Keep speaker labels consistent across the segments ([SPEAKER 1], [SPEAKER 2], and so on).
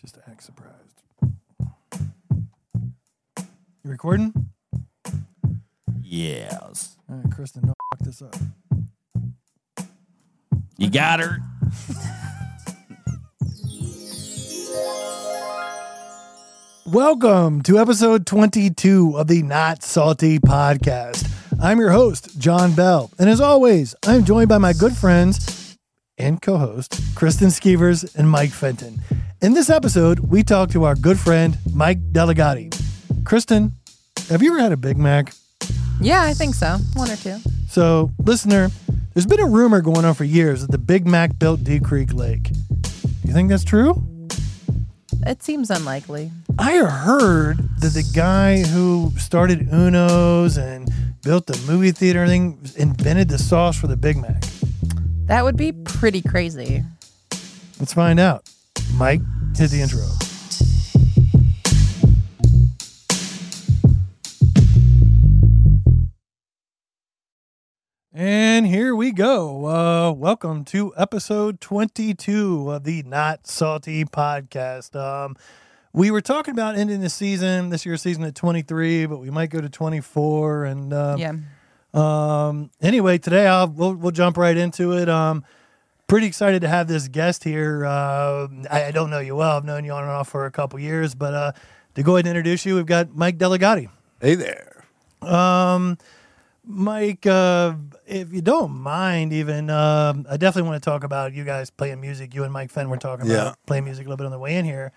[SPEAKER 1] just to act surprised. You recording?
[SPEAKER 2] Yes.
[SPEAKER 1] All right, Kristen, don't fuck this up.
[SPEAKER 2] You got her.
[SPEAKER 1] Welcome to episode 22 of the Not Salty podcast. I'm your host, John Bell. And as always, I'm joined by my good friends and co host, Kristen Skeevers and Mike Fenton. In this episode, we talk to our good friend, Mike Delegati. Kristen, have you ever had a Big Mac?
[SPEAKER 3] Yeah, I think so. One or two.
[SPEAKER 1] So, listener, there's been a rumor going on for years that the Big Mac built Deep Creek Lake. Do you think that's true?
[SPEAKER 3] It seems unlikely.
[SPEAKER 1] I heard that the guy who started Uno's and built the movie theater thing invented the sauce for the Big Mac.
[SPEAKER 3] That would be pretty crazy.
[SPEAKER 1] Let's find out. Mike, hit the intro. And here we go. Uh, welcome to episode 22 of the Not Salty podcast. Um, we were talking about ending the season, this year's season at 23, but we might go to 24. And um,
[SPEAKER 3] yeah.
[SPEAKER 1] um, anyway, today I'll we'll, we'll jump right into it. Um, pretty excited to have this guest here. Uh, I, I don't know you well. I've known you on and off for a couple years, but uh, to go ahead and introduce you, we've got Mike Delegati.
[SPEAKER 4] Hey there.
[SPEAKER 1] Mike, uh, if you don't mind, even um I definitely want to talk about you guys playing music. You and Mike Fenn were talking
[SPEAKER 4] Yeah.
[SPEAKER 1] about playing music a little bit on the way in here.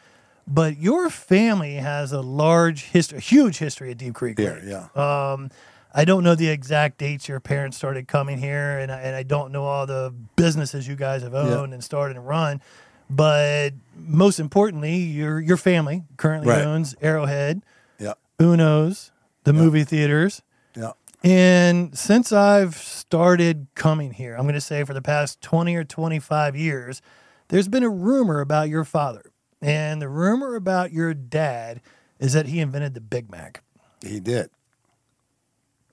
[SPEAKER 1] But your family has a large history, huge history at Deep Creek.
[SPEAKER 4] Here,
[SPEAKER 1] Lake.
[SPEAKER 4] yeah.
[SPEAKER 1] Um, I don't know the exact dates your parents started coming here, and I, and I don't know all the businesses you guys have owned and started and run. But most importantly, your your family currently
[SPEAKER 4] Right.
[SPEAKER 1] owns Arrowhead,
[SPEAKER 4] yeah.
[SPEAKER 1] Uno's, the movie theaters,
[SPEAKER 4] Yeah.
[SPEAKER 1] and since I've started coming here, I'm going to say for the past 20 or 25 years, there's been a rumor about your father. And the rumor about your dad is that he invented the Big Mac.
[SPEAKER 4] He did.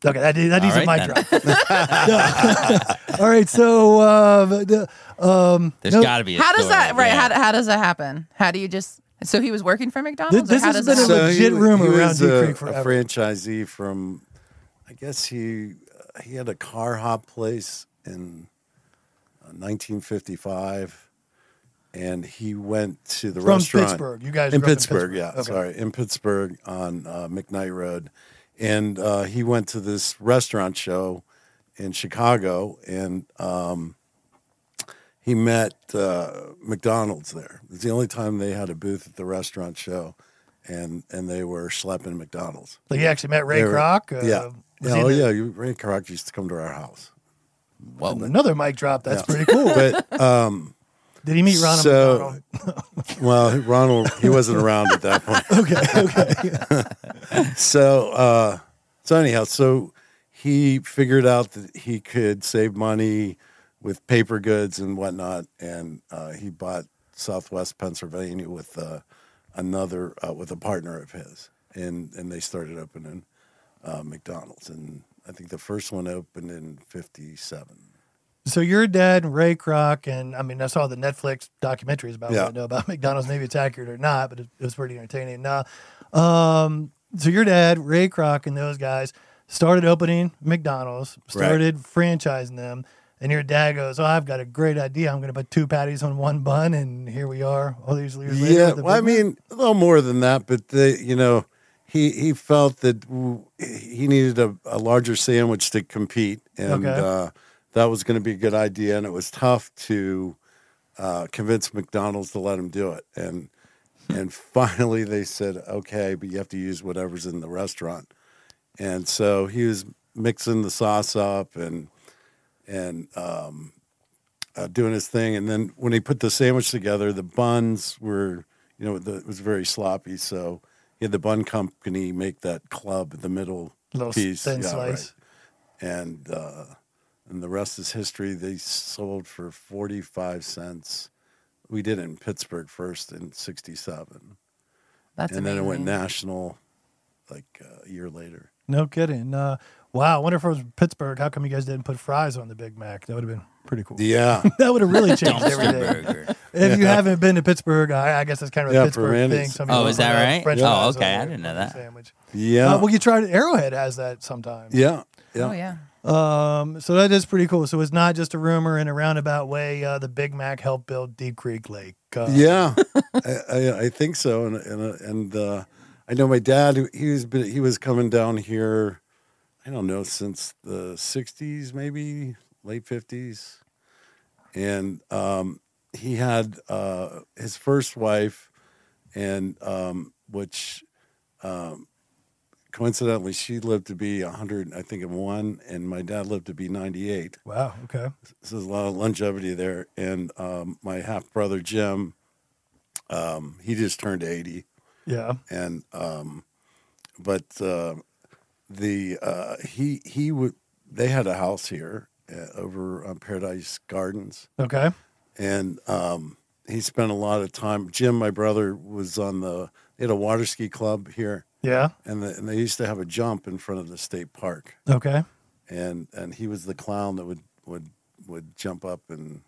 [SPEAKER 1] Okay, that, that
[SPEAKER 2] All right,
[SPEAKER 1] isn't my
[SPEAKER 2] then.
[SPEAKER 1] drop. All right, so uh, the- um,
[SPEAKER 2] There's
[SPEAKER 1] no,
[SPEAKER 2] got to be. A
[SPEAKER 3] How does
[SPEAKER 2] story,
[SPEAKER 3] that right?
[SPEAKER 2] yeah.
[SPEAKER 3] How, how does that happen? How do you just? So he was working for
[SPEAKER 1] Th-
[SPEAKER 3] McDonald's.
[SPEAKER 1] this
[SPEAKER 3] or how
[SPEAKER 1] has
[SPEAKER 3] does
[SPEAKER 1] been
[SPEAKER 3] that
[SPEAKER 1] a
[SPEAKER 3] happen?
[SPEAKER 1] legit rumor around
[SPEAKER 4] was
[SPEAKER 1] Deep
[SPEAKER 4] a,
[SPEAKER 1] Creek
[SPEAKER 4] a
[SPEAKER 1] forever.
[SPEAKER 4] franchisee from, I guess he uh, he had a car hop place in uh, 1955, and he went to the
[SPEAKER 1] From
[SPEAKER 4] restaurant
[SPEAKER 1] Pittsburgh. You guys
[SPEAKER 4] in
[SPEAKER 1] grew up in
[SPEAKER 4] Pittsburgh,
[SPEAKER 1] Pittsburgh.
[SPEAKER 4] yeah,
[SPEAKER 1] Okay.
[SPEAKER 4] sorry, in Pittsburgh on uh, McKnight Road, and uh, he went to this restaurant show in Chicago, and um, he met uh, McDonald's there. It's the only time they had a booth at the restaurant show, and and they were schlepping McDonald's.
[SPEAKER 1] so you actually met Ray
[SPEAKER 4] They were-
[SPEAKER 1] Kroc. Uh,
[SPEAKER 4] yeah.
[SPEAKER 1] was
[SPEAKER 4] Yeah,
[SPEAKER 1] he
[SPEAKER 4] oh
[SPEAKER 1] the-
[SPEAKER 4] yeah, you, Ray Kroc used to come to our house.
[SPEAKER 2] Whoa.
[SPEAKER 1] Another mic drop. That's
[SPEAKER 4] Yeah.
[SPEAKER 1] pretty cool.
[SPEAKER 4] But um,
[SPEAKER 1] Did he meet Ronald
[SPEAKER 4] So-
[SPEAKER 1] McDonald?
[SPEAKER 4] well, Ronald, he wasn't around at that point.
[SPEAKER 1] Okay, okay.
[SPEAKER 4] so uh so anyhow so he figured out that he could save money with paper goods and whatnot and uh, he bought southwest pennsylvania with uh, another uh, with a partner of his and and they started opening uh, mcdonald's and i think the first one opened in 57
[SPEAKER 1] So your dad and Ray Kroc, and I mean, I saw the Netflix documentaries about
[SPEAKER 4] Yeah.
[SPEAKER 1] what I know about McDonald's. Maybe it's accurate or not, but it, it was pretty entertaining. Now, um, so your dad, Ray Kroc, and those guys started opening McDonald's,
[SPEAKER 4] Right.
[SPEAKER 1] started franchising them, and your dad goes, "Oh, I've got a great idea. I'm going to put two patties on one bun, and here we are, all these years later."
[SPEAKER 4] yeah
[SPEAKER 1] with the
[SPEAKER 4] well, i
[SPEAKER 1] Big Mac."
[SPEAKER 4] mean a little more than that but the you know he he felt that w- he needed a, a larger sandwich to compete and
[SPEAKER 1] Okay.
[SPEAKER 4] uh, that was going to be a good idea and it was tough to uh, convince mcdonald's to let him do it and and finally they said okay but you have to use whatever's in the restaurant and so he was mixing the sauce up and and uh, doing his thing. And then when he put the sandwich together, the buns were, you know, the, it was very sloppy. So he had the bun company make that club in the middle
[SPEAKER 1] little
[SPEAKER 4] piece,
[SPEAKER 1] thin
[SPEAKER 4] Yeah,
[SPEAKER 1] slice.
[SPEAKER 4] right. And uh, and the rest is history. They sold for forty five cents. We did it in Pittsburgh first in '67,
[SPEAKER 3] That's
[SPEAKER 4] and then it went
[SPEAKER 3] amazing.
[SPEAKER 4] national, like uh, a year later.
[SPEAKER 1] No kidding. Uh, wow. I wonder if it was Pittsburgh. How come you guys didn't put fries on the Big Mac? That would have been pretty cool.
[SPEAKER 4] Yeah.
[SPEAKER 1] That would have really changed
[SPEAKER 2] Dumpster
[SPEAKER 1] everything.
[SPEAKER 2] burger.
[SPEAKER 1] If you haven't been to Pittsburgh, I, I guess that's kind of a
[SPEAKER 4] Yeah, for
[SPEAKER 1] Pittsburgh thing.
[SPEAKER 4] Randy's.
[SPEAKER 1] Some
[SPEAKER 2] Oh,
[SPEAKER 1] people
[SPEAKER 2] is
[SPEAKER 1] put,
[SPEAKER 2] that
[SPEAKER 1] uh,
[SPEAKER 2] right?
[SPEAKER 1] French
[SPEAKER 2] Oh,
[SPEAKER 1] fries
[SPEAKER 2] okay.
[SPEAKER 1] on
[SPEAKER 2] I
[SPEAKER 1] their-
[SPEAKER 2] didn't know
[SPEAKER 1] on their
[SPEAKER 2] that.
[SPEAKER 1] Sandwich.
[SPEAKER 4] Yeah.
[SPEAKER 1] Uh, well, you tried Arrowhead has that sometimes.
[SPEAKER 4] yeah. Yeah.
[SPEAKER 3] Oh yeah.
[SPEAKER 1] Um, so that is pretty cool. So it's not just a rumor in a roundabout way. Uh, the Big Mac helped build Deep Creek Lake. Uh,
[SPEAKER 4] Yeah, I, I, I think so, and and and uh, I know my dad. He was been, he was coming down here. I don't know since the '60s, maybe late '50s, and um, he had uh, his first wife, and um, which um, coincidentally she lived to be 100, I think, and one, and my dad lived to be 98
[SPEAKER 1] Wow. Okay.
[SPEAKER 4] so there's a lot of longevity there. And um, my half brother Jim, um, he just turned 80,
[SPEAKER 1] Yeah.
[SPEAKER 4] and um, but uh, the uh, he he would they had a house here uh, over on Paradise Gardens,
[SPEAKER 1] Okay.
[SPEAKER 4] and um, he spent a lot of time. Jim, my brother, was on the they had a water ski club here,
[SPEAKER 1] Yeah.
[SPEAKER 4] and, the, and they used to have a jump in front of the state park
[SPEAKER 1] Okay.
[SPEAKER 4] and and he was the clown that would would would jump up and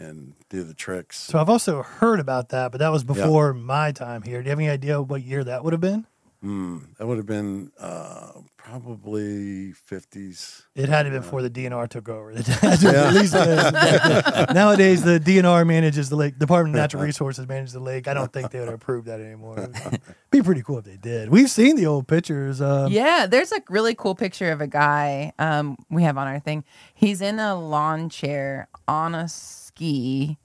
[SPEAKER 4] and do the tricks.
[SPEAKER 1] So I've also heard about that, but that was before my time here. Do you have any idea what year that would have been?
[SPEAKER 4] Hmm, that would have been uh, probably fifties.
[SPEAKER 1] It had to be before the DNR took over. It had to- at least, uh, nowadays, the DNR manages the lake. Department of Natural Resources manages the lake. I don't think they would approve that anymore. It'd be pretty cool if they did. We've seen the old pictures. Um,
[SPEAKER 3] yeah, there's a really cool picture of a guy um, we have on our thing. He's in a lawn chair on a ski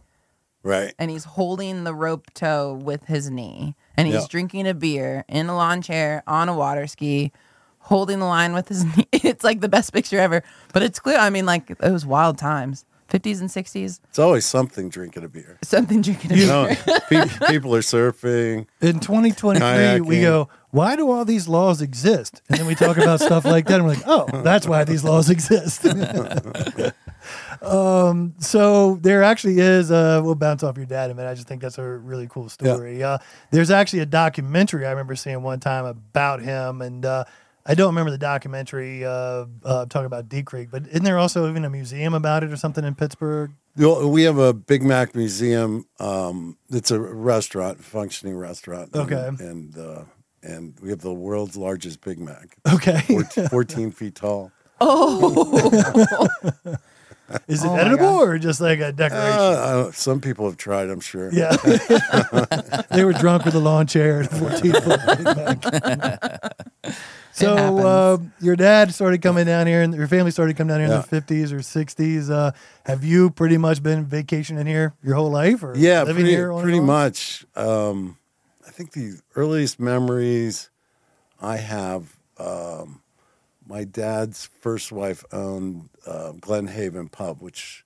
[SPEAKER 4] Right.
[SPEAKER 3] and he's holding the rope tow with his knee and he's
[SPEAKER 4] Yeah.
[SPEAKER 3] drinking a beer in a lawn chair on a water ski holding the line with his knee. It's like the best picture ever, but it's clear. I mean, like it was wild times 50s and 60s,
[SPEAKER 4] It's always something drinking a beer.
[SPEAKER 3] something drinking a
[SPEAKER 4] You
[SPEAKER 3] beer.
[SPEAKER 4] know, pe- people are surfing.
[SPEAKER 1] In 2023, we
[SPEAKER 4] Kayaking.
[SPEAKER 1] go, why do all these laws exist? And then we talk about stuff like that. And we're like, oh, that's why these laws exist. um, so there actually is, uh, we'll bounce off your dad a minute. I just think that's a really cool story. Uh, there's actually a documentary I remember seeing one time about him. And uh, I don't remember the documentary uh, uh, talking about Deep Creek, but isn't there also even a museum about it or something in Pittsburgh?
[SPEAKER 4] Well, we have a Big Mac museum. Um, it's a restaurant, functioning restaurant.
[SPEAKER 1] Okay.
[SPEAKER 4] and and, uh, and we have the world's largest Big Mac,
[SPEAKER 1] Okay.
[SPEAKER 4] 14, 14 feet tall.
[SPEAKER 3] Oh,
[SPEAKER 1] Is it
[SPEAKER 3] Oh my
[SPEAKER 1] edible
[SPEAKER 3] God.
[SPEAKER 1] or just like a decoration?
[SPEAKER 4] Uh, uh, some people have tried, I'm sure.
[SPEAKER 1] Yeah. they were drunk with a lawn chair and a 14 foot Big Mac. So
[SPEAKER 3] happens.
[SPEAKER 1] uh, your dad started coming down here, and your family started coming down here
[SPEAKER 4] Yeah.
[SPEAKER 1] in the fifties or sixties. Uh, have you pretty much been vacationing here your whole life, or
[SPEAKER 4] yeah,
[SPEAKER 1] living
[SPEAKER 4] pretty,
[SPEAKER 1] here? on and
[SPEAKER 4] pretty
[SPEAKER 1] off?
[SPEAKER 4] much. Um, I think the earliest memories I have, um, my dad's first wife owned uh, Glen Haven Pub, which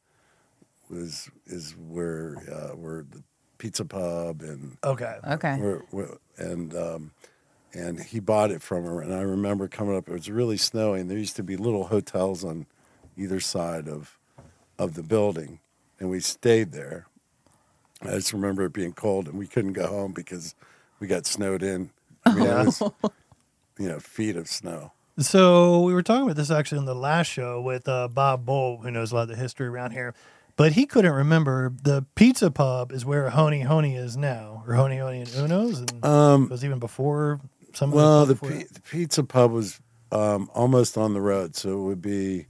[SPEAKER 4] was is where uh, where the pizza pub and
[SPEAKER 1] Okay.
[SPEAKER 3] okay.
[SPEAKER 4] where, where, and um, and he bought it from her. And I remember coming up; it was really snowy, and there used to be little hotels on either side of of the building, and we stayed there. I just remember it being cold, and we couldn't go home because we got snowed in. I mean, it was, you know, feet of snow.
[SPEAKER 1] So we were talking about this actually on the last show with uh, Bob Bull, who knows a lot of the history around here, but he couldn't remember the pizza pub is where Honey Honey is now, or Honey Honey and Uno's, and it
[SPEAKER 4] Um,
[SPEAKER 1] was even before some. of
[SPEAKER 4] well, the,
[SPEAKER 1] before-
[SPEAKER 4] pi- the pizza pub was um, almost on the road, so it would be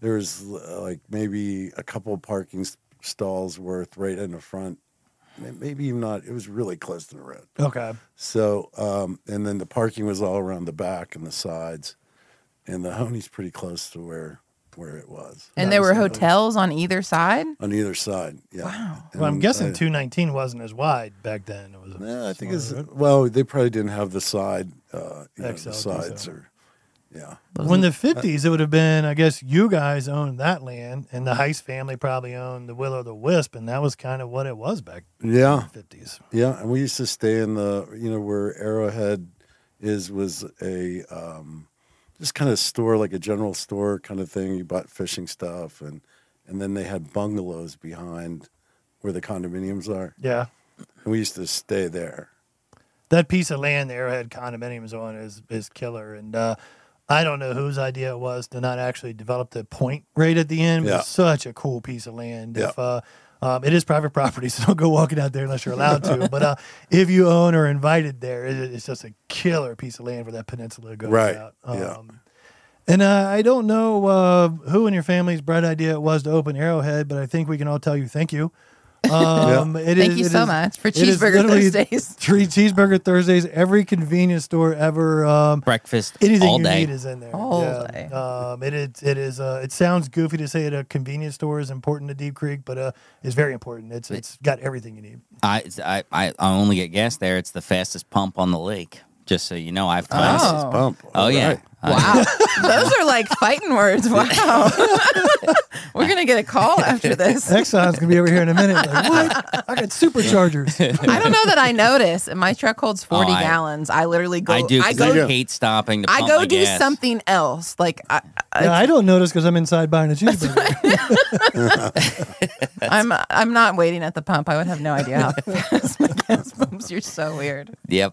[SPEAKER 4] there was l- like maybe a couple parking s- stalls worth right in the front. May- Maybe even not. It was really close to the road.
[SPEAKER 1] okay.
[SPEAKER 4] So, um, and then the parking was all around the back and the sides, and the honey's pretty close to where where it was
[SPEAKER 3] And there were
[SPEAKER 1] Nice.
[SPEAKER 3] hotels on either side.
[SPEAKER 4] on either side. Yeah.
[SPEAKER 3] Wow.
[SPEAKER 1] Well, I'm
[SPEAKER 4] And
[SPEAKER 1] guessing
[SPEAKER 4] I-
[SPEAKER 1] 219 wasn't as wide back then. It was. a
[SPEAKER 4] Yeah, I think it's
[SPEAKER 1] smaller road.
[SPEAKER 4] well. They probably didn't have the side, uh, you know,
[SPEAKER 1] XL,
[SPEAKER 4] the sides
[SPEAKER 1] XL.
[SPEAKER 4] or, yeah.
[SPEAKER 1] Well, in the
[SPEAKER 4] uh,
[SPEAKER 1] 50s, it would have been. I guess you guys owned that land, and the Heist family probably owned the Will o' the Wisp, and that was kind of what it was back
[SPEAKER 4] Yeah,
[SPEAKER 1] in the 50s.
[SPEAKER 4] Yeah, and we used to stay in the you know where Arrowhead is was a um, just kind of store like a general store kind of thing. You bought fishing stuff and and then they had bungalows behind where the condominiums are,
[SPEAKER 1] Yeah,
[SPEAKER 4] and we used to stay there.
[SPEAKER 1] that piece of land the Arrowhead condominiums on is is killer, and uh, I don't know whose idea it was to not actually develop the point right at the end. But
[SPEAKER 4] Yeah.
[SPEAKER 1] It's such a cool piece of land.
[SPEAKER 4] Yeah.
[SPEAKER 1] If, uh, um, it is private property, so don't go walking out there unless you're allowed to. But uh, if you own or invited there, it, it's just a killer piece of land for that peninsula to go
[SPEAKER 4] Right.
[SPEAKER 1] out.
[SPEAKER 4] Yeah.
[SPEAKER 1] And uh, I don't know uh, who in your family's bright idea it was to open Arrowhead, but I think we can all tell you thank you. Um, it
[SPEAKER 3] Thank
[SPEAKER 1] is-
[SPEAKER 3] you
[SPEAKER 1] it
[SPEAKER 3] so
[SPEAKER 1] is-
[SPEAKER 3] much for
[SPEAKER 1] it is
[SPEAKER 3] cheeseburger
[SPEAKER 1] literally
[SPEAKER 3] Thursdays.
[SPEAKER 1] Three cheeseburger Thursdays, every convenience store ever. Um,
[SPEAKER 2] Breakfast
[SPEAKER 1] anything
[SPEAKER 2] all
[SPEAKER 1] you
[SPEAKER 2] day.
[SPEAKER 1] need is in there.
[SPEAKER 3] All
[SPEAKER 1] yeah.
[SPEAKER 3] day.
[SPEAKER 1] Um, it is. It is. Uh, it sounds goofy to say that a convenience store is important to Deep Creek, but uh, it's very important. It's it's got everything you need.
[SPEAKER 2] I, I I I only get gas there. It's the fastest pump on the lake. Just so you know, I've
[SPEAKER 3] Oh.
[SPEAKER 2] classes.
[SPEAKER 4] Bump.
[SPEAKER 2] Oh,
[SPEAKER 4] All
[SPEAKER 2] yeah.
[SPEAKER 4] right.
[SPEAKER 2] I-
[SPEAKER 3] Wow. Those are like fighting words. Wow. We're going to get a call after this.
[SPEAKER 1] Exxon's gonna be over here in a minute. Like, what? I got superchargers.
[SPEAKER 3] I don't know that I notice. My truck holds 40
[SPEAKER 2] Oh, I-
[SPEAKER 3] gallons. I literally go,
[SPEAKER 2] I do. 'cause I,
[SPEAKER 3] go,
[SPEAKER 2] hate stopping to.
[SPEAKER 3] I
[SPEAKER 2] pump
[SPEAKER 3] go
[SPEAKER 2] my
[SPEAKER 3] do
[SPEAKER 2] gas.
[SPEAKER 3] something else. Like, I,
[SPEAKER 1] Yeah, I don't notice because I'm inside buying a cheeseburger.
[SPEAKER 3] I'm I'm not waiting at the pump. I would have no idea how fast my gas pumps. You're so weird.
[SPEAKER 2] Yep.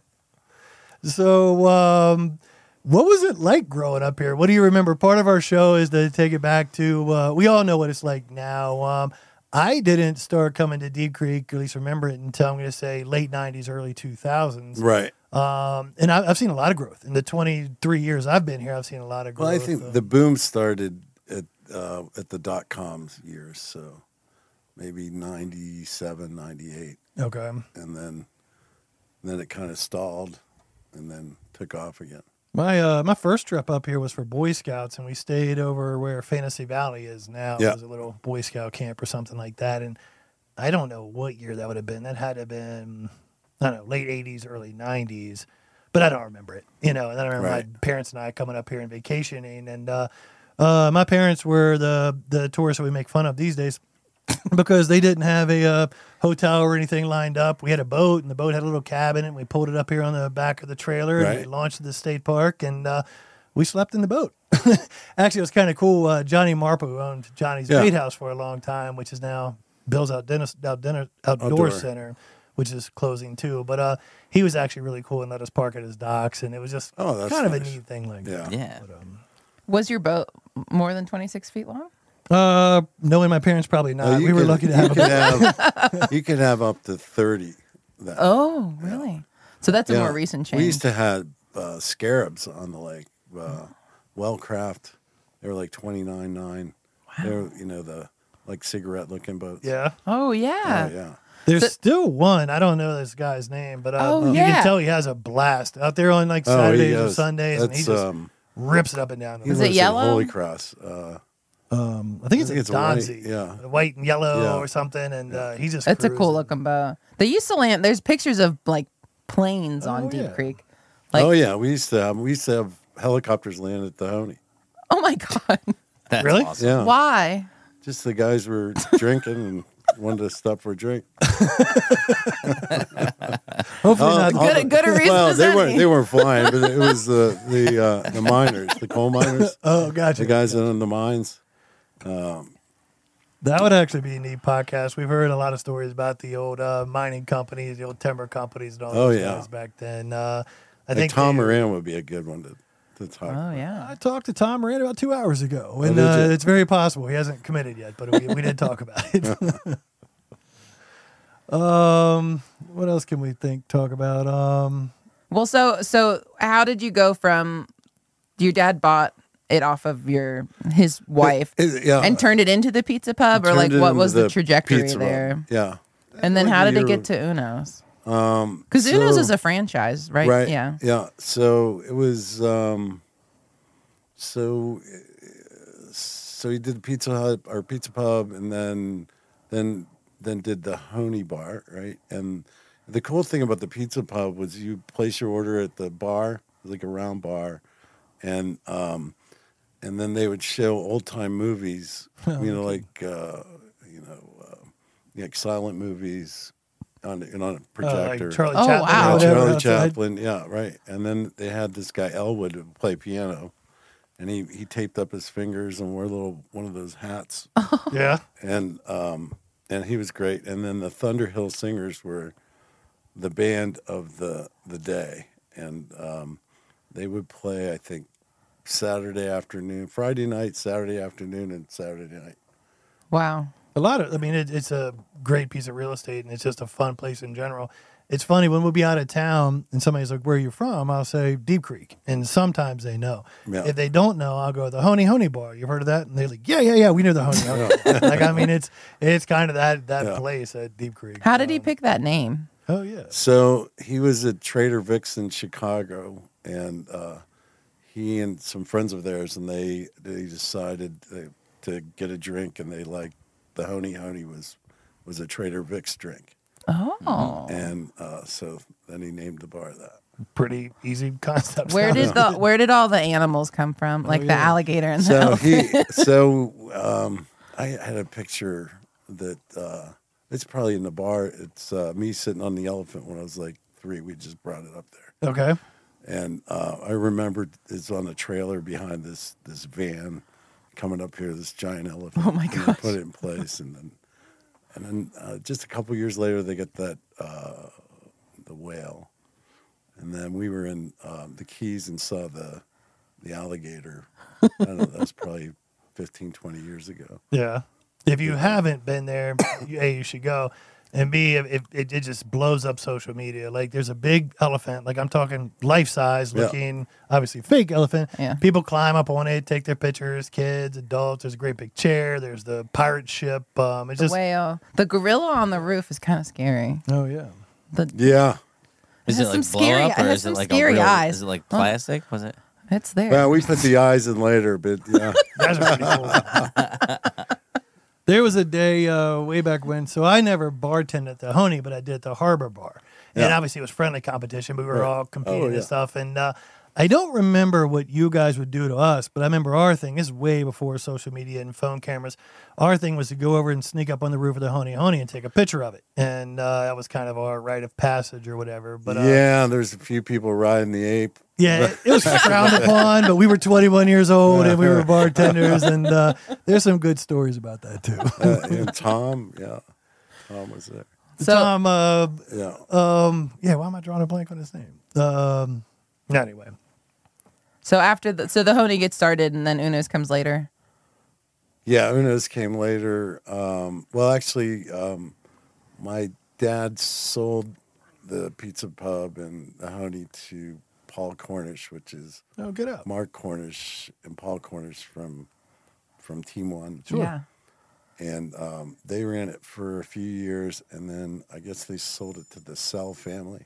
[SPEAKER 1] so. Um, what was it like growing up here? What do you remember? Part of our show is to take it back to. Uh, we all know what it's like now. Um, I didn't start coming to Deep Creek, or at least remember it until I'm going to say late '90s, early 2000s.
[SPEAKER 4] Right.
[SPEAKER 1] Um, and I, I've seen a lot of growth in the 23 years I've been here. I've seen a lot of growth.
[SPEAKER 4] Well, I think the boom started at uh, at the dot com years, so maybe 97, 98.
[SPEAKER 1] okay.
[SPEAKER 4] and then then it kind of stalled and then took off again.
[SPEAKER 1] My uh, my first trip up here was for Boy Scouts, and we stayed over where Fantasy Valley is now.
[SPEAKER 4] Yeah.
[SPEAKER 1] It was a little Boy Scout camp or something like that. And I don't know what year that would have been. That had to have been I don't know late 80s, early 90s, but I don't remember it. You know, and I remember my
[SPEAKER 4] Right.
[SPEAKER 1] parents and I coming up here and vacationing, and uh, uh, my parents were the the tourists that we make fun of these days. because they didn't have a uh, hotel or anything lined up. We had a boat, and the boat had a little cabin, and we pulled it up here on the back of the trailer, and we
[SPEAKER 4] Right.
[SPEAKER 1] launched to the state park, and uh, we slept in the boat. Actually, it was kind of cool. Uh, Johnny Marpa, who owned Johnny's
[SPEAKER 4] Yeah.
[SPEAKER 1] Bait House for a long time, which is now Bill's Out Dinner, Out Dinner Outdoor,
[SPEAKER 4] Outdoor.
[SPEAKER 1] Center. Which is closing too, but uh, he was actually really cool and let us park at his docks, and it was just
[SPEAKER 4] Oh, that's
[SPEAKER 1] kind of a
[SPEAKER 4] nice.
[SPEAKER 1] neat thing like
[SPEAKER 4] Yeah.
[SPEAKER 1] that.
[SPEAKER 2] Yeah.
[SPEAKER 1] But, um,
[SPEAKER 3] Was your boat more than 26 feet long?
[SPEAKER 1] uh, knowing my parents, probably not.
[SPEAKER 4] Uh, you
[SPEAKER 1] we were
[SPEAKER 4] could-
[SPEAKER 1] lucky to
[SPEAKER 4] you
[SPEAKER 1] have a
[SPEAKER 4] could have you could have up to thirty. That,
[SPEAKER 3] Oh, really? So that's a
[SPEAKER 4] Yeah.
[SPEAKER 3] more recent change.
[SPEAKER 4] We used to have uh, scarabs on the lake, uh, Wellcraft. They were like twenty nine nine. They were you know the like cigarette looking boats.
[SPEAKER 1] yeah.
[SPEAKER 3] oh,
[SPEAKER 4] Oh,
[SPEAKER 3] yeah.
[SPEAKER 4] yeah.
[SPEAKER 1] There's
[SPEAKER 3] So-
[SPEAKER 1] still one. I don't know this guy's name, but uh,
[SPEAKER 3] Oh,
[SPEAKER 1] you
[SPEAKER 3] yeah.
[SPEAKER 1] can tell he has a blast out there on like
[SPEAKER 4] Oh, he
[SPEAKER 1] Saturdays or
[SPEAKER 4] goes-
[SPEAKER 1] Sundays, and he
[SPEAKER 4] that's,
[SPEAKER 1] just
[SPEAKER 4] um,
[SPEAKER 1] rips it up and down. The
[SPEAKER 4] he
[SPEAKER 3] Is it
[SPEAKER 1] lake.
[SPEAKER 4] lives in
[SPEAKER 3] yellow?
[SPEAKER 4] Holy Cross. Uh,
[SPEAKER 1] Um, I think it's
[SPEAKER 4] I think
[SPEAKER 1] a
[SPEAKER 4] it's white,
[SPEAKER 1] Donzi,
[SPEAKER 4] yeah.
[SPEAKER 1] a white and yellow
[SPEAKER 4] Yeah.
[SPEAKER 1] or something, and uh, he just.
[SPEAKER 3] That's a cool
[SPEAKER 1] cruising.
[SPEAKER 3] looking boat. They used to land, there's pictures of like planes on
[SPEAKER 1] Oh,
[SPEAKER 3] Deep
[SPEAKER 1] yeah.
[SPEAKER 3] Creek. Like,
[SPEAKER 4] oh
[SPEAKER 3] oh,
[SPEAKER 4] yeah, we used to have, we used to have helicopters land at the Honey.
[SPEAKER 3] oh my God.
[SPEAKER 2] That's
[SPEAKER 1] Really?
[SPEAKER 2] Awesome.
[SPEAKER 4] Yeah.
[SPEAKER 3] Why?
[SPEAKER 4] Just the guys were drinking and wanted to stop for a drink.
[SPEAKER 1] Hopefully
[SPEAKER 4] Oh,
[SPEAKER 1] not.
[SPEAKER 4] oh,
[SPEAKER 3] Good- good a reason
[SPEAKER 4] Well,
[SPEAKER 3] as
[SPEAKER 4] they weren't
[SPEAKER 3] any.
[SPEAKER 4] they weren't flying, but it was the the uh, the miners, the coal miners,
[SPEAKER 1] Oh,
[SPEAKER 4] the
[SPEAKER 1] gotcha.
[SPEAKER 4] guys in the mines.
[SPEAKER 1] That would actually be a neat podcast. We've heard a lot of stories about the old uh, mining companies, the old timber companies, and all
[SPEAKER 4] Oh,
[SPEAKER 1] those
[SPEAKER 4] yeah.
[SPEAKER 1] guys back then. Uh, I
[SPEAKER 4] Like
[SPEAKER 1] think
[SPEAKER 4] Tom
[SPEAKER 1] they-
[SPEAKER 4] Moran would be a good one to to talk.
[SPEAKER 3] Oh,
[SPEAKER 4] about.
[SPEAKER 1] I
[SPEAKER 3] yeah.
[SPEAKER 1] talked to Tom Moran about two hours ago, and
[SPEAKER 4] did
[SPEAKER 1] uh,
[SPEAKER 4] you?
[SPEAKER 1] it's very possible he hasn't committed yet, but we, we did talk about it. um, what else can we think talk about? Um,
[SPEAKER 3] Well, so, so how did you go from your dad bought it off of your, his wife
[SPEAKER 4] It- yeah,
[SPEAKER 3] and turned it into the pizza pub or
[SPEAKER 4] turned
[SPEAKER 3] like
[SPEAKER 4] it
[SPEAKER 3] what
[SPEAKER 4] into
[SPEAKER 3] was the, trajectory
[SPEAKER 4] pizza roll.
[SPEAKER 3] there
[SPEAKER 4] Yeah,
[SPEAKER 3] and then
[SPEAKER 4] Like
[SPEAKER 3] how did it
[SPEAKER 4] your-
[SPEAKER 3] get to uno's um because uno's
[SPEAKER 4] so-
[SPEAKER 3] is a franchise right, yeah
[SPEAKER 4] yeah so it was um so so he did pizza hut or pizza pub and then then then did the honey bar right and the cool thing about the pizza pub was you place your order at the bar like a round bar and um and then they would show old time movies
[SPEAKER 1] Oh,
[SPEAKER 4] you know like uh you know uh, like silent movies on, you know, on a
[SPEAKER 1] uh,
[SPEAKER 4] projector
[SPEAKER 1] like Charlie
[SPEAKER 3] Oh,
[SPEAKER 1] Chaplin. or
[SPEAKER 3] wow.
[SPEAKER 4] yeah,
[SPEAKER 1] whatever
[SPEAKER 4] Charlie
[SPEAKER 1] outside.
[SPEAKER 4] Chaplin, yeah, right. And then they had this guy Elwood who play piano, and he he taped up his fingers and wore a little one of those hats,
[SPEAKER 1] Yeah.
[SPEAKER 4] and um and he was great. And then the Thunder Hill Singers were the band of the the day, and um they would play I think Saturday afternoon, Friday night, Saturday afternoon, and Saturday night.
[SPEAKER 3] Wow.
[SPEAKER 1] A lot of, I mean, it, it's a great piece of real estate, and it's just a fun place in general. It's funny when we'll be out of town and somebody's like, "Where are you from?" I'll say Deep Creek, and sometimes they know.
[SPEAKER 4] Yeah.
[SPEAKER 1] If they don't know, I'll go the Honey Honey Bar. You've heard of that? And they're like, "Yeah, yeah, yeah, we know the Honey." Honey. like I mean, it's it's kind of that that
[SPEAKER 4] Yeah.
[SPEAKER 1] place at Deep Creek.
[SPEAKER 3] How did he
[SPEAKER 1] Um,
[SPEAKER 3] pick that name?
[SPEAKER 1] Oh yeah,
[SPEAKER 4] So he was at Trader Vic's in Chicago, and uh, he and some friends of theirs, and they they decided to, to get a drink, and they like the honey honey was was a Trader Vic's drink, Mm-hmm.
[SPEAKER 3] Oh.
[SPEAKER 4] and uh, so then he named the bar that.
[SPEAKER 1] pretty easy concept.
[SPEAKER 3] Where did the where did all the animals come from? Like the
[SPEAKER 1] yeah.
[SPEAKER 3] alligator and the
[SPEAKER 4] Oh, So
[SPEAKER 3] elephant.
[SPEAKER 4] he so um, I had a picture that uh, it's probably in the bar. It's uh, me sitting on the elephant when I was like three. We just brought it up there.
[SPEAKER 1] okay?
[SPEAKER 4] and uh, I remembered it's on the trailer behind this this van coming up here, this giant elephant.
[SPEAKER 3] Oh, my
[SPEAKER 4] and they
[SPEAKER 3] gosh.
[SPEAKER 4] Put it in place, and then and then uh, just a couple years later, they got that uh, the whale, and then we were in um, the Keys and saw the the alligator. I don't know. That's probably 15, 20 years ago.
[SPEAKER 1] Yeah. If you haven't been there, you- A, you should go. And B, if, if it, it just blows up social media. Like there's a big elephant, like I'm talking life size
[SPEAKER 4] Yeah.
[SPEAKER 1] looking, obviously fake elephant.
[SPEAKER 3] Yeah.
[SPEAKER 1] People climb up on it, take their pictures, kids, adults. There's a great big chair. There's the pirate ship. Um, it's
[SPEAKER 3] The
[SPEAKER 1] just.
[SPEAKER 3] whale. The gorilla on the roof is kind of scary.
[SPEAKER 1] Oh, yeah.
[SPEAKER 3] The
[SPEAKER 4] Yeah.
[SPEAKER 2] Is
[SPEAKER 3] It
[SPEAKER 2] it
[SPEAKER 3] has
[SPEAKER 2] like
[SPEAKER 3] some
[SPEAKER 2] blow
[SPEAKER 3] scary-
[SPEAKER 2] up
[SPEAKER 3] it
[SPEAKER 2] or
[SPEAKER 3] has
[SPEAKER 2] is it
[SPEAKER 3] some
[SPEAKER 2] like
[SPEAKER 3] scary
[SPEAKER 2] a real,
[SPEAKER 3] eyes.
[SPEAKER 2] Is it like
[SPEAKER 3] Huh?
[SPEAKER 2] plastic? Was it?
[SPEAKER 3] it's there.
[SPEAKER 4] Well, we put the eyes in later, but yeah.
[SPEAKER 1] Guys are pretty cool. there was a day uh, way back when, so I never bartended at the Honey, but I did at the Harbor Bar. And
[SPEAKER 4] Yeah.
[SPEAKER 1] obviously it was friendly competition, but we were
[SPEAKER 4] Right.
[SPEAKER 1] all competing
[SPEAKER 4] Oh, yeah.
[SPEAKER 1] and stuff. And uh, I don't remember what you guys would do to us, but I remember our thing. This is way before social media and phone cameras. Our thing was to go over and sneak up on the roof of the Honey Honey and take a picture of it. And uh, that was kind of our rite of passage or whatever. But uh,
[SPEAKER 4] yeah, there's a few people riding the ape.
[SPEAKER 1] yeah, it- it was frowned upon, but we were 21 years old and we were bartenders, and uh, there's some good stories about that too.
[SPEAKER 4] Uh, and Tom, yeah. Tom was there.
[SPEAKER 3] so
[SPEAKER 1] Tom, uh,
[SPEAKER 4] Yeah.
[SPEAKER 1] um, yeah, why am I drawing a blank on his name? Um, anyway,
[SPEAKER 3] so after the so the honey gets started and then Uno's comes later.
[SPEAKER 4] Yeah, Uno's came later. Um, well, actually, um, my dad sold the pizza pub and the honey to Paul Cornish, which is
[SPEAKER 1] oh, get up.
[SPEAKER 4] Mark Cornish and Paul Cornish from from Team One.
[SPEAKER 3] Yeah.
[SPEAKER 4] And um, they ran it for a few years, and then I guess they sold it to the Sell family.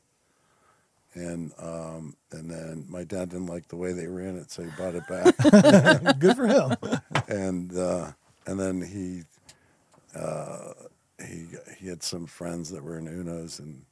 [SPEAKER 4] And um, and then my dad didn't like the way they ran it, so he bought it back.
[SPEAKER 1] Good for him.
[SPEAKER 4] and uh, and then he uh, he he had some friends that were in Unos, and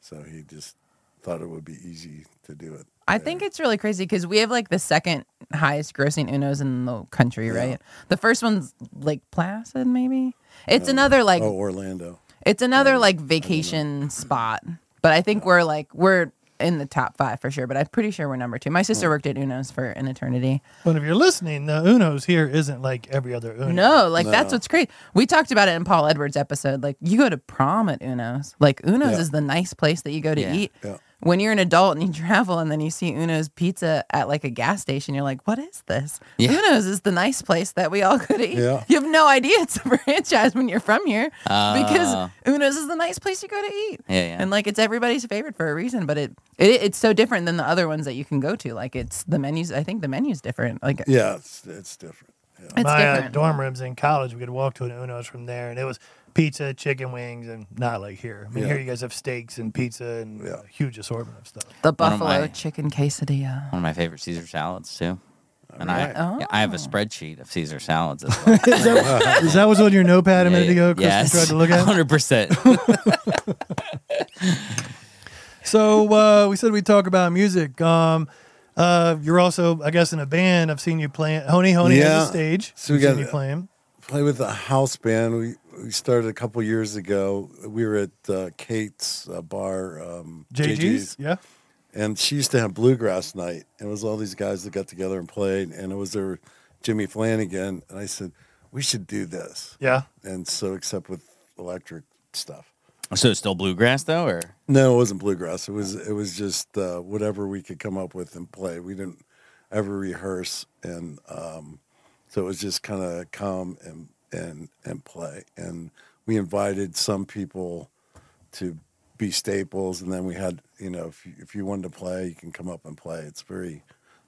[SPEAKER 4] so he just thought it would be easy to do it.
[SPEAKER 3] I think it's really crazy because we have like the second highest grossing Unos in the country,
[SPEAKER 4] Yeah.
[SPEAKER 3] right? The first one's Lake Placid, maybe. It's another like
[SPEAKER 4] oh, Orlando.
[SPEAKER 3] it's another like vacation spot, but I think we're like we're in the top five for sure. But I'm pretty sure we're number two. My
[SPEAKER 4] Oh.
[SPEAKER 3] sister worked at Uno's for an eternity.
[SPEAKER 1] But if you're listening, the Uno's here isn't like every other Uno.
[SPEAKER 3] No, like that's
[SPEAKER 4] No.
[SPEAKER 3] what's great. We talked about it in Paul Edwards' episode. Like you go to prom at Uno's. Like Uno's
[SPEAKER 4] Yeah.
[SPEAKER 3] is the nice place that you go to
[SPEAKER 2] Yeah.
[SPEAKER 3] eat.
[SPEAKER 4] Yeah.
[SPEAKER 3] When you're an adult and you travel and then you see Uno's pizza at like a gas station, you're like, what is this?
[SPEAKER 2] Yeah.
[SPEAKER 3] Uno's is the nice place that we all go to eat.
[SPEAKER 4] Yeah.
[SPEAKER 3] You have no idea it's a franchise when you're from here because
[SPEAKER 2] Oh.
[SPEAKER 3] Uno's is the nice place you go to eat.
[SPEAKER 2] Yeah, yeah.
[SPEAKER 3] And like it's everybody's favorite for a reason, but it, it it's so different than the other ones that you can go to. Like it's the menus, I think the menu's different. Like
[SPEAKER 4] Yeah, it's it's different. Yeah.
[SPEAKER 3] it's
[SPEAKER 1] My uh,
[SPEAKER 3] different.
[SPEAKER 1] dorm rooms in college, we could walk to an Uno's from there, and it was pizza, chicken wings, and not like here. I mean,
[SPEAKER 4] Yeah.
[SPEAKER 1] here you guys have steaks and pizza and
[SPEAKER 4] Yeah.
[SPEAKER 1] a huge assortment of stuff.
[SPEAKER 3] The
[SPEAKER 2] One of
[SPEAKER 3] buffalo
[SPEAKER 2] my-
[SPEAKER 3] chicken quesadilla.
[SPEAKER 2] One of my favorite Caesar salads too. And
[SPEAKER 4] right.
[SPEAKER 2] I,
[SPEAKER 3] Oh.
[SPEAKER 2] yeah, I have a spreadsheet of Caesar salads. As well.
[SPEAKER 1] Is that, is that what's on your notepad a minute ago? Kristen tried to look at.
[SPEAKER 2] Hundred percent.
[SPEAKER 1] So uh, we said we talk about music. Um, uh, you're also, I guess, in a band. I've seen you playing. Honey, Honey
[SPEAKER 4] Yeah.
[SPEAKER 1] has a stage.
[SPEAKER 4] So we
[SPEAKER 1] I've seen
[SPEAKER 4] got-
[SPEAKER 1] you playing.
[SPEAKER 4] Play with a house band. We we started a couple years ago. We were at uh, Kate's uh, bar. Um,
[SPEAKER 1] JG's, yeah.
[SPEAKER 4] and she used to have bluegrass night and it was all these guys that got together and played and it was their jimmy flanagan and i said we should do this
[SPEAKER 1] Yeah.
[SPEAKER 4] and so except with electric stuff
[SPEAKER 2] so it's still bluegrass though, or
[SPEAKER 4] no it wasn't bluegrass it was it was just uh, whatever we could come up with and play we didn't ever rehearse, and um, so it was just kind of come and and and play. And we invited some people to be staples, and then we had you know if you, if you wanted to play, you can come up and play. It's very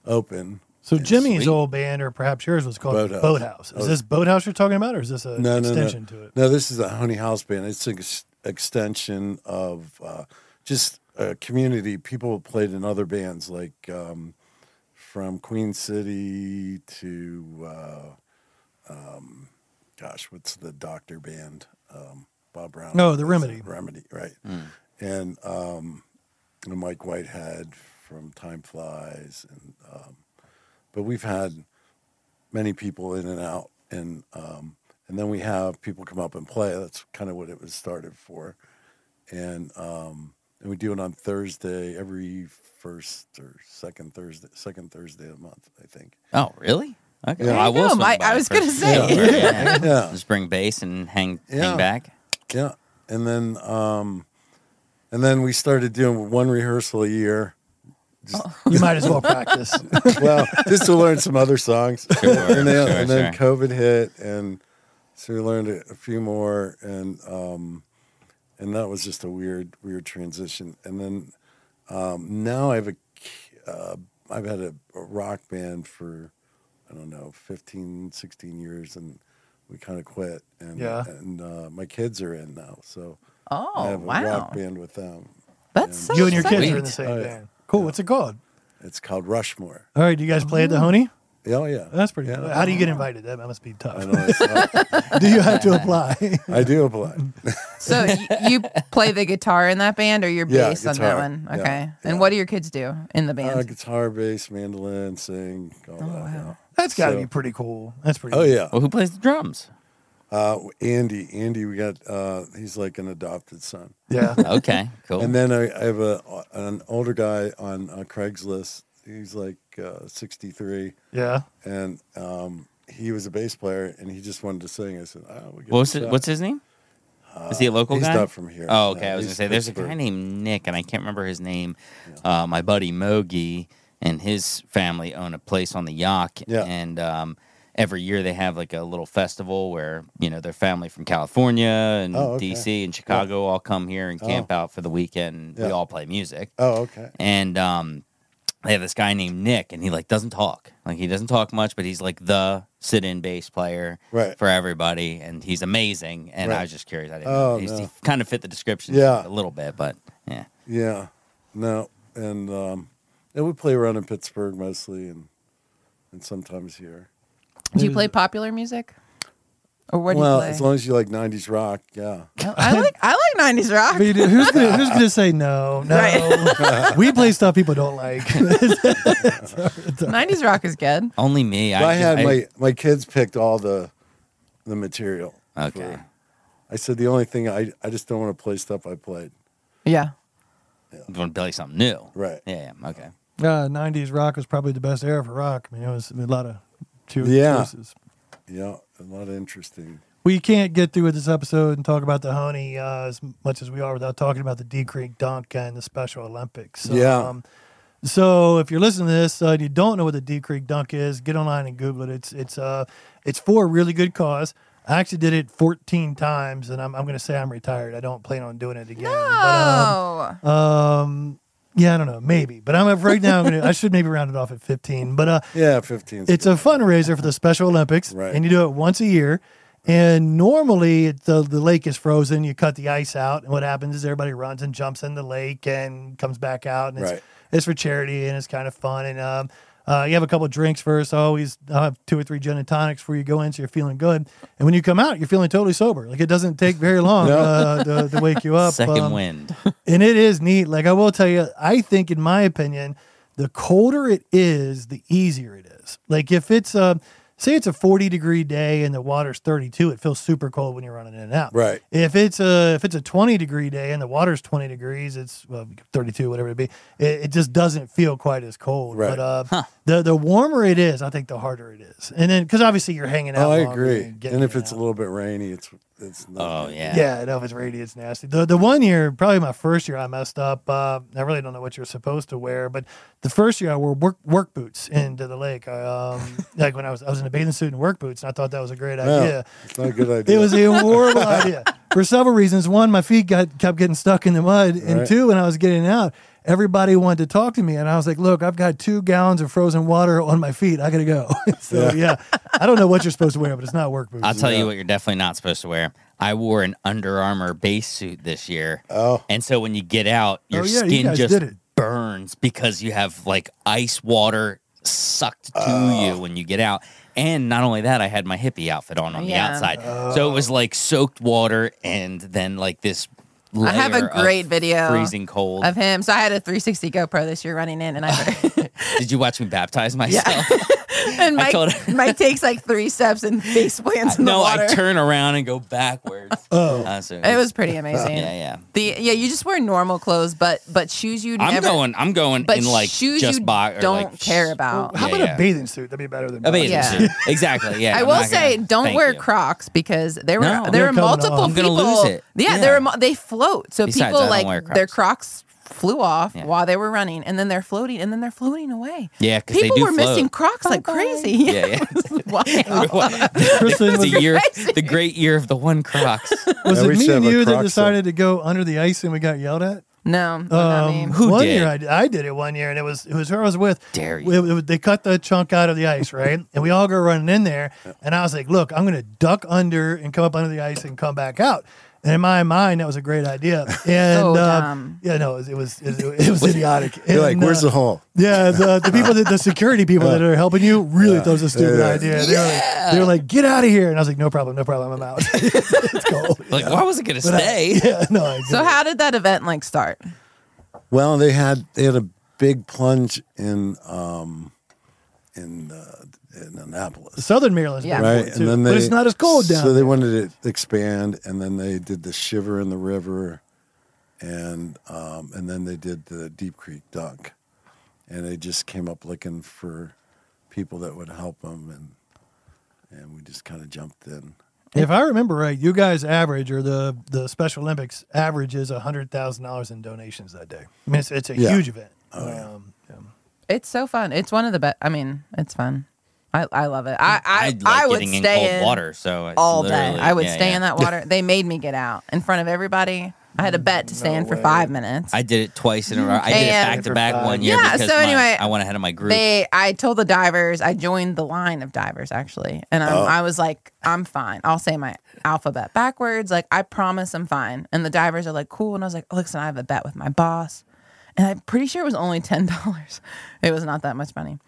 [SPEAKER 4] open.
[SPEAKER 1] So Jimmy's
[SPEAKER 2] sweet.
[SPEAKER 1] old band, or perhaps yours, was called Boathouse.
[SPEAKER 4] Boathouse. Oh.
[SPEAKER 1] Is this Boathouse you're talking about, or is this an
[SPEAKER 4] no, no,
[SPEAKER 1] extension
[SPEAKER 4] no.
[SPEAKER 1] to it?
[SPEAKER 4] No, this is a Honey House Band. It's an ex- extension of uh, just a community. People who played in other bands, like um, from Queen City to, uh, um, gosh, what's the Doctor Band? Um, Bob Brown.
[SPEAKER 1] No, the
[SPEAKER 4] Is it
[SPEAKER 1] Remedy.
[SPEAKER 4] Remedy, right. And, um, and Mike Whitehead from Time Flies. And, um, but we've had many people in and out and um, and then we have people come up and play that's kind of what it was started for and um, and we do it on thursday every first or second thursday second thursday of the month i think
[SPEAKER 2] Oh, really? Okay.
[SPEAKER 4] Yeah.
[SPEAKER 2] Well, I
[SPEAKER 3] There
[SPEAKER 2] will.
[SPEAKER 3] you go,
[SPEAKER 2] swing
[SPEAKER 3] Mike.
[SPEAKER 2] by
[SPEAKER 3] I was
[SPEAKER 2] for-
[SPEAKER 3] gonna say.
[SPEAKER 2] Yeah. Yeah.
[SPEAKER 4] yeah
[SPEAKER 2] Just bring bass and hang
[SPEAKER 4] Yeah.
[SPEAKER 2] hang back.
[SPEAKER 4] yeah and then um, and then we started doing one rehearsal a year
[SPEAKER 1] You might as well practice.
[SPEAKER 4] well, just to learn some other songs.
[SPEAKER 2] Sure,
[SPEAKER 4] and then,
[SPEAKER 2] sure,
[SPEAKER 4] and then
[SPEAKER 2] sure.
[SPEAKER 4] COVID hit, and so we learned a, a few more, and um, and that was just a weird, weird transition. And then um, now I have a, k- uh, I've had a, a rock band for, I don't know, 15, 16 years, and we kind of quit. And
[SPEAKER 1] Yeah.
[SPEAKER 4] and uh, my kids are in now, so I
[SPEAKER 3] Oh
[SPEAKER 4] have a
[SPEAKER 3] wow,
[SPEAKER 4] rock band with them.
[SPEAKER 3] that's so
[SPEAKER 1] you and your kids
[SPEAKER 3] sweet.
[SPEAKER 1] are in the same
[SPEAKER 4] Oh, yeah.
[SPEAKER 1] band. Cool. What's it called?
[SPEAKER 4] It's called Rushmore.
[SPEAKER 1] All right, do you guys play at the Honey?
[SPEAKER 4] Oh yeah,
[SPEAKER 1] That's pretty.
[SPEAKER 4] Yeah.
[SPEAKER 1] Cool. How do you get invited? That must be
[SPEAKER 4] I
[SPEAKER 1] tough.
[SPEAKER 4] know. It's not-
[SPEAKER 1] do you have to apply?
[SPEAKER 4] I do apply.
[SPEAKER 3] So y- you play the guitar in that band, or your
[SPEAKER 4] Yeah,
[SPEAKER 3] bass on that
[SPEAKER 4] guitar.
[SPEAKER 3] one?
[SPEAKER 4] Yeah,
[SPEAKER 3] Okay.
[SPEAKER 4] yeah.
[SPEAKER 3] And what do your kids do in the band?
[SPEAKER 4] Uh, guitar, bass, mandolin, sing,
[SPEAKER 2] Oh,
[SPEAKER 4] all that.
[SPEAKER 3] wow.
[SPEAKER 1] That's got to
[SPEAKER 4] So-
[SPEAKER 1] be pretty cool. That's pretty.
[SPEAKER 4] Oh yeah,
[SPEAKER 2] Well, who plays the drums?
[SPEAKER 4] uh, Andy. Andy, we got. Uh, he's like an adopted son.
[SPEAKER 1] yeah.
[SPEAKER 2] Okay, cool.
[SPEAKER 4] And then I, I have a an older guy on uh, Craigslist. He's like uh, sixty three,
[SPEAKER 1] Yeah.
[SPEAKER 4] and um, he was a bass player, and he just wanted to sing. I said, "Oh, we
[SPEAKER 2] What's
[SPEAKER 1] uh,
[SPEAKER 2] his, what's his name? Is he a local
[SPEAKER 4] he's
[SPEAKER 2] guy?
[SPEAKER 4] not from here.
[SPEAKER 2] Oh,
[SPEAKER 4] No,
[SPEAKER 2] okay. I was
[SPEAKER 4] he's
[SPEAKER 2] gonna say there's a guy
[SPEAKER 4] Pittsburgh.
[SPEAKER 2] named Nick, and I can't remember his name. Uh, my buddy Mogi and his family own a place on the Yak,
[SPEAKER 4] Yeah.
[SPEAKER 2] and um, every year they have like a little festival where you know their family from California and
[SPEAKER 4] Oh, okay.
[SPEAKER 2] DC and Chicago all come here and camp
[SPEAKER 4] Oh.
[SPEAKER 2] out for the weekend. We
[SPEAKER 4] Yeah.
[SPEAKER 2] all play music
[SPEAKER 4] Oh, okay.
[SPEAKER 2] and um, they have this guy named Nick, and he like doesn't talk. Like he doesn't talk much, but he's like the sit-in bass player
[SPEAKER 4] Right.
[SPEAKER 2] for everybody, and he's amazing. And I
[SPEAKER 4] Right.
[SPEAKER 2] was just curious. I didn't.
[SPEAKER 4] Oh,
[SPEAKER 2] know. He's, He
[SPEAKER 4] no.
[SPEAKER 2] kind of fit the description, a
[SPEAKER 4] Yeah.
[SPEAKER 2] little bit, but yeah.
[SPEAKER 4] Yeah, no, and um, and we play around in Pittsburgh mostly, and and sometimes here.
[SPEAKER 3] do you play popular music? Or what
[SPEAKER 4] well,
[SPEAKER 3] do you
[SPEAKER 4] as
[SPEAKER 3] play?
[SPEAKER 4] long as you like '90s rock, yeah.
[SPEAKER 3] I I like I like '90s rock.
[SPEAKER 1] I mean, who's gonna, who's gonna say no? No, we play stuff people don't like.
[SPEAKER 3] '90s rock is good.
[SPEAKER 2] Only me.
[SPEAKER 4] Well, I,
[SPEAKER 2] just-
[SPEAKER 4] had my my kids picked all the the material.
[SPEAKER 2] Okay.
[SPEAKER 4] for- I said the only thing I I just don't want to play stuff I played.
[SPEAKER 3] Yeah.
[SPEAKER 2] want to play something new.
[SPEAKER 4] Right.
[SPEAKER 2] Yeah. yeah, Okay.
[SPEAKER 1] uh, '90s rock was probably the best era for rock. I mean, it was a lot of two
[SPEAKER 4] Yeah.
[SPEAKER 1] choices.
[SPEAKER 4] Yeah, a lot of interesting.
[SPEAKER 1] We can't get through with this episode and talk about the honey uh, as much as we are without talking about the D Creek Donka and the Special Olympics. So, um,
[SPEAKER 4] Yeah.
[SPEAKER 1] so if you're listening to this uh, and you don't know what the D Creek Dunk is, get online and Google it. It's it's uh it's for a really good cause. I actually did it 14 times, and I'm I'm gonna say I'm retired. I don't plan on doing it again. But,
[SPEAKER 3] Oh.
[SPEAKER 1] um, um, yeah, I don't know, maybe. But I'm up right now. I'm gonna, I should maybe round it off at 15. But uh,
[SPEAKER 4] Yeah, 15. 's
[SPEAKER 1] it's a fundraiser for the Special Olympics,
[SPEAKER 4] Right.
[SPEAKER 1] and you do it once a year. And normally, it, the the lake is frozen. You cut the ice out, and what happens is everybody runs and jumps in the lake and comes back out. And it's,
[SPEAKER 4] Right.
[SPEAKER 1] it's for charity, and it's kind of fun. And um, uh, you have a couple of drinks first. I always I'll have two or three gin and tonics before you go in, so you're feeling good. And when you come out, you're feeling totally sober. Like it doesn't take very long
[SPEAKER 4] No.
[SPEAKER 1] uh, to, to wake you up.
[SPEAKER 2] Second
[SPEAKER 1] Um,
[SPEAKER 2] wind.
[SPEAKER 1] and it is neat. Like I will tell you, I think, in my opinion, the colder it is, the easier it is. Like if it's a, say it's a forty degree day and the water's thirty two, it feels super cold when you're running in and out.
[SPEAKER 4] Right.
[SPEAKER 1] If it's a if it's a twenty degree day and the water's twenty degrees, it's well thirty two, whatever it be. It, it just doesn't feel quite as cold.
[SPEAKER 4] Right.
[SPEAKER 1] But uh, the the warmer it is, I think the harder it is. And then because obviously you're hanging out.
[SPEAKER 4] Oh, I
[SPEAKER 1] longer
[SPEAKER 4] agree.
[SPEAKER 1] you're
[SPEAKER 4] And
[SPEAKER 1] getting
[SPEAKER 4] if
[SPEAKER 1] it
[SPEAKER 4] it's a
[SPEAKER 1] out.
[SPEAKER 4] little bit rainy, it's It's not.
[SPEAKER 2] Oh yeah.
[SPEAKER 1] Yeah, no, if it's rainy, it's nasty. The the one year, probably my first year, I messed up. Uh, I really don't know what you're supposed to wear, but the first year I wore work work boots into the lake. I, um, like when I was I was in a bathing suit and work boots, and I thought that was a great
[SPEAKER 4] No,
[SPEAKER 1] idea.
[SPEAKER 4] it's not a good idea.
[SPEAKER 1] It was a horrible idea for several reasons. One, my feet got kept getting stuck in the mud, and
[SPEAKER 4] Right.
[SPEAKER 1] two, when I was getting out, everybody wanted to talk to me, and I was like, "Look, I've got two gallons of frozen water on my feet. I gotta go." so yeah. I don't know what you're supposed to wear, but it's not work boots.
[SPEAKER 2] I'll tell you what you're definitely not supposed to wear. I wore an Under Armour base suit this year.
[SPEAKER 4] Oh.
[SPEAKER 2] And so when you get out, your
[SPEAKER 1] Oh, yeah, you
[SPEAKER 2] skin
[SPEAKER 1] guys
[SPEAKER 2] just
[SPEAKER 1] did it.
[SPEAKER 2] burns because you have like ice water sucked to you when you get out. And not only that, I had my hippie outfit on on
[SPEAKER 3] Yeah.
[SPEAKER 2] the outside. So it was like soaked water and then like this
[SPEAKER 4] um,
[SPEAKER 3] I have a
[SPEAKER 2] layer of
[SPEAKER 3] great video
[SPEAKER 2] freezing cold.
[SPEAKER 3] of him. So I had a 360 GoPro this year running in, and I
[SPEAKER 2] Did you watch me baptize myself?
[SPEAKER 3] and
[SPEAKER 2] I
[SPEAKER 3] Mike,
[SPEAKER 2] told her-
[SPEAKER 3] Mike takes like three steps and face plants in the
[SPEAKER 2] no,
[SPEAKER 3] water.
[SPEAKER 2] I turn around and go backwards.
[SPEAKER 1] Oh.
[SPEAKER 2] Uh, so-
[SPEAKER 3] it was pretty amazing.
[SPEAKER 2] yeah, yeah.
[SPEAKER 3] The yeah, you just wear normal clothes, but but shoes you
[SPEAKER 2] I'm
[SPEAKER 3] never.
[SPEAKER 2] going. I'm going
[SPEAKER 3] but
[SPEAKER 2] in like
[SPEAKER 3] shoes
[SPEAKER 2] just
[SPEAKER 3] you
[SPEAKER 2] bo- or,
[SPEAKER 3] don't
[SPEAKER 2] like,
[SPEAKER 3] care about.
[SPEAKER 1] How
[SPEAKER 2] Yeah,
[SPEAKER 1] about
[SPEAKER 2] yeah.
[SPEAKER 1] a bathing suit? That'd be better than
[SPEAKER 2] I mean,
[SPEAKER 3] Yeah.
[SPEAKER 2] it's- exactly. Yeah,
[SPEAKER 3] I
[SPEAKER 2] I'm
[SPEAKER 3] will
[SPEAKER 2] not
[SPEAKER 3] say,
[SPEAKER 2] gonna-
[SPEAKER 3] don't
[SPEAKER 2] thank
[SPEAKER 3] wear
[SPEAKER 2] you.
[SPEAKER 3] Crocs because there were
[SPEAKER 2] No.
[SPEAKER 3] there
[SPEAKER 1] They're
[SPEAKER 3] were
[SPEAKER 1] coming
[SPEAKER 3] multiple
[SPEAKER 1] off.
[SPEAKER 2] I'm gonna
[SPEAKER 3] people.
[SPEAKER 2] lose it.
[SPEAKER 3] Yeah,
[SPEAKER 2] Yeah.
[SPEAKER 3] there were, mu- they float, so
[SPEAKER 2] Besides, I
[SPEAKER 3] people
[SPEAKER 2] don't
[SPEAKER 3] like
[SPEAKER 2] wear Crocs.
[SPEAKER 3] their Crocs flew off
[SPEAKER 2] Yeah.
[SPEAKER 3] while they were running, and then they're floating, and then they're floating away.
[SPEAKER 2] Yeah, 'cause they
[SPEAKER 3] people
[SPEAKER 2] do
[SPEAKER 3] were missing
[SPEAKER 2] float.
[SPEAKER 3] Crocs like crazy.
[SPEAKER 2] Yeah, yeah.
[SPEAKER 3] Wow.
[SPEAKER 1] Kristen was
[SPEAKER 2] the year, the great year of the one Crocs.
[SPEAKER 1] Was
[SPEAKER 4] Yeah, we
[SPEAKER 1] it me
[SPEAKER 4] should
[SPEAKER 1] and
[SPEAKER 4] have a
[SPEAKER 1] you that
[SPEAKER 4] Croc set.
[SPEAKER 1] decided to go under the ice and we got yelled at? Um,
[SPEAKER 3] No, not me.
[SPEAKER 2] Um, who
[SPEAKER 1] one
[SPEAKER 2] did?
[SPEAKER 1] year I, d- I did it one year, and it was it was who I was with.
[SPEAKER 2] Dare you.
[SPEAKER 1] We- we- they cut the chunk out of the ice, right? and we all go running in there, and I was like, "Look, I'm going to duck under and come up under the ice and come back out." And in my mind, that was a great idea. And
[SPEAKER 3] So
[SPEAKER 1] uh,
[SPEAKER 3] dumb.
[SPEAKER 1] yeah, no, it was it was, it, was- it was idiotic.
[SPEAKER 4] You're like,
[SPEAKER 1] And, uh,
[SPEAKER 4] where's the hole?
[SPEAKER 1] yeah, the, the people that the security people that are helping you really thought it was a stupid
[SPEAKER 4] Yeah.
[SPEAKER 1] idea. They were like, they were like, "Get out of here!" And I was like, "No problem, no problem, I'm out." it's cold.
[SPEAKER 2] Like, why was it gonna
[SPEAKER 1] But I-
[SPEAKER 2] stay?
[SPEAKER 1] yeah, no. I
[SPEAKER 3] So
[SPEAKER 1] did it.
[SPEAKER 3] how did that event like start?
[SPEAKER 4] Well, they had they had a big plunge in um in uh, in Annapolis,
[SPEAKER 1] Southern Maryland's
[SPEAKER 3] Yeah.
[SPEAKER 1] yeah.
[SPEAKER 4] right?
[SPEAKER 1] too, but it's not as cold down.
[SPEAKER 4] So
[SPEAKER 1] there.
[SPEAKER 4] they wanted to expand, and then they did the Shiver in the River, and um, and then they did the Deep Creek Dunk, and they just came up looking for people that would help them, and and we just kind of jumped in.
[SPEAKER 1] if I remember right, you guys average or the the Special Olympics averages hundred thousand dollars in donations that day. I mean, it's, it's a
[SPEAKER 4] Yeah.
[SPEAKER 1] huge event. um, yeah.
[SPEAKER 3] It's so fun. It's one of the best. I mean, it's fun. I, I love it. I I,
[SPEAKER 2] I like
[SPEAKER 3] I would
[SPEAKER 2] getting in
[SPEAKER 3] stay
[SPEAKER 2] cold water, so it's
[SPEAKER 3] all day.
[SPEAKER 2] literally-
[SPEAKER 3] I would
[SPEAKER 2] yeah,
[SPEAKER 3] stay
[SPEAKER 2] yeah.
[SPEAKER 3] in that water. they made me get out in front of everybody. I had a bet to stay in for five minutes.
[SPEAKER 2] I did it twice in a row. I did it
[SPEAKER 3] Yeah.
[SPEAKER 2] back to back one year.
[SPEAKER 3] Yeah,
[SPEAKER 2] because
[SPEAKER 3] so
[SPEAKER 2] my-
[SPEAKER 3] anyway,
[SPEAKER 2] I went ahead of my group.
[SPEAKER 3] they, I told the divers, I joined the line of divers actually, and
[SPEAKER 2] Oh.
[SPEAKER 3] I'm, I was like, I'm fine. I'll say my alphabet backwards. Like I promise, I'm fine. And the divers are like, cool. And I was like, listen, I have a bet with my boss, and I'm pretty sure it was only ten dollars. It was not that much money.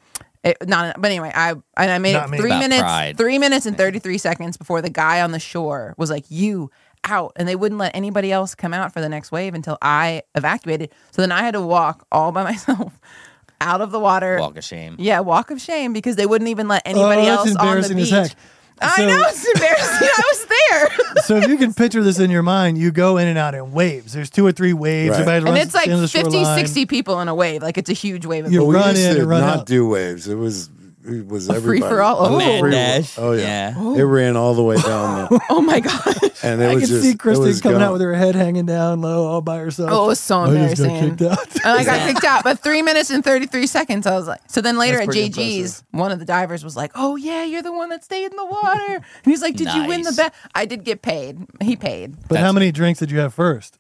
[SPEAKER 3] It, not, but anyway, I and I made
[SPEAKER 1] Not
[SPEAKER 3] it
[SPEAKER 1] me.
[SPEAKER 3] three
[SPEAKER 2] About
[SPEAKER 3] minutes,
[SPEAKER 2] pride.
[SPEAKER 3] three minutes and thirty three seconds before the guy on the shore was like, you out and they wouldn't let anybody else come out for the next wave until I evacuated. So then I had to walk all by myself out of the water
[SPEAKER 2] Walk of shame.
[SPEAKER 3] yeah, walk of shame because they wouldn't even let anybody
[SPEAKER 1] Oh, that's
[SPEAKER 3] else on the
[SPEAKER 1] embarrassing
[SPEAKER 3] beach.
[SPEAKER 1] as heck.
[SPEAKER 3] I
[SPEAKER 1] So-
[SPEAKER 3] know it's embarrassing. I was there.
[SPEAKER 1] So if you can picture this in your mind, you go in and out in waves. There's two or three waves.
[SPEAKER 4] Right.
[SPEAKER 1] Everybody
[SPEAKER 3] and
[SPEAKER 1] runs
[SPEAKER 3] it's like
[SPEAKER 1] down the
[SPEAKER 3] 50,
[SPEAKER 1] shoreline.
[SPEAKER 3] 60 people in a wave. Like it's a huge wave of
[SPEAKER 1] You
[SPEAKER 4] But
[SPEAKER 3] people.
[SPEAKER 4] we
[SPEAKER 1] run
[SPEAKER 4] used
[SPEAKER 1] in
[SPEAKER 4] to
[SPEAKER 1] and run
[SPEAKER 4] not
[SPEAKER 1] out.
[SPEAKER 4] do waves. It was it was
[SPEAKER 3] A
[SPEAKER 4] everybody.
[SPEAKER 3] free-for-all? Oh.
[SPEAKER 2] A man
[SPEAKER 3] Free-
[SPEAKER 2] dash.
[SPEAKER 4] Oh yeah. It ran all the way down there.
[SPEAKER 3] Oh my god.
[SPEAKER 4] And it
[SPEAKER 1] I
[SPEAKER 4] was
[SPEAKER 1] can
[SPEAKER 4] just
[SPEAKER 1] see
[SPEAKER 4] it
[SPEAKER 1] Kristen
[SPEAKER 4] was
[SPEAKER 1] coming out
[SPEAKER 4] gone.
[SPEAKER 1] with her head hanging down low, all by herself.
[SPEAKER 3] Oh, it was so
[SPEAKER 1] I just got
[SPEAKER 3] embarrassing. Uh,
[SPEAKER 1] kicked out.
[SPEAKER 3] And I got kicked out, but three minutes and 33 seconds. I was like, so then later
[SPEAKER 1] That's
[SPEAKER 3] at
[SPEAKER 1] pretty
[SPEAKER 3] JG's,
[SPEAKER 1] impressive.
[SPEAKER 3] one of the divers was like, oh, yeah, you're the one that stayed in the water. And he's like, did you win the
[SPEAKER 2] Nice.
[SPEAKER 3] bet? I did get paid. He paid.
[SPEAKER 1] But how
[SPEAKER 2] That's-
[SPEAKER 1] many drinks did you have first?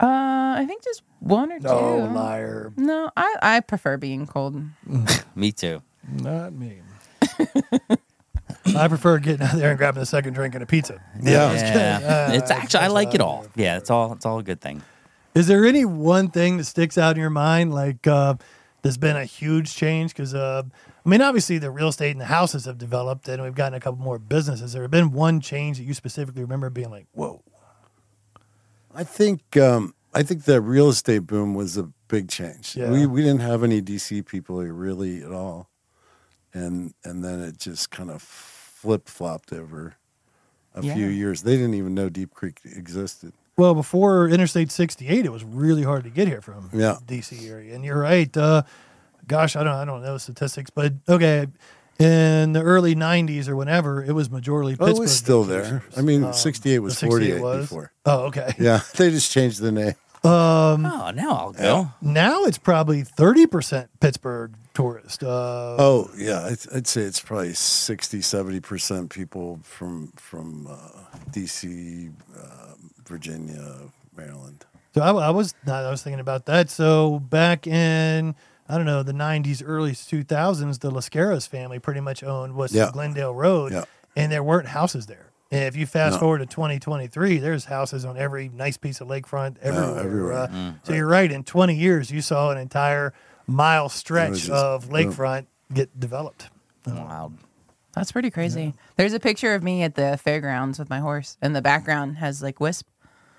[SPEAKER 3] Uh, I think just one or
[SPEAKER 1] No,
[SPEAKER 4] Oh,
[SPEAKER 3] two.
[SPEAKER 1] liar.
[SPEAKER 3] No, I, I prefer being cold.
[SPEAKER 2] Me too.
[SPEAKER 1] Not me. I prefer getting out there and grabbing a second drink and a pizza.
[SPEAKER 4] Yeah.
[SPEAKER 2] Yeah.
[SPEAKER 1] Uh,
[SPEAKER 2] it's actually I
[SPEAKER 1] that's
[SPEAKER 2] like
[SPEAKER 1] what
[SPEAKER 2] it
[SPEAKER 1] I
[SPEAKER 2] all. Yeah, it's all it's all a good thing.
[SPEAKER 1] Is there any one thing that sticks out in your mind, like uh, there's been a huge change? Because uh, I mean, obviously the real estate and the houses have developed, and we've gotten a couple more businesses. There have been one change that you specifically remember being like, "Whoa,
[SPEAKER 4] I think um, I think the real estate boom was a big change.
[SPEAKER 1] Yeah.
[SPEAKER 4] We we didn't have any DC people here really at all, and and then it just kind of flip flopped over a
[SPEAKER 3] Yeah.
[SPEAKER 4] few years. They didn't even know Deep Creek existed.
[SPEAKER 1] Well, before Interstate 68, it was really hard to get here from
[SPEAKER 4] Yeah.
[SPEAKER 1] DC area. And you're right. Uh, gosh, I don't, I don't know statistics, but okay, in the early 90s or whenever, it was majorly
[SPEAKER 4] Oh,
[SPEAKER 1] Pittsburgh.
[SPEAKER 4] it was still
[SPEAKER 1] Steelers.
[SPEAKER 4] there. I mean,
[SPEAKER 1] Um,
[SPEAKER 4] 68 was
[SPEAKER 1] the 68
[SPEAKER 4] 48
[SPEAKER 1] was?
[SPEAKER 4] before.
[SPEAKER 1] Oh, okay.
[SPEAKER 4] Yeah, they just changed the name.
[SPEAKER 1] Um,
[SPEAKER 2] Oh, now I'll go.
[SPEAKER 1] now it's probably 30% Pittsburgh tourist. Uh,
[SPEAKER 4] Oh, yeah, I'd, I'd say it's probably 60, 70% people from, from uh, D.C., uh, Virginia, Maryland.
[SPEAKER 1] So I, I was not. I was thinking about that. So back in I don't know the '90s, early 2000s, the Lascaros family pretty much owned what's
[SPEAKER 4] Yeah.
[SPEAKER 1] Glendale Road,
[SPEAKER 4] Yeah.
[SPEAKER 1] and there weren't houses there. And if you fast
[SPEAKER 4] No.
[SPEAKER 1] forward to 2023, there's houses on every nice piece of lakefront everywhere.
[SPEAKER 4] Oh, everywhere.
[SPEAKER 1] Uh, so you're right. In 20 years, you saw an entire mile
[SPEAKER 4] was
[SPEAKER 1] stretch
[SPEAKER 4] just
[SPEAKER 1] of
[SPEAKER 4] boom.
[SPEAKER 1] lakefront get developed.
[SPEAKER 2] Wild.
[SPEAKER 3] That's pretty crazy. There's a picture of me at the fairgrounds with my horse, and the background has like wisp.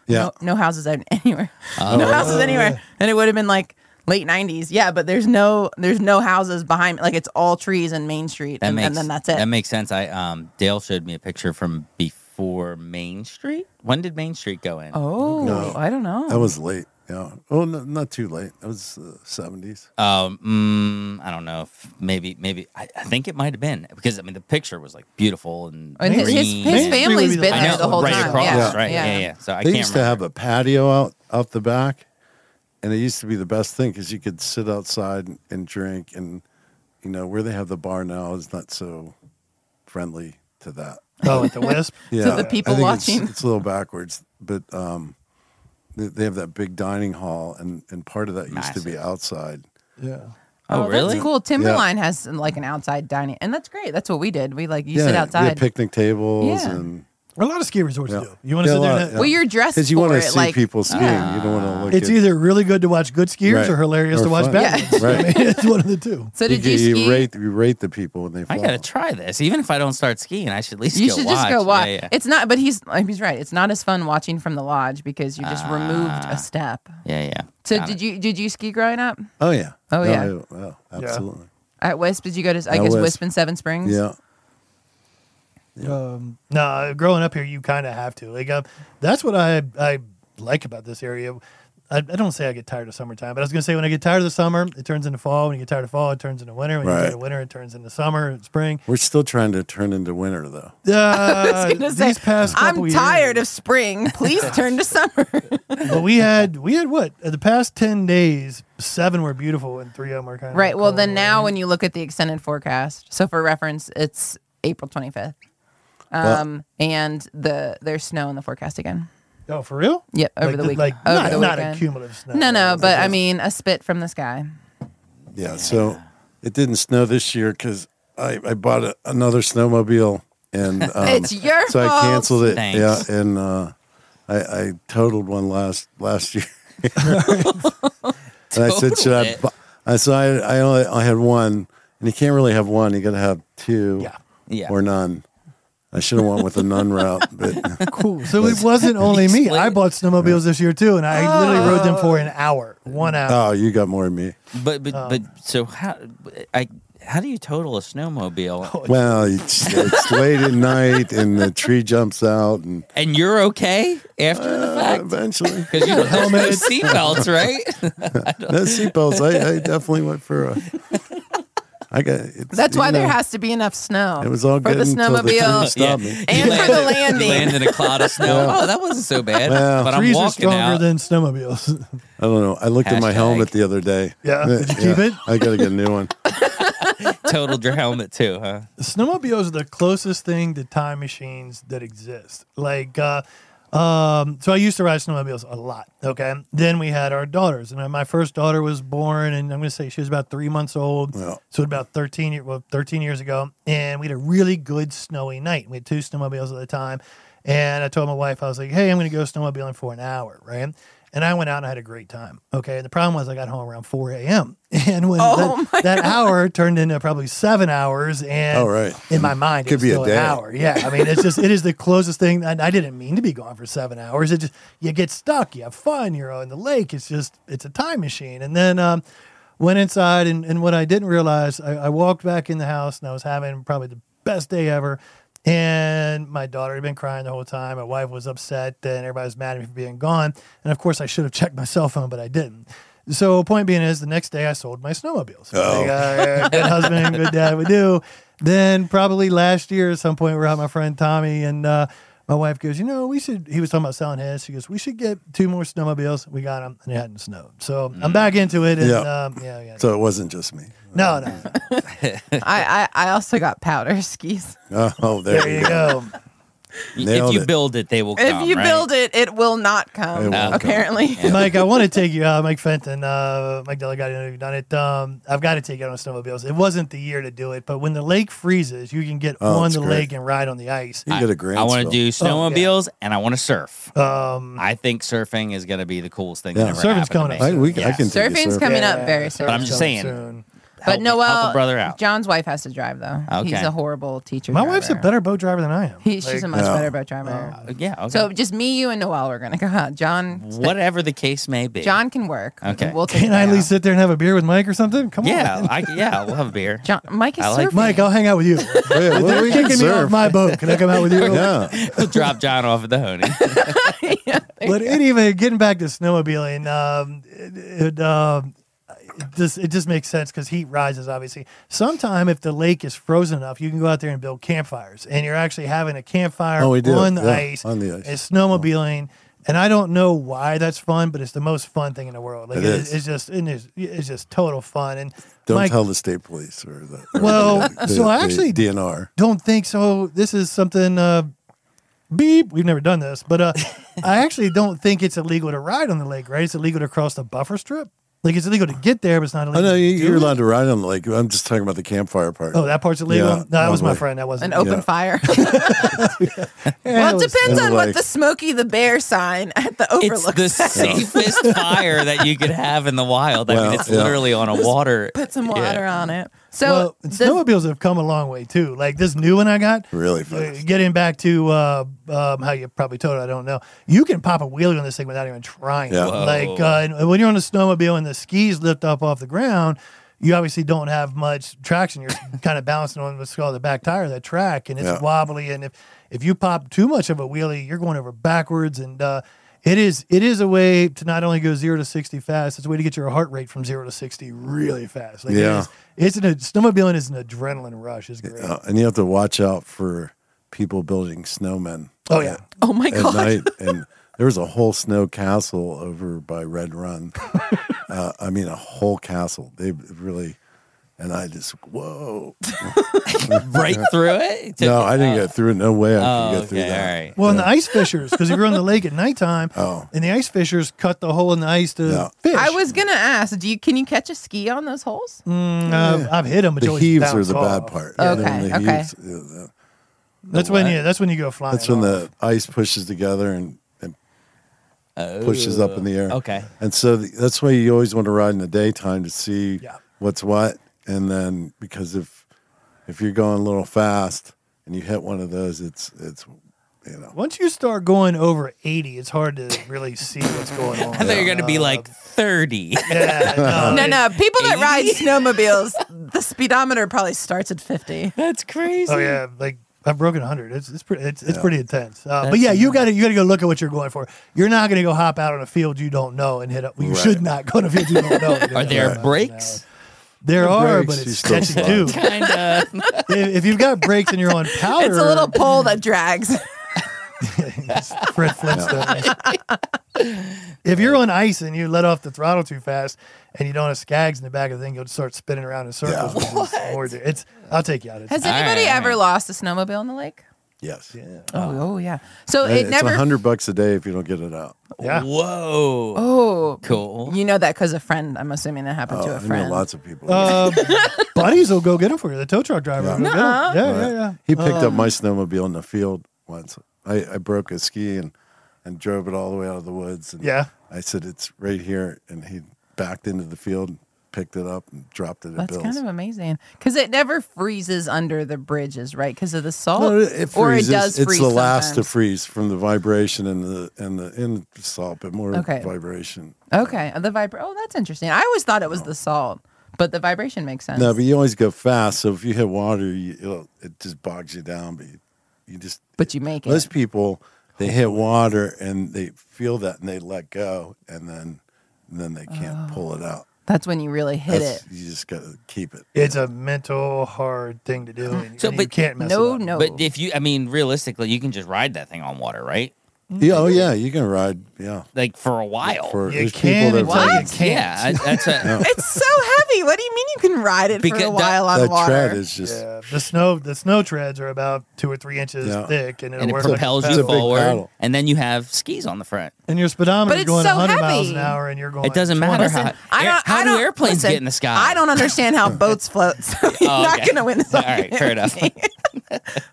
[SPEAKER 4] Yeah.
[SPEAKER 3] No, no houses out anywhere.
[SPEAKER 2] Oh.
[SPEAKER 3] no houses anywhere. And it would have been like late 90s. Yeah, but there's no there's no houses behind me. Like it's all trees and Main Street,
[SPEAKER 2] That
[SPEAKER 3] and,
[SPEAKER 2] makes
[SPEAKER 3] and then that's it.
[SPEAKER 2] That makes sense. I um Dale showed me a picture from before Main Street. When did Main Street go in?
[SPEAKER 3] oh,
[SPEAKER 4] No.
[SPEAKER 3] I don't know.
[SPEAKER 4] That was late. Yeah. Oh, no, not too late. That was uh, 70s.
[SPEAKER 2] Um, mm, I don't know. If maybe, maybe I, I think it might have been because I mean the picture was like beautiful and,
[SPEAKER 3] and his, his,
[SPEAKER 2] green
[SPEAKER 3] his
[SPEAKER 2] and-
[SPEAKER 1] fam-
[SPEAKER 3] family's
[SPEAKER 1] I
[SPEAKER 3] been
[SPEAKER 2] I
[SPEAKER 3] there
[SPEAKER 2] know,
[SPEAKER 3] the whole
[SPEAKER 2] right
[SPEAKER 3] time.
[SPEAKER 2] across,
[SPEAKER 3] yeah.
[SPEAKER 2] right? Yeah, yeah. So I
[SPEAKER 4] they
[SPEAKER 2] can't
[SPEAKER 4] used to
[SPEAKER 2] remember.
[SPEAKER 4] have a patio out out the back, and it used to be the best thing because you could sit outside and, and drink. And you know where they have the bar now is not so friendly to that.
[SPEAKER 1] Oh, at the Wisp.
[SPEAKER 4] Yeah,
[SPEAKER 3] the
[SPEAKER 4] I
[SPEAKER 3] people
[SPEAKER 4] think it's-
[SPEAKER 3] watching.
[SPEAKER 4] It's, a little backwards, but um, they, they have that big dining hall, and and part of that used to be
[SPEAKER 2] Massive.
[SPEAKER 4] outside.
[SPEAKER 1] Yeah.
[SPEAKER 2] Oh, really?
[SPEAKER 3] That's cool. Timberline has like an outside dining, and that's great. That's what we did. We like you sit
[SPEAKER 4] they had
[SPEAKER 3] outside.
[SPEAKER 4] picnic tables,
[SPEAKER 3] Yeah.
[SPEAKER 4] and
[SPEAKER 1] A lot of ski resorts
[SPEAKER 4] Yeah.
[SPEAKER 1] do. You want to
[SPEAKER 4] Yeah,
[SPEAKER 1] sit
[SPEAKER 4] a
[SPEAKER 1] there?
[SPEAKER 4] lot,
[SPEAKER 1] and-
[SPEAKER 4] yeah.
[SPEAKER 3] Well, you're dressed
[SPEAKER 4] because you
[SPEAKER 3] for
[SPEAKER 4] want to
[SPEAKER 3] it.
[SPEAKER 4] see
[SPEAKER 3] like ah.
[SPEAKER 4] people skiing,
[SPEAKER 3] yeah.
[SPEAKER 4] you don't want to look.
[SPEAKER 1] It's
[SPEAKER 4] at,
[SPEAKER 1] either really good to watch good skiers
[SPEAKER 4] Right.
[SPEAKER 1] or hilarious
[SPEAKER 4] Or
[SPEAKER 1] to watch
[SPEAKER 4] fun.
[SPEAKER 1] bad
[SPEAKER 3] Yeah.
[SPEAKER 1] ones. I
[SPEAKER 4] Right.
[SPEAKER 1] mean, it's one of the two.
[SPEAKER 3] So did you,
[SPEAKER 4] you,
[SPEAKER 3] ski?
[SPEAKER 4] rate you rate the people when they.
[SPEAKER 2] I
[SPEAKER 4] Fall.
[SPEAKER 2] gotta try this. Even if I don't start skiing, I should at least
[SPEAKER 3] you
[SPEAKER 2] go
[SPEAKER 3] should
[SPEAKER 2] watch.
[SPEAKER 3] just go watch.
[SPEAKER 2] Yeah, yeah.
[SPEAKER 3] It's not, but he's like, he's right. It's not as fun watching from the lodge because you just removed a step.
[SPEAKER 2] yeah, yeah.
[SPEAKER 3] So
[SPEAKER 2] Got
[SPEAKER 3] did
[SPEAKER 2] it.
[SPEAKER 3] you did you ski growing up
[SPEAKER 4] Oh yeah.
[SPEAKER 3] Oh, yeah.
[SPEAKER 4] I- well, absolutely.
[SPEAKER 3] at Wisp? Did you go to I
[SPEAKER 4] At
[SPEAKER 3] guess
[SPEAKER 4] Wisp.
[SPEAKER 3] Wisp and Seven Springs?
[SPEAKER 4] Yeah.
[SPEAKER 1] Um, no, growing up here, you kind of have to. Like, uh, that's what I I like about this area. I, I don't say I get tired of summertime, but I was gonna say when I get tired of the summer, it turns into fall. When you get tired of fall, it turns into winter. When you get tired
[SPEAKER 4] Right.
[SPEAKER 1] of winter, it turns into summer and spring.
[SPEAKER 4] We're still trying to turn into winter, though.
[SPEAKER 1] Uh,
[SPEAKER 3] I was gonna say,
[SPEAKER 1] these past couple
[SPEAKER 3] I'm tired
[SPEAKER 1] years,
[SPEAKER 3] of spring. Please turn to summer.
[SPEAKER 1] But we had we had what Uh, the past ten days, seven were beautiful and three of them were kind of
[SPEAKER 3] right. Well, then now when you look at the extended forecast, so for reference, it's April 25th,
[SPEAKER 4] Well-
[SPEAKER 3] um, and the there's snow in the forecast again.
[SPEAKER 1] oh for real
[SPEAKER 3] Yep, over
[SPEAKER 1] Like
[SPEAKER 3] the
[SPEAKER 1] the-
[SPEAKER 3] week.
[SPEAKER 1] like,
[SPEAKER 3] over
[SPEAKER 1] not,
[SPEAKER 3] the
[SPEAKER 1] not a
[SPEAKER 3] weekend.
[SPEAKER 1] cumulative snow.
[SPEAKER 3] No, no,
[SPEAKER 1] It's
[SPEAKER 3] but I
[SPEAKER 1] just-
[SPEAKER 3] mean a spit from the sky.
[SPEAKER 4] Um, Yeah. So it didn't snow this year because I, I bought a, another snowmobile and um,
[SPEAKER 3] It's your
[SPEAKER 4] so
[SPEAKER 3] fault.
[SPEAKER 4] I canceled it.
[SPEAKER 2] Thanks.
[SPEAKER 4] Yeah, and uh, I, I totaled one last last year. and I said, should I?
[SPEAKER 2] Totaled
[SPEAKER 4] bu- I so I I only I had one, and you can't really have one. You got to have two.
[SPEAKER 1] Yeah.
[SPEAKER 2] Yeah.
[SPEAKER 4] Or none. I should have went with the none route, but
[SPEAKER 1] Cool. So it wasn't only me. I bought snowmobiles this year too, and I literally rode them for an
[SPEAKER 3] Oh.
[SPEAKER 1] hour, one hour.
[SPEAKER 4] oh, you got more than me.
[SPEAKER 2] But but but so how I how do you total a snowmobile?
[SPEAKER 4] Well, it's, it's late at night, and the tree jumps out, and
[SPEAKER 2] And you're okay after the
[SPEAKER 4] Uh,
[SPEAKER 2] fact
[SPEAKER 4] eventually.
[SPEAKER 2] because you don't have no seatbelts, right?
[SPEAKER 4] No seatbelts. I, I definitely went for a. I got. It's,
[SPEAKER 3] That's
[SPEAKER 4] you
[SPEAKER 3] why there
[SPEAKER 4] know,
[SPEAKER 3] has to be enough snow.
[SPEAKER 4] It was all
[SPEAKER 3] for
[SPEAKER 4] good
[SPEAKER 3] the
[SPEAKER 4] until the
[SPEAKER 3] snowmobile.
[SPEAKER 4] trees stopped me.
[SPEAKER 3] And for the landing.
[SPEAKER 2] landed a cloud of snow.
[SPEAKER 4] Yeah.
[SPEAKER 2] Oh, that wasn't so bad.
[SPEAKER 4] Well,
[SPEAKER 2] but I'm
[SPEAKER 1] Trees are
[SPEAKER 2] walking
[SPEAKER 1] stronger
[SPEAKER 2] out.
[SPEAKER 1] than snowmobiles.
[SPEAKER 4] I don't know. I looked at my
[SPEAKER 2] Hashtag.
[SPEAKER 4] helmet the other day.
[SPEAKER 1] Yeah. Did you keep it?
[SPEAKER 4] I gotta get a new one.
[SPEAKER 2] totaled your helmet too, huh?
[SPEAKER 1] snowmobiles are the closest thing to time machines that exist. Like, uh, um, so I used to ride snowmobiles a lot. Okay. Then we had our daughters, and my first daughter was born, and I'm going to say she was about three months old.
[SPEAKER 4] Yeah.
[SPEAKER 1] So about 13, year- well, 13 years ago, and we had a really good snowy night. We had two snowmobiles at the time, and I told my wife I was like, "Hey, I'm going to go snowmobiling for an hour, right?" And I went out and I had a great time. Okay, the problem was I got home around 4 a.m. and when
[SPEAKER 3] Oh,
[SPEAKER 1] that, that hour turned into probably seven hours, and
[SPEAKER 4] Oh, right.
[SPEAKER 1] in my mind it
[SPEAKER 4] Could
[SPEAKER 1] was
[SPEAKER 4] be a
[SPEAKER 1] still
[SPEAKER 4] day.
[SPEAKER 1] an hour. Yeah, I mean it's just it is the closest thing. And I didn't mean to be gone for seven hours. It just you get stuck. You have fun. You're on the lake. It's just it's a time machine. And then um, went inside and, and what I didn't realize I, I walked back in the house and I was having probably the best day ever. And my daughter had been crying the whole time. My wife was upset, and everybody was mad at me for being gone. And of course, I should have checked my cell phone, but I didn't. So, point being is, the next day I sold my snowmobiles.
[SPEAKER 4] Oh.
[SPEAKER 1] Like, uh, good husband, good dad, we do. Then probably last year at some point, we're out with my friend Tommy and uh, my wife goes, you know, we should. He was talking about selling his. She goes, we should get two more snowmobiles. We got them, and it hadn't snowed. So I'm back into it. And,
[SPEAKER 4] Yeah.
[SPEAKER 1] Um, yeah, yeah.
[SPEAKER 4] So it wasn't just me.
[SPEAKER 1] no, no.
[SPEAKER 3] I, I I also got powder skis.
[SPEAKER 4] Oh, there
[SPEAKER 1] There
[SPEAKER 4] you
[SPEAKER 1] you
[SPEAKER 4] go.
[SPEAKER 1] go.
[SPEAKER 4] Nailed
[SPEAKER 2] if you
[SPEAKER 4] it.
[SPEAKER 2] build it, they will come.
[SPEAKER 3] if you
[SPEAKER 2] right?
[SPEAKER 3] build it, it will not
[SPEAKER 4] It
[SPEAKER 3] come.
[SPEAKER 4] won't come.
[SPEAKER 3] apparently,
[SPEAKER 1] Mike, I want to take you. Uh, Mike Fenton, uh, Mike Delegati, I know you've done it. Um, I've got to take you out on snowmobiles. It wasn't the year to do it, but when the lake freezes, you can get
[SPEAKER 4] Oh,
[SPEAKER 1] on
[SPEAKER 4] it's
[SPEAKER 1] the
[SPEAKER 4] great.
[SPEAKER 1] lake and ride on the ice.
[SPEAKER 4] You
[SPEAKER 2] I-
[SPEAKER 4] get a Oh,
[SPEAKER 2] I want to
[SPEAKER 4] Grantsville.
[SPEAKER 2] do snowmobiles and I want to surf.
[SPEAKER 1] Um,
[SPEAKER 2] I think surfing is going to be the coolest thing
[SPEAKER 4] Yeah.
[SPEAKER 2] that ever
[SPEAKER 1] Surfing's
[SPEAKER 2] happened to
[SPEAKER 1] coming
[SPEAKER 2] me.
[SPEAKER 1] up
[SPEAKER 4] I, we, I
[SPEAKER 1] Yeah.
[SPEAKER 4] can take a
[SPEAKER 3] surfing's
[SPEAKER 4] surf.
[SPEAKER 3] coming
[SPEAKER 1] Yeah.
[SPEAKER 3] up very soon.
[SPEAKER 2] But I'm just saying.
[SPEAKER 1] Coming soon.
[SPEAKER 2] Help
[SPEAKER 3] But
[SPEAKER 2] me- help
[SPEAKER 3] Noel,
[SPEAKER 2] a brother out.
[SPEAKER 3] John's wife has to drive though. He's
[SPEAKER 2] Okay.
[SPEAKER 3] a horrible teacher.
[SPEAKER 1] My wife's a
[SPEAKER 3] driver.
[SPEAKER 1] better boat driver than I am.
[SPEAKER 3] He, she's
[SPEAKER 1] Like,
[SPEAKER 3] a much
[SPEAKER 4] Yeah.
[SPEAKER 3] better boat driver.
[SPEAKER 2] Uh, yeah. Okay.
[SPEAKER 3] So just me, you, and Noel. We're gonna go out. John,
[SPEAKER 2] whatever the case may be.
[SPEAKER 3] John can work.
[SPEAKER 2] Okay.
[SPEAKER 3] We'll take
[SPEAKER 1] Can I at
[SPEAKER 3] him
[SPEAKER 1] least
[SPEAKER 3] out.
[SPEAKER 1] sit there and have a beer with Mike or something? Come on.
[SPEAKER 2] Yeah. I, yeah. We'll have a beer.
[SPEAKER 3] John, Mike is
[SPEAKER 2] I like
[SPEAKER 3] surfing.
[SPEAKER 1] Mike, I'll hang out with you.
[SPEAKER 4] Yeah, well,
[SPEAKER 1] They're
[SPEAKER 4] we can
[SPEAKER 1] kicking me off
[SPEAKER 4] surf.
[SPEAKER 1] my boat. Can I come out with you?
[SPEAKER 4] Yeah.
[SPEAKER 2] We'll drop John off at the honey.
[SPEAKER 1] but anyway, getting back to snowmobiling, um, it, it, um, it just it just makes sense because heat rises. Obviously, sometime if the lake is frozen enough, you can go out there and build campfires, and you're actually having a campfire
[SPEAKER 4] Oh, we do.
[SPEAKER 1] on the
[SPEAKER 4] Yeah,
[SPEAKER 1] ice.
[SPEAKER 4] on the ice.
[SPEAKER 1] it's snowmobiling. And I don't know why that's fun, but it's the most fun thing in the world. Like
[SPEAKER 4] It
[SPEAKER 1] it-
[SPEAKER 4] is.
[SPEAKER 1] it's just it is, it's just total fun. And
[SPEAKER 4] Don't
[SPEAKER 1] Mike,
[SPEAKER 4] tell the state police or the. or
[SPEAKER 1] Well,
[SPEAKER 4] the-
[SPEAKER 1] so
[SPEAKER 4] the-
[SPEAKER 1] actually-
[SPEAKER 4] the DNR.
[SPEAKER 1] don't think so. This is something. Uh, beep. We've never done this, but uh, I actually don't think it's illegal to ride on the lake. Right? It's illegal to cross the buffer strip. Like it's illegal to get there, but it's not
[SPEAKER 4] I
[SPEAKER 1] illegal.
[SPEAKER 4] know
[SPEAKER 1] to
[SPEAKER 4] Oh, you,
[SPEAKER 1] do
[SPEAKER 4] you're
[SPEAKER 1] it.
[SPEAKER 4] allowed to ride on the lake. I'm just talking about the campfire part.
[SPEAKER 1] Oh, that part's illegal.
[SPEAKER 4] Yeah,
[SPEAKER 1] no, that was my
[SPEAKER 4] probably.
[SPEAKER 1] friend. That wasn't
[SPEAKER 3] An open
[SPEAKER 4] Yeah.
[SPEAKER 3] fire.
[SPEAKER 1] Yeah,
[SPEAKER 3] well,
[SPEAKER 1] it
[SPEAKER 3] it
[SPEAKER 1] was-
[SPEAKER 3] depends on
[SPEAKER 4] Like-
[SPEAKER 3] what the Smokey the Bear sign at the
[SPEAKER 2] It's
[SPEAKER 3] overlook.
[SPEAKER 2] the
[SPEAKER 3] says.
[SPEAKER 2] safest fire that you could have in the wild. I
[SPEAKER 4] Well,
[SPEAKER 2] mean, it's
[SPEAKER 4] yeah.
[SPEAKER 2] literally on a water.
[SPEAKER 3] Put some water on it. So
[SPEAKER 1] well,
[SPEAKER 3] the-
[SPEAKER 1] snowmobiles have come a long way too. Like this new one I got.
[SPEAKER 4] Really
[SPEAKER 1] uh,
[SPEAKER 4] fast.
[SPEAKER 1] Getting back to uh, um, how you probably told it, I don't know. You can pop a wheelie on this thing without even trying.
[SPEAKER 4] Yeah. Whoa.
[SPEAKER 1] Like uh, and when you're on a snowmobile and the skis lift up off the ground, you obviously don't have much traction. You're kind of bouncing on what's called the back tire, of that track, and it's
[SPEAKER 4] Yeah.
[SPEAKER 1] wobbly. And if if you pop too much of a wheelie, you're going over backwards. And uh, it is it is a way to not only go zero to sixty fast. It's a way to get your heart rate from zero to sixty really fast. Like it
[SPEAKER 4] Yeah.
[SPEAKER 1] is- it's an snowmobiling is an adrenaline rush. It's great.
[SPEAKER 4] Uh, and you have to watch out for people building snowmen.
[SPEAKER 1] Oh, yeah.
[SPEAKER 3] oh my
[SPEAKER 4] at
[SPEAKER 3] god,
[SPEAKER 4] night, and there was a whole snow castle over by Red Run. uh, I mean, a whole castle. They really, and I just whoa.
[SPEAKER 2] Break through it.
[SPEAKER 4] No, I didn't get through. it. No way I
[SPEAKER 2] Oh,
[SPEAKER 4] could
[SPEAKER 2] okay.
[SPEAKER 4] get through that.
[SPEAKER 2] All right.
[SPEAKER 1] Well, and the ice fishers, because if you're on the lake at nighttime,
[SPEAKER 4] Oh.
[SPEAKER 1] and the ice fishers cut the hole in the ice to
[SPEAKER 4] Yeah.
[SPEAKER 1] fish.
[SPEAKER 3] I was gonna ask, do you can you catch a ski on those holes?
[SPEAKER 1] Mm, I've, I've hit them, but you
[SPEAKER 4] The
[SPEAKER 1] always
[SPEAKER 4] heaves
[SPEAKER 1] bounce
[SPEAKER 4] are the
[SPEAKER 1] off.
[SPEAKER 4] bad part.
[SPEAKER 3] Yeah.
[SPEAKER 4] And then
[SPEAKER 3] Okay,
[SPEAKER 4] the
[SPEAKER 3] okay.
[SPEAKER 4] heaves, yeah, the-
[SPEAKER 1] That's
[SPEAKER 2] The
[SPEAKER 1] when
[SPEAKER 2] what?
[SPEAKER 1] you. That's when you go flying.
[SPEAKER 4] that's when
[SPEAKER 1] off.
[SPEAKER 4] the ice pushes together and, and pushes up in the air.
[SPEAKER 2] Oh, Okay.
[SPEAKER 4] And so the, that's why you always want to ride in the daytime to see
[SPEAKER 1] Yeah.
[SPEAKER 4] what's what. And then because if if you're going a little fast and you hit one of those, it's it's you know
[SPEAKER 1] once you start going over eighty, it's hard to really see what's going on.
[SPEAKER 2] I thought you were going to be
[SPEAKER 1] Uh,
[SPEAKER 2] like
[SPEAKER 3] Um,
[SPEAKER 2] 30.
[SPEAKER 1] yeah, no,
[SPEAKER 3] No,
[SPEAKER 1] it-
[SPEAKER 3] no. People that ride
[SPEAKER 2] 80?
[SPEAKER 3] snowmobiles, the speedometer probably starts at fifty.
[SPEAKER 2] That's crazy.
[SPEAKER 1] Oh yeah, like I've broken hundred. It's it's pretty it's, it's
[SPEAKER 4] Yeah.
[SPEAKER 1] pretty intense. Uh, but
[SPEAKER 2] That's
[SPEAKER 1] yeah, you got to you got to go look at what you're going for. You're not going to go hop out on a field you don't know and hit up. You
[SPEAKER 4] Right.
[SPEAKER 1] should not go to a field you don't know. and hit
[SPEAKER 2] Are
[SPEAKER 1] a
[SPEAKER 2] there
[SPEAKER 1] hundred miles an
[SPEAKER 2] breaks?
[SPEAKER 1] hour. There are, but
[SPEAKER 4] breaks, you
[SPEAKER 1] it's
[SPEAKER 4] still
[SPEAKER 1] sketchy
[SPEAKER 4] fly.
[SPEAKER 2] Kind
[SPEAKER 1] too.
[SPEAKER 2] of.
[SPEAKER 1] if, if you've got brakes and you're on powder,
[SPEAKER 3] It's a little pole that drags.
[SPEAKER 1] Fred Flintstones. if you're on ice and you let off the throttle too fast and you don't have skags in the back of the thing, you'll start spinning around in circles.
[SPEAKER 4] Yeah.
[SPEAKER 1] which is more da- it's I'll take you out. It's,
[SPEAKER 3] Has
[SPEAKER 2] All
[SPEAKER 3] anybody
[SPEAKER 2] right, all
[SPEAKER 3] ever
[SPEAKER 2] right.
[SPEAKER 3] lost a snowmobile in the lake?
[SPEAKER 4] yes.
[SPEAKER 3] Oh, oh yeah. So
[SPEAKER 4] And
[SPEAKER 3] it
[SPEAKER 4] it's a
[SPEAKER 3] never.
[SPEAKER 4] hundred bucks a day if you don't get it out.
[SPEAKER 1] yeah.
[SPEAKER 2] Whoa.
[SPEAKER 3] Oh,
[SPEAKER 2] Cool.
[SPEAKER 3] You know that because a friend. I'm assuming that happened to
[SPEAKER 4] Oh,
[SPEAKER 3] a
[SPEAKER 4] I
[SPEAKER 3] friend.
[SPEAKER 4] know lots of people.
[SPEAKER 1] Uh, buddies will go get them for you. The tow truck driver. will go get 'em.
[SPEAKER 3] Nuh-uh.
[SPEAKER 1] Yeah,
[SPEAKER 4] Right.
[SPEAKER 1] yeah, yeah. Uh,
[SPEAKER 4] He picked up my snowmobile in the field once. I, I broke a ski and, and drove it all the way out of the woods. And
[SPEAKER 1] Yeah.
[SPEAKER 4] I said, it's right here. And he backed into the field, picked it up, and dropped it at
[SPEAKER 3] That's
[SPEAKER 4] Bill's.
[SPEAKER 3] kind of amazing because it never freezes under the bridges, right? Because of the salt,
[SPEAKER 4] No, it- it
[SPEAKER 3] Oh, or it
[SPEAKER 4] freezes.
[SPEAKER 3] does
[SPEAKER 4] It's
[SPEAKER 3] freeze.
[SPEAKER 4] the last to
[SPEAKER 3] sometimes.
[SPEAKER 4] freeze from the vibration and the and the in salt, but more
[SPEAKER 3] Okay.
[SPEAKER 4] vibration.
[SPEAKER 3] okay, the vibra. Oh, that's interesting. I always thought it was the salt, but the vibration makes sense.
[SPEAKER 4] No, but you always go fast. So if you hit water, you, it'll, it just bogs you down. But you, you just
[SPEAKER 3] But you make it.
[SPEAKER 4] most people they hit water and they feel that and they let go and then and then they can't pull it out.
[SPEAKER 3] That's when you really Oh. hit
[SPEAKER 4] That's-
[SPEAKER 3] it.
[SPEAKER 4] You just gotta keep it.
[SPEAKER 1] It's a mental hard thing to do. And,
[SPEAKER 2] So,
[SPEAKER 1] and you
[SPEAKER 2] but-
[SPEAKER 1] can't mess it
[SPEAKER 3] No,
[SPEAKER 1] up.
[SPEAKER 3] no.
[SPEAKER 2] But if you, I mean, realistically, you can just ride that thing on water, right?
[SPEAKER 4] Yeah,
[SPEAKER 3] Mm-hmm.
[SPEAKER 4] oh yeah, you can ride. Yeah,
[SPEAKER 2] Like for a while.
[SPEAKER 4] for
[SPEAKER 1] You
[SPEAKER 4] there's
[SPEAKER 1] can
[SPEAKER 4] people
[SPEAKER 1] until
[SPEAKER 4] that
[SPEAKER 1] you
[SPEAKER 4] ride.
[SPEAKER 1] can't.
[SPEAKER 2] yeah, I- that's a,
[SPEAKER 3] it's so heavy. What do you mean you can ride it
[SPEAKER 2] Because
[SPEAKER 3] for a
[SPEAKER 2] that-
[SPEAKER 3] while on
[SPEAKER 4] That
[SPEAKER 3] water?
[SPEAKER 4] tread is just
[SPEAKER 1] Yeah, the snow the snow treads are about two or three inches
[SPEAKER 4] Yeah.
[SPEAKER 1] thick, and,
[SPEAKER 2] and it
[SPEAKER 1] works like a
[SPEAKER 2] propels
[SPEAKER 1] pedal.
[SPEAKER 2] you
[SPEAKER 4] It's a big
[SPEAKER 2] forward,
[SPEAKER 4] paddle.
[SPEAKER 2] and then you have skis on the front.
[SPEAKER 1] And your speedometer
[SPEAKER 3] But it's
[SPEAKER 1] going
[SPEAKER 3] so
[SPEAKER 1] 100 miles an
[SPEAKER 3] heavy.
[SPEAKER 1] hour, and you're going.
[SPEAKER 2] It doesn't matter
[SPEAKER 3] Listen,
[SPEAKER 2] how.
[SPEAKER 3] I
[SPEAKER 2] air-
[SPEAKER 3] don't,
[SPEAKER 2] how
[SPEAKER 3] I
[SPEAKER 2] do
[SPEAKER 3] don't,
[SPEAKER 2] airplanes
[SPEAKER 3] listen,
[SPEAKER 2] get in the sky?
[SPEAKER 3] I don't understand how boats float. So you're
[SPEAKER 2] Oh,
[SPEAKER 3] not
[SPEAKER 2] okay.
[SPEAKER 3] going to win this.
[SPEAKER 2] All right, fair enough.
[SPEAKER 3] argument.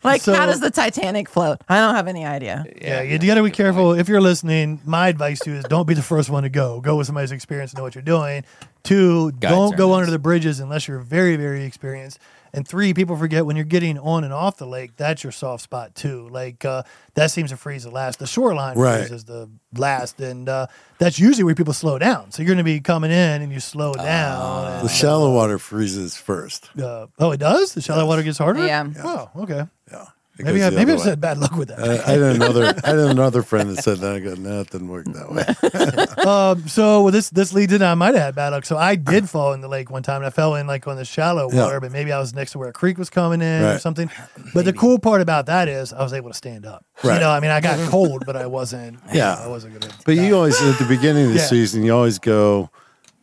[SPEAKER 3] like,
[SPEAKER 1] So-
[SPEAKER 3] how does the Titanic float? I don't have any idea.
[SPEAKER 1] Yeah, you got to be careful. If you're listening, my advice to you is don't be the first one to go. Go with somebody's experience and know what you're doing. Two,
[SPEAKER 2] Guides
[SPEAKER 1] don't
[SPEAKER 2] are
[SPEAKER 1] go
[SPEAKER 2] nice.
[SPEAKER 1] under the bridges unless you're very, very experienced. And three, people forget when you're getting on and off the lake, that's your soft spot too. Like uh, that seems to freeze the last. The shoreline
[SPEAKER 4] Right.
[SPEAKER 1] freezes the last, and uh, that's usually where people slow down. So you're going to be coming in and you slow
[SPEAKER 2] Oh.
[SPEAKER 1] down. and,
[SPEAKER 4] the shallow water freezes first.
[SPEAKER 1] uh, oh, it does. The shallow water gets harder.
[SPEAKER 3] Yeah.
[SPEAKER 1] Oh, okay.
[SPEAKER 4] Yeah, It
[SPEAKER 1] Maybe
[SPEAKER 4] goes
[SPEAKER 1] I,
[SPEAKER 4] the
[SPEAKER 1] maybe
[SPEAKER 4] other
[SPEAKER 1] I've
[SPEAKER 4] way. Uh.
[SPEAKER 1] had bad luck with that.
[SPEAKER 4] I, I had another. I had another friend that said that. I go, no, it doesn't work that way.
[SPEAKER 1] um, so this this leads into I might have had bad luck. So I did fall in the lake one time, and I fell in like on the shallow
[SPEAKER 4] Yeah.
[SPEAKER 1] water, but maybe I was next to where a creek was coming in or
[SPEAKER 4] Right.
[SPEAKER 1] something. But the cool part about that is I was able to stand up. You
[SPEAKER 4] Right.
[SPEAKER 1] know, I mean, I got cold, but I wasn't.
[SPEAKER 4] Yeah.
[SPEAKER 1] I wasn't gonna.
[SPEAKER 4] But you always at the beginning of the
[SPEAKER 1] Yeah.
[SPEAKER 4] season, you always go.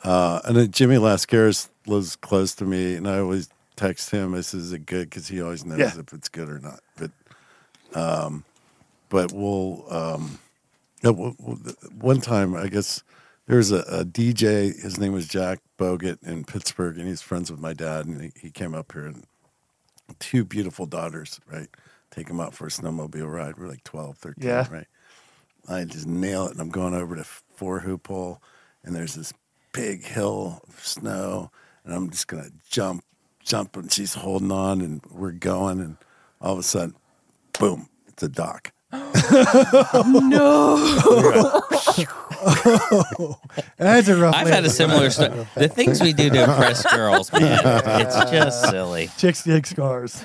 [SPEAKER 4] Uh, and then Jimmy Lascaris lives close to me, and I always text him. I says, "Is it good?" Because he always knows
[SPEAKER 1] Yeah.
[SPEAKER 4] if it's good or not. But, um, but we'll. Um, no, w- w- one time, I guess there was a, a DJ. His name was Jack Bogut in Pittsburgh, and he's friends with my dad. And he, he came up here, and two beautiful daughters, right? Take him out for a snowmobile ride. We're like 12, 13,
[SPEAKER 1] Yeah.
[SPEAKER 4] right? I just nail it, and I'm going over to Four Hoop Hole, and there's this big hill of snow, and I'm just gonna jump, jump, and she's holding on, and we're going, and all of a sudden, boom, it's a dock.
[SPEAKER 1] That's a rough.
[SPEAKER 2] I've
[SPEAKER 1] way
[SPEAKER 2] had a
[SPEAKER 1] to-
[SPEAKER 2] similar story. The things we do to impress girls, man, it's just silly.
[SPEAKER 1] Chicks get scars.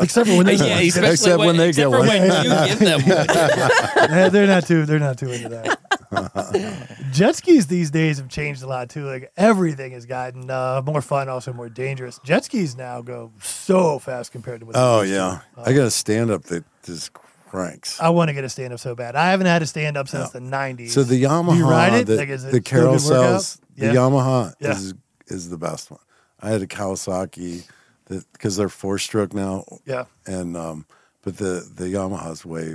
[SPEAKER 1] Except for when they
[SPEAKER 2] Yeah, especially
[SPEAKER 4] Except
[SPEAKER 2] when,
[SPEAKER 4] when they
[SPEAKER 2] except for
[SPEAKER 4] get one.
[SPEAKER 2] when you give them one.
[SPEAKER 1] Eh, they're not too. They're not too into that. Jet skis these days have changed a lot too. Like everything has gotten uh, more fun, also more dangerous. Jet skis now go so fast compared to what. they
[SPEAKER 4] Oh
[SPEAKER 1] used to.
[SPEAKER 4] yeah, I got a stand up that just cranks.
[SPEAKER 1] I want to get a stand up so bad. I haven't had a stand up since the '90s.
[SPEAKER 4] So the Yamaha,
[SPEAKER 1] Do Oh, you ride it?
[SPEAKER 4] The,
[SPEAKER 1] Like, is it
[SPEAKER 4] the
[SPEAKER 1] still a good workout?
[SPEAKER 4] carousels, the
[SPEAKER 1] Yeah.
[SPEAKER 4] Yamaha
[SPEAKER 1] Yeah.
[SPEAKER 4] is is the best one. I had a Kawasaki because they're four stroke now,
[SPEAKER 1] yeah,
[SPEAKER 4] and um, but the the Yamaha's way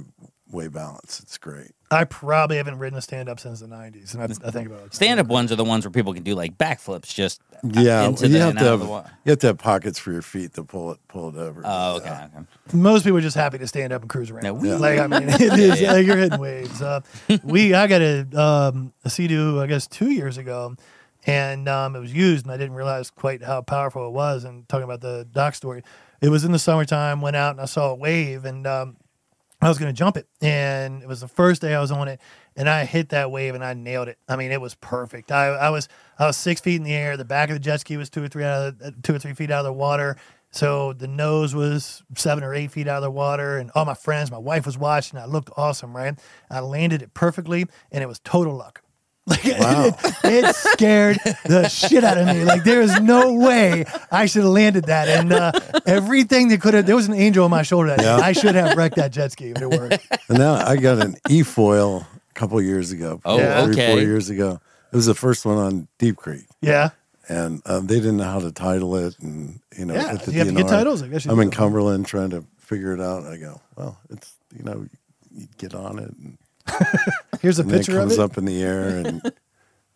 [SPEAKER 4] way balanced. It's great.
[SPEAKER 1] I probably haven't ridden a stand up since the '90s, and I, I think about it.
[SPEAKER 2] Stand up ones are the ones where people can do like backflips just
[SPEAKER 4] Yeah,
[SPEAKER 2] into
[SPEAKER 4] you
[SPEAKER 2] the,
[SPEAKER 4] have
[SPEAKER 2] and
[SPEAKER 4] to
[SPEAKER 2] out of
[SPEAKER 4] have
[SPEAKER 2] the water.
[SPEAKER 4] you have to have pockets for your feet to pull it pull it over.
[SPEAKER 2] Oh, okay.
[SPEAKER 4] Yeah.
[SPEAKER 2] okay.
[SPEAKER 1] Most people are just happy to stand up and cruise around.
[SPEAKER 2] Yeah, we-
[SPEAKER 1] Like I mean, it is,
[SPEAKER 2] yeah.
[SPEAKER 1] like, you're hitting waves. Uh, we I got a um, a Sea-Doo, I guess two years ago, and um, it was used, and I didn't realize quite how powerful it was. And talking about the dock story, it was in the summertime. Went out and I saw a wave, and um, I was going to jump it, and it was the first day I was on it, and I hit that wave and I nailed it. I mean, it was perfect. I, I was I was six feet in the air. The back of the jet ski was two or three out of the, two or three feet out of the water. So the nose was seven or eight feet out of the water, and all my friends, my wife was watching. I looked awesome, right? I landed it perfectly, and it was total luck. Like
[SPEAKER 4] Wow.
[SPEAKER 1] it, it scared the shit out of me. Like there is no way I should have landed that, and uh, everything that could have. There was an angel on my shoulder. That day.
[SPEAKER 4] Yeah.
[SPEAKER 1] I should have wrecked that jet ski if it worked.
[SPEAKER 4] And now I got an e foil a couple years ago.
[SPEAKER 2] Oh,
[SPEAKER 4] Three, four
[SPEAKER 2] okay.
[SPEAKER 4] years ago. It was the first one on Deep Creek.
[SPEAKER 1] Yeah,
[SPEAKER 4] and um, they didn't know how to title it. And you know,
[SPEAKER 1] Yeah,
[SPEAKER 4] at the
[SPEAKER 1] you have to get
[SPEAKER 4] DNR,
[SPEAKER 1] titles, I guess you
[SPEAKER 4] I'm
[SPEAKER 1] do.
[SPEAKER 4] in Cumberland trying to figure it out. And I go, well, it's you know, you get on it, and,
[SPEAKER 1] here's a
[SPEAKER 4] and then it
[SPEAKER 1] picture of
[SPEAKER 4] comes
[SPEAKER 1] it.
[SPEAKER 4] up in the air, and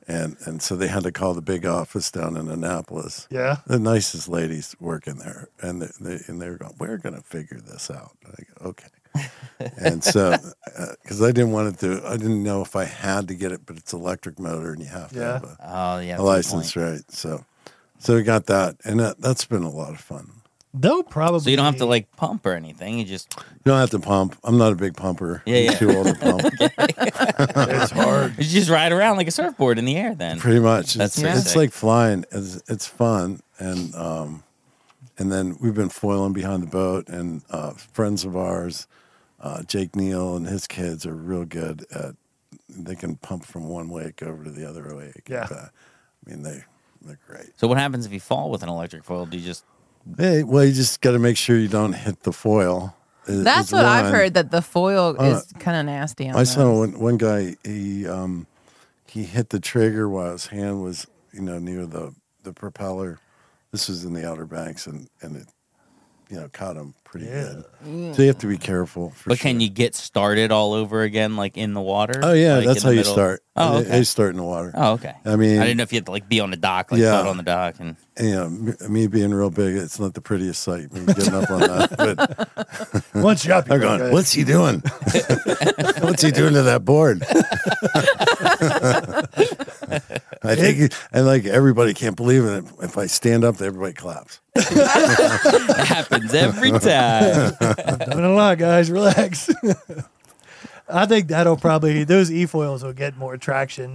[SPEAKER 4] and and so they had to call the big office down in Annapolis.
[SPEAKER 1] Yeah,
[SPEAKER 4] The nicest ladies working there, and they, they and they're going, we're going to figure this out. And I go, okay. and so, because I didn't want it to, I didn't know if I had to get it, but it's electric motor, and you have to
[SPEAKER 1] Yeah.
[SPEAKER 4] have a,
[SPEAKER 2] Oh, yeah. that's
[SPEAKER 4] a
[SPEAKER 2] good
[SPEAKER 4] license,
[SPEAKER 2] point.
[SPEAKER 4] right? So, so we got that, and that, that's been a lot of fun.
[SPEAKER 1] they'll probably.
[SPEAKER 2] So you don't have to like pump or anything. You just
[SPEAKER 4] You don't have to pump. I'm not a big pumper.
[SPEAKER 2] Yeah,
[SPEAKER 4] I'm
[SPEAKER 2] yeah.
[SPEAKER 4] Too old to pump.
[SPEAKER 1] It's hard.
[SPEAKER 2] you just ride around like a surfboard in the air. Then
[SPEAKER 4] Pretty much.
[SPEAKER 2] That's
[SPEAKER 4] it's, it's
[SPEAKER 2] sick.
[SPEAKER 4] like flying. It's, it's fun, and um, and then we've been foiling behind the boat, and uh, friends of ours, uh, Jake Neal and his kids are real good at. They can pump from one wake over to the other wake.
[SPEAKER 1] Yeah.
[SPEAKER 4] Uh, I mean, they they're great.
[SPEAKER 2] So what happens if you fall with an electric foil? Do you just
[SPEAKER 4] Hey, well, you just got to make sure you don't hit the foil. is-
[SPEAKER 3] That's
[SPEAKER 4] is
[SPEAKER 3] what I've
[SPEAKER 4] one.
[SPEAKER 3] heard that the foil
[SPEAKER 4] Uh,
[SPEAKER 3] is kind of nasty. On
[SPEAKER 4] I saw
[SPEAKER 3] those.
[SPEAKER 4] one, one guy. He um, he hit the trigger while his hand was you know near the the propeller. This was in the Outer Banks, and and it you know caught him pretty good. So you have to be careful. For
[SPEAKER 2] but can
[SPEAKER 4] sure.
[SPEAKER 2] you get started all over again like in the water?
[SPEAKER 4] Oh yeah,
[SPEAKER 2] Like,
[SPEAKER 4] that's
[SPEAKER 2] in the
[SPEAKER 4] how you
[SPEAKER 2] middle?
[SPEAKER 4] start.
[SPEAKER 2] Oh
[SPEAKER 4] They- They
[SPEAKER 2] okay.
[SPEAKER 4] start in the water.
[SPEAKER 2] Oh okay.
[SPEAKER 4] I mean,
[SPEAKER 2] I didn't know if you had to like be on the dock, like
[SPEAKER 4] Yeah.
[SPEAKER 2] float on the dock, and
[SPEAKER 4] you know, me- me being real big, it's not the prettiest sight. Me getting up on that, but
[SPEAKER 1] Once you're up, you're
[SPEAKER 4] I'm going.
[SPEAKER 1] good.
[SPEAKER 4] What's he doing? What's he doing to that board? I think, he- and like everybody can't believe it. If I stand up, everybody claps.
[SPEAKER 2] it happens every time.
[SPEAKER 1] Doing a lot, guys. Relax. I think that'll probably those e foils will get more traction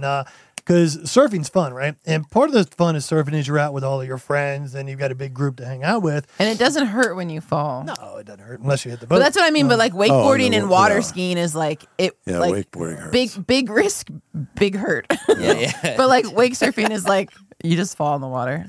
[SPEAKER 1] because surfing's fun, right? And part of the fun of surfing is you're out with all of your friends and you've got a big group to hang out with.
[SPEAKER 3] and it doesn't hurt when you fall.
[SPEAKER 1] No, it doesn't hurt unless you hit the boat.
[SPEAKER 3] But that's what I mean. But
[SPEAKER 4] Oh,
[SPEAKER 3] like wakeboarding
[SPEAKER 4] the
[SPEAKER 3] and
[SPEAKER 4] wa-
[SPEAKER 3] water
[SPEAKER 4] yeah.
[SPEAKER 3] skiing is like it,
[SPEAKER 4] Yeah,
[SPEAKER 3] like
[SPEAKER 4] wakeboarding hurts.
[SPEAKER 3] big big risk, big hurt.
[SPEAKER 2] yeah, yeah.
[SPEAKER 3] but like wake surfing is like you just fall in the water.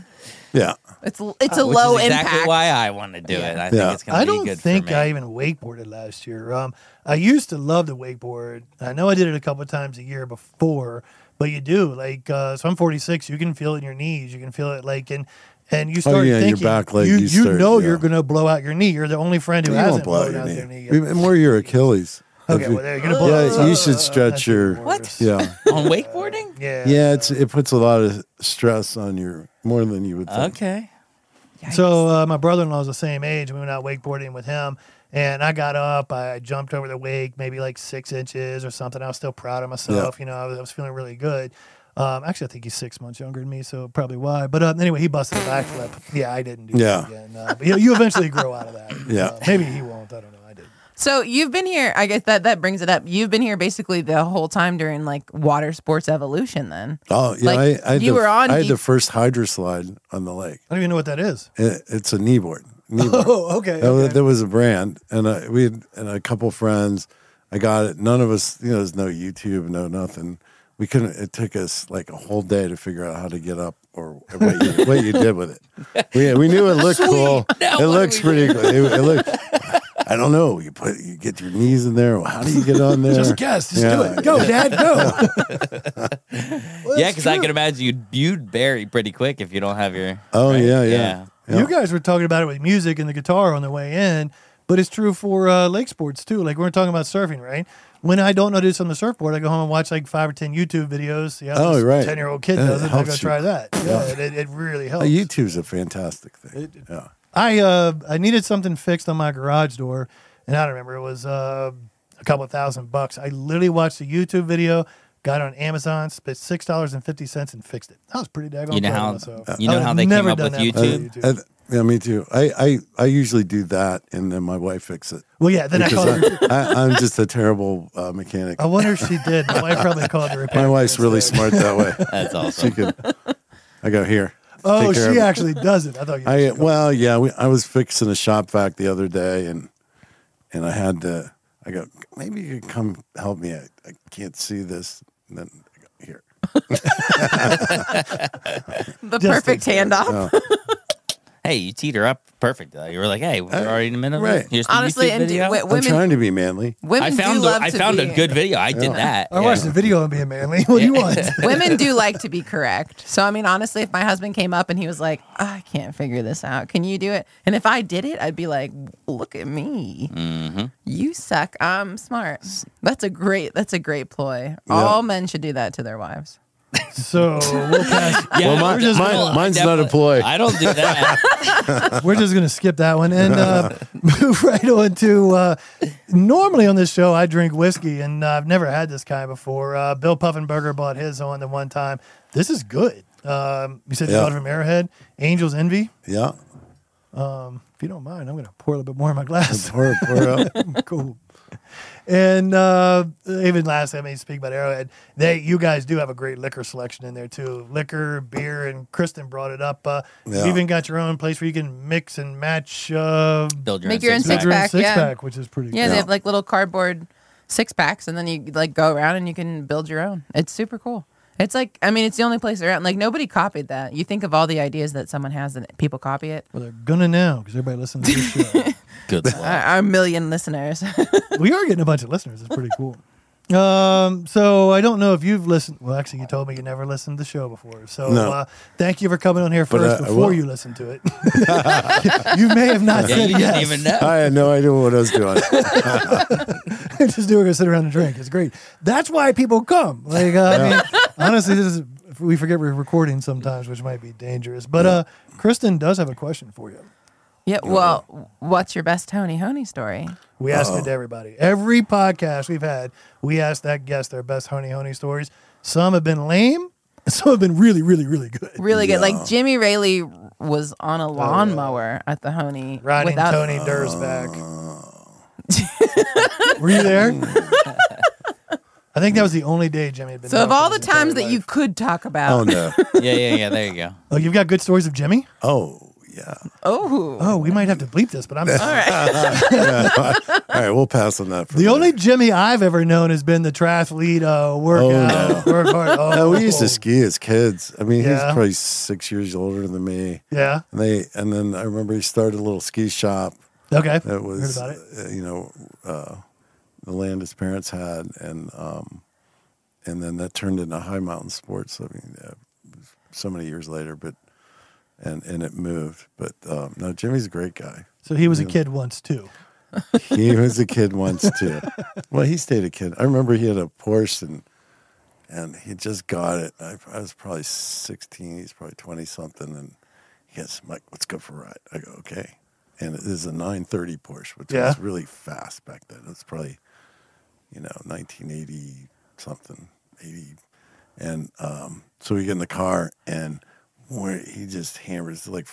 [SPEAKER 4] yeah,
[SPEAKER 3] It's l- it's a
[SPEAKER 2] Uh, Which
[SPEAKER 3] low
[SPEAKER 2] is exactly
[SPEAKER 3] impact.
[SPEAKER 2] why I want to do it. I think
[SPEAKER 4] Yeah.
[SPEAKER 2] it's gonna
[SPEAKER 1] I
[SPEAKER 2] be
[SPEAKER 1] don't
[SPEAKER 2] good
[SPEAKER 1] think
[SPEAKER 2] for me.
[SPEAKER 1] I even wakeboarded last year. Um, I used to love to wakeboard. I know I did it a couple of times a year before, but you do like uh, so. I'm 46. You can feel it in your knees. You can feel it like and and you start
[SPEAKER 4] Oh, yeah, your
[SPEAKER 1] thinking
[SPEAKER 4] back leg,
[SPEAKER 1] you,
[SPEAKER 4] you start-
[SPEAKER 1] know
[SPEAKER 4] yeah.
[SPEAKER 1] you're gonna blow out your knee. You're the only friend who
[SPEAKER 4] you
[SPEAKER 1] hasn't
[SPEAKER 4] don't blow
[SPEAKER 1] blown
[SPEAKER 4] out your
[SPEAKER 1] out
[SPEAKER 4] knee.
[SPEAKER 1] their knee. Yet.
[SPEAKER 4] Even More your Achilles.
[SPEAKER 1] Okay, well, there, you're gonna blow out
[SPEAKER 4] yeah, you
[SPEAKER 1] something.
[SPEAKER 4] should stretch your.
[SPEAKER 3] What?
[SPEAKER 4] Yeah,
[SPEAKER 2] on wakeboarding.
[SPEAKER 1] Yeah.
[SPEAKER 4] yeah. It's it puts a lot of stress on your more than you would think.
[SPEAKER 2] Okay.
[SPEAKER 1] So uh, my brother-in-law is the same age. We went out wakeboarding with him, and I got up. I jumped over the wake, maybe like six inches or something. I was still proud of myself. You know, I was, I was feeling really good. Um, actually, I think he's six months younger than me, so probably why. But uh, anyway, he busted a backflip. Yeah, I didn't do
[SPEAKER 4] Yeah.
[SPEAKER 1] that again. Uh, but you, you eventually grow out of that.
[SPEAKER 4] Yeah.
[SPEAKER 1] Uh, maybe he won't. I don't know. I did.
[SPEAKER 3] So you've been here. I guess that that brings it up. You've been here basically the whole time during like water sports evolution. Then
[SPEAKER 4] Oh yeah,
[SPEAKER 3] Like,
[SPEAKER 4] I, I had
[SPEAKER 3] you
[SPEAKER 4] the,
[SPEAKER 3] were on
[SPEAKER 4] I had
[SPEAKER 3] deep-
[SPEAKER 4] the first hydro slide on the lake.
[SPEAKER 1] I don't even know what that is.
[SPEAKER 4] It, it's a knee board. Knee board.
[SPEAKER 1] Oh, okay.
[SPEAKER 4] That was,
[SPEAKER 1] okay.
[SPEAKER 4] that was a brand, and uh, we had, and a couple friends. I got it. None of us, you know, there's no YouTube, no nothing. We couldn't. It took us like a whole day to figure out how to get up or what you, what you did with it. We, we knew it looked cool.
[SPEAKER 2] Now
[SPEAKER 4] it
[SPEAKER 2] what
[SPEAKER 4] looks
[SPEAKER 2] do
[SPEAKER 4] pretty cool. It, it looked. I don't know. You put you get your knees in there. How do you get on there?
[SPEAKER 1] Just guess. Just do
[SPEAKER 4] Yeah,
[SPEAKER 1] it. Go, Dad. Go. Well,
[SPEAKER 2] yeah,
[SPEAKER 1] it's
[SPEAKER 2] because I
[SPEAKER 1] true.
[SPEAKER 2] can imagine you'd you'd bury pretty quick if you don't have your.
[SPEAKER 4] Oh yeah, yeah.
[SPEAKER 2] Yeah.
[SPEAKER 4] Yeah.
[SPEAKER 1] You guys were talking about it with music and the guitar on the way in, but it's true for uh, lake sports too. Like we we're talking about surfing, right? When I don't know how to do something on the surfboard, I go home and watch like five or ten YouTube videos. See how
[SPEAKER 4] Oh,
[SPEAKER 1] this
[SPEAKER 4] right.
[SPEAKER 1] ten year old kid
[SPEAKER 4] Yeah, it
[SPEAKER 1] does it. I go
[SPEAKER 4] helps you.
[SPEAKER 1] try that. Yeah, it, it- it really
[SPEAKER 4] Uh,
[SPEAKER 1] helps.
[SPEAKER 4] YouTube's a fantastic thing. yeah.
[SPEAKER 1] I uh, I needed something fixed on my garage door, and I don't remember it was uh, a couple thousand bucks. I literally watched a YouTube video. Got it on Amazon, spent six dollars and fifty cents, and fixed it. I was pretty daggone
[SPEAKER 2] You know
[SPEAKER 1] proud
[SPEAKER 2] how-
[SPEAKER 1] of myself.
[SPEAKER 2] you know
[SPEAKER 1] I would
[SPEAKER 2] how they came
[SPEAKER 1] never
[SPEAKER 2] up
[SPEAKER 1] done
[SPEAKER 2] with
[SPEAKER 1] that before
[SPEAKER 2] YouTube?
[SPEAKER 4] I, yeah, me too. I, I, I usually do that, and then my wife fix it.
[SPEAKER 1] Well, yeah. Then I
[SPEAKER 4] Because
[SPEAKER 1] called her
[SPEAKER 4] I, I, I'm just a terrible uh, mechanic.
[SPEAKER 1] I wonder if she did. My wife probably called the repair.
[SPEAKER 4] my wife's really smart that way.
[SPEAKER 2] That's
[SPEAKER 4] She
[SPEAKER 2] awesome.
[SPEAKER 4] could. I go here.
[SPEAKER 1] Oh,
[SPEAKER 4] take care
[SPEAKER 1] she
[SPEAKER 4] of it."
[SPEAKER 1] actually does it. I thought you.
[SPEAKER 4] I well, yeah. We, I was fixing a shop vac the other day, and and I had to. I go. Maybe you could come help me. I, I can't see this. And then I go, here.
[SPEAKER 3] the
[SPEAKER 1] Just
[SPEAKER 3] perfect handoff.
[SPEAKER 2] Hey, you teed her up perfect. Though. You were like, "Hey, we're already in the middle." Of
[SPEAKER 4] Uh, right.
[SPEAKER 2] it. Here's the
[SPEAKER 3] Honestly,
[SPEAKER 2] YouTube
[SPEAKER 3] and d-
[SPEAKER 2] video.
[SPEAKER 3] w-
[SPEAKER 4] I'm
[SPEAKER 3] women
[SPEAKER 4] trying to be manly.
[SPEAKER 3] women
[SPEAKER 2] I
[SPEAKER 3] do
[SPEAKER 2] found the,
[SPEAKER 3] love
[SPEAKER 2] I
[SPEAKER 3] to
[SPEAKER 2] found
[SPEAKER 3] be-
[SPEAKER 2] a good video. I did that.
[SPEAKER 1] I watched
[SPEAKER 2] yeah.
[SPEAKER 1] the video on being manly. What do you want?
[SPEAKER 3] Women do like to be correct. So I mean, honestly, if my husband came up and he was like, "I can't figure this out. Can you do it?" And if I did it, I'd be like, "Look at me.
[SPEAKER 2] Mm-hmm.
[SPEAKER 3] You suck. I'm smart." That's a great. That's a great ploy. All men should do that to their wives.
[SPEAKER 1] so we'll pass.
[SPEAKER 2] Yeah,
[SPEAKER 4] Well,
[SPEAKER 2] we're
[SPEAKER 4] mine,
[SPEAKER 2] just-
[SPEAKER 4] mine,
[SPEAKER 2] well, I
[SPEAKER 4] mine's not a
[SPEAKER 2] definitely-
[SPEAKER 4] ploy.
[SPEAKER 2] I don't do that.
[SPEAKER 1] We're just gonna skip that one and uh, move right on to. Uh, normally on this show, I drink whiskey, and uh, I've never had this kind before. Uh, Bill Puffenberger bought his on the one time. This is good. Um, you said you
[SPEAKER 4] Yeah.
[SPEAKER 1] bought it from Arrowhead. Angel's Envy.
[SPEAKER 4] yeah.
[SPEAKER 1] If you don't mind, I'm gonna pour a little bit more in my glass.
[SPEAKER 4] Pour, pour out.
[SPEAKER 1] cool. And uh, even last time I mean, speak about Arrowhead, they you guys do have a great liquor selection in there too. Liquor, beer, and Kristen brought it up. Uh,
[SPEAKER 4] Yeah.
[SPEAKER 1] You even got your own place where you can mix and match uh,
[SPEAKER 2] Build your
[SPEAKER 3] Make your own
[SPEAKER 2] six-pack.
[SPEAKER 3] six-pack.
[SPEAKER 1] six
[SPEAKER 3] yeah.
[SPEAKER 1] pack, which is pretty.
[SPEAKER 3] Yeah,
[SPEAKER 1] cool.
[SPEAKER 3] they have like little cardboard six packs, and then you like go around and you can build your own. It's super cool. It's like I mean, it's the only place around. Like nobody copied that. You think of all the ideas that someone has and people copy it.
[SPEAKER 1] Well, they're gonna know because everybody listens to this show.
[SPEAKER 2] Good luck.
[SPEAKER 3] Our, our million listeners.
[SPEAKER 1] we are getting a bunch of listeners. It's pretty cool. Um, so I don't know if you've listened. Well, actually, you told me you never listened to the show before. So
[SPEAKER 4] No.
[SPEAKER 1] uh, thank you for coming on here
[SPEAKER 4] But,
[SPEAKER 1] first
[SPEAKER 4] uh, I
[SPEAKER 1] before
[SPEAKER 4] will.
[SPEAKER 1] you listen to it. you may have not
[SPEAKER 2] Yeah,
[SPEAKER 1] said
[SPEAKER 2] you didn't
[SPEAKER 1] yes.
[SPEAKER 2] even know.
[SPEAKER 4] I had no idea what I was doing.
[SPEAKER 1] just do it, go sit around and drink. It's great. That's why people come. Like, uh, I mean, honestly, this is we forget we're recording sometimes, which might be dangerous. But uh, Kristen does have a question for you.
[SPEAKER 3] yeah. Well, what's your best Tony Honey story?
[SPEAKER 1] We ask it to everybody. Every podcast we've had, we ask that guest their best honey honey stories. Some have been lame, some have been really, really, really good.
[SPEAKER 3] Really good. Like Jimmy Rayleigh was on a lawnmower at the Honey
[SPEAKER 1] Ronnie
[SPEAKER 3] without
[SPEAKER 1] and Tony Dursback. Were you there? I think that was the only day Jimmy had been.
[SPEAKER 3] So
[SPEAKER 1] down
[SPEAKER 3] of
[SPEAKER 1] for
[SPEAKER 3] all the
[SPEAKER 1] his
[SPEAKER 3] times
[SPEAKER 1] entire
[SPEAKER 3] that you
[SPEAKER 1] life.
[SPEAKER 3] could talk
[SPEAKER 4] Oh
[SPEAKER 3] about,
[SPEAKER 4] no.
[SPEAKER 2] Yeah, yeah, yeah. There you go.
[SPEAKER 1] oh, you've got good stories of Jimmy.
[SPEAKER 4] Oh yeah.
[SPEAKER 3] oh,
[SPEAKER 1] Oh, we might have to bleep this, but I'm.
[SPEAKER 3] all right.
[SPEAKER 4] All right, we'll pass on that. For
[SPEAKER 1] The
[SPEAKER 4] now.
[SPEAKER 1] only Jimmy I've ever known has been the triathlete uh, workout, work hard. Oh,
[SPEAKER 4] No, we used to ski as kids. I mean, he's
[SPEAKER 1] Yeah.
[SPEAKER 4] probably six years older than me.
[SPEAKER 1] Yeah.
[SPEAKER 4] And they and then I remember he started a little ski shop
[SPEAKER 1] Okay.
[SPEAKER 4] that was
[SPEAKER 1] Heard about it.
[SPEAKER 4] uh, you know uh, the land his parents had, and um, and then that turned into high mountain sports. I mean, uh, so many years later, but and and it moved. But um, no, Jimmy's a great guy.
[SPEAKER 1] So he was a kid once too.
[SPEAKER 4] He was a kid once too. Well, he stayed a kid. I remember he had a Porsche and and he just got it. I, I was probably sixteen. He's probably twenty something. And he goes, Mike, let's go for a ride. I go, okay. And it is a nine thirty Porsche, which
[SPEAKER 1] Yeah.
[SPEAKER 4] was really fast back then. It's probably you know nineteen eighty something, eighty. And um, so we get in the car and we're, he just hammers like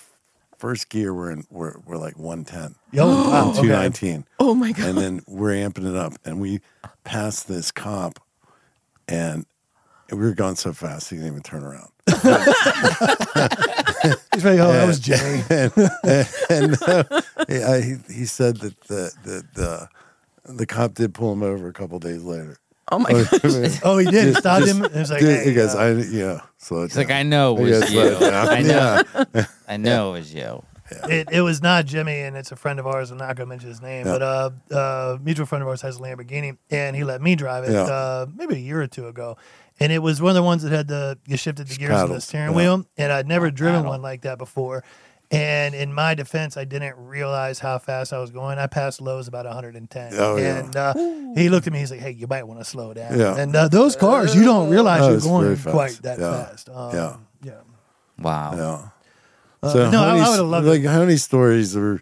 [SPEAKER 4] first gear. We're in we're, we're like one ten.
[SPEAKER 1] Yo, wow, okay.
[SPEAKER 4] Two nineteen
[SPEAKER 3] Oh my god.
[SPEAKER 4] and then we're amping it up and we passed this cop and we were going so fast he didn't even turn around
[SPEAKER 1] He's like, oh, that was Jimmy.
[SPEAKER 4] and, and, uh, he- I- he, he said that the, the the the cop did pull him over a couple days later
[SPEAKER 3] Oh my god.
[SPEAKER 1] Oh, he did. He stopped
[SPEAKER 4] Just-
[SPEAKER 1] him. And he was like,
[SPEAKER 4] Dude,
[SPEAKER 1] hey,
[SPEAKER 4] he goes
[SPEAKER 1] uh,
[SPEAKER 4] i yeah so
[SPEAKER 2] It's like I know it was
[SPEAKER 4] Yes,
[SPEAKER 2] you.
[SPEAKER 4] but, yeah.
[SPEAKER 2] I know.
[SPEAKER 4] Yeah.
[SPEAKER 2] I know it was you.
[SPEAKER 1] it, it was not Jimmy, and it's a friend of ours. I'm not going to mention his name,
[SPEAKER 4] Yeah.
[SPEAKER 1] but uh, uh, mutual friend of ours has a Lamborghini, and he let me drive it
[SPEAKER 4] Yeah.
[SPEAKER 1] uh, maybe a year or two ago. And it was one of the ones that had the you shifted the gears in the
[SPEAKER 4] paddles,
[SPEAKER 1] steering
[SPEAKER 4] yeah.
[SPEAKER 1] wheel, and I'd never driven
[SPEAKER 2] paddle.
[SPEAKER 1] one like that before. And in my defense, I didn't realize how fast I was going. I passed Lowe's about 110,
[SPEAKER 4] Oh, yeah.
[SPEAKER 1] and uh, he looked at me. He's like, "Hey, you might want to slow down."
[SPEAKER 4] Yeah.
[SPEAKER 1] And uh, those cars, you don't realize
[SPEAKER 4] Oh,
[SPEAKER 1] you're
[SPEAKER 4] it's very
[SPEAKER 1] going
[SPEAKER 4] fast.
[SPEAKER 1] quite that
[SPEAKER 4] Yeah.
[SPEAKER 1] fast. Um,
[SPEAKER 4] Yeah.
[SPEAKER 1] yeah.
[SPEAKER 2] Wow.
[SPEAKER 4] yeah
[SPEAKER 1] Uh, no, I- I
[SPEAKER 4] honey-
[SPEAKER 1] would've loved
[SPEAKER 4] like how many stories are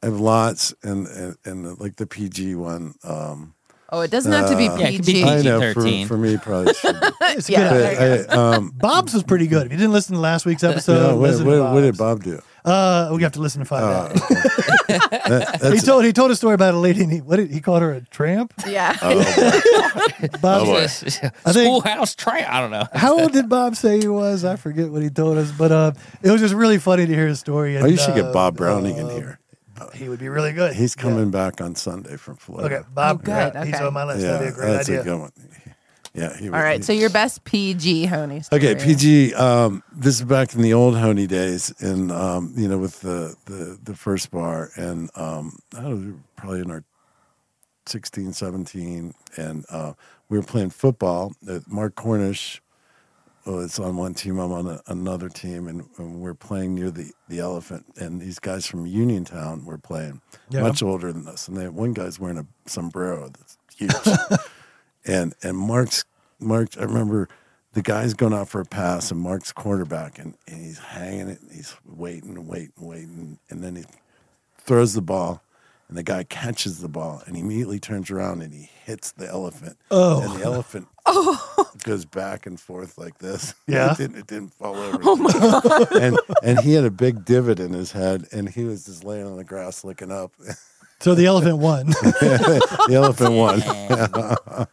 [SPEAKER 4] have lots and and, and like the PG one. Um,
[SPEAKER 3] Oh, it doesn't have to be
[SPEAKER 2] Yeah, it could be PG.
[SPEAKER 3] PG.
[SPEAKER 4] I know for,
[SPEAKER 2] PG-13.
[SPEAKER 4] for me probably. Should be.
[SPEAKER 1] It's a
[SPEAKER 3] Yeah.
[SPEAKER 1] good.
[SPEAKER 4] But I, um,
[SPEAKER 1] Bob's was pretty good. If you didn't listen to last week's episode,
[SPEAKER 4] yeah, what,
[SPEAKER 1] listen to
[SPEAKER 4] what, what did
[SPEAKER 1] Bob's.
[SPEAKER 4] Bob do?
[SPEAKER 1] Uh, we have to listen to find
[SPEAKER 4] Uh,
[SPEAKER 1] out. He told he told a story about a lady. And he, what did he called her a tramp?
[SPEAKER 3] Yeah.
[SPEAKER 4] Oh,
[SPEAKER 3] Oh,
[SPEAKER 1] Bob.
[SPEAKER 4] boy.
[SPEAKER 1] I think-
[SPEAKER 2] Schoolhouse try. I don't know.
[SPEAKER 1] how old did Bob say he was? I forget what he told us, but uh, it was just really funny to hear his story.
[SPEAKER 4] oh,
[SPEAKER 1] and,
[SPEAKER 4] you should
[SPEAKER 1] uh,
[SPEAKER 4] get Bob Browning in
[SPEAKER 1] uh,
[SPEAKER 4] here.
[SPEAKER 1] He would be really good.
[SPEAKER 4] He's
[SPEAKER 1] Yeah.
[SPEAKER 4] coming back on Sunday from Florida.
[SPEAKER 1] Okay, Bob.
[SPEAKER 3] Oh, good,
[SPEAKER 1] yeah, He's
[SPEAKER 3] okay.
[SPEAKER 1] on my list.
[SPEAKER 4] yeah,
[SPEAKER 1] That'd be a great
[SPEAKER 4] that's
[SPEAKER 1] idea.
[SPEAKER 4] a good one. Yeah. He,
[SPEAKER 3] all right. So your best PG Honey story.
[SPEAKER 4] Okay, PG. Um, this is back in the old Honey days, and um, you know, with the, the the first bar, and um, I don't know, we were probably in our 16, 17, and uh, we were playing football. Uh, Mark Cornish was on one team, I'm on a, another team, and, and we're playing near the, the elephant. And these guys from Uniontown were playing,
[SPEAKER 1] Yeah.
[SPEAKER 4] much older than us. And they one guy's wearing a sombrero that's huge. and and Mark's Mark, I remember the guy's going out for a pass, and Mark's quarterback, and, and he's hanging it, and he's waiting and waiting and waiting, and then he throws the ball, and the guy catches the ball, and he immediately turns around and he hits the elephant,
[SPEAKER 1] Oh.
[SPEAKER 4] and the elephant goes back and forth like this.
[SPEAKER 1] Yeah.
[SPEAKER 4] it didn't, it didn't fall over. Oh my god! and and he had a big divot in his head, and he was just laying on the grass looking up.
[SPEAKER 1] So the elephant won.
[SPEAKER 4] the elephant won.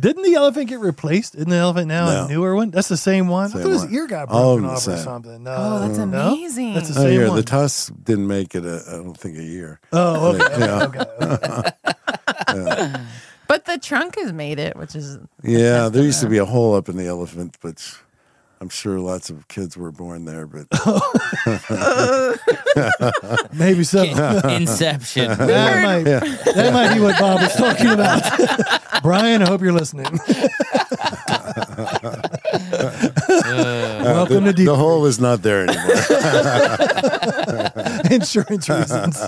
[SPEAKER 1] Didn't the elephant get replaced? Isn't the elephant now
[SPEAKER 4] No.
[SPEAKER 1] a newer one? That's the same one. I
[SPEAKER 4] Same
[SPEAKER 1] thought
[SPEAKER 4] one.
[SPEAKER 1] his ear got broken
[SPEAKER 4] All of them
[SPEAKER 1] off
[SPEAKER 4] the
[SPEAKER 1] or
[SPEAKER 4] same.
[SPEAKER 1] something. No,
[SPEAKER 3] Oh, that's
[SPEAKER 1] no?
[SPEAKER 3] amazing.
[SPEAKER 1] That's the
[SPEAKER 4] Oh,
[SPEAKER 1] same
[SPEAKER 4] yeah,
[SPEAKER 1] one.
[SPEAKER 4] the Tuss didn't uh, make it. I I don't think a year.
[SPEAKER 1] oh, okay.
[SPEAKER 4] Yeah.
[SPEAKER 1] okay, okay.
[SPEAKER 3] But the trunk has made it, which is uh,
[SPEAKER 4] Yeah, there used to be a hole up in the elephant, but I'm sure lots of kids were born there. But uh,
[SPEAKER 1] Maybe so.
[SPEAKER 2] Inception.
[SPEAKER 3] Uh,
[SPEAKER 1] That might, that might be what Bob was talking about. Brian, I hope you're listening. Welcome to Deep
[SPEAKER 4] the hole is not there anymore.
[SPEAKER 1] Insurance Reasons.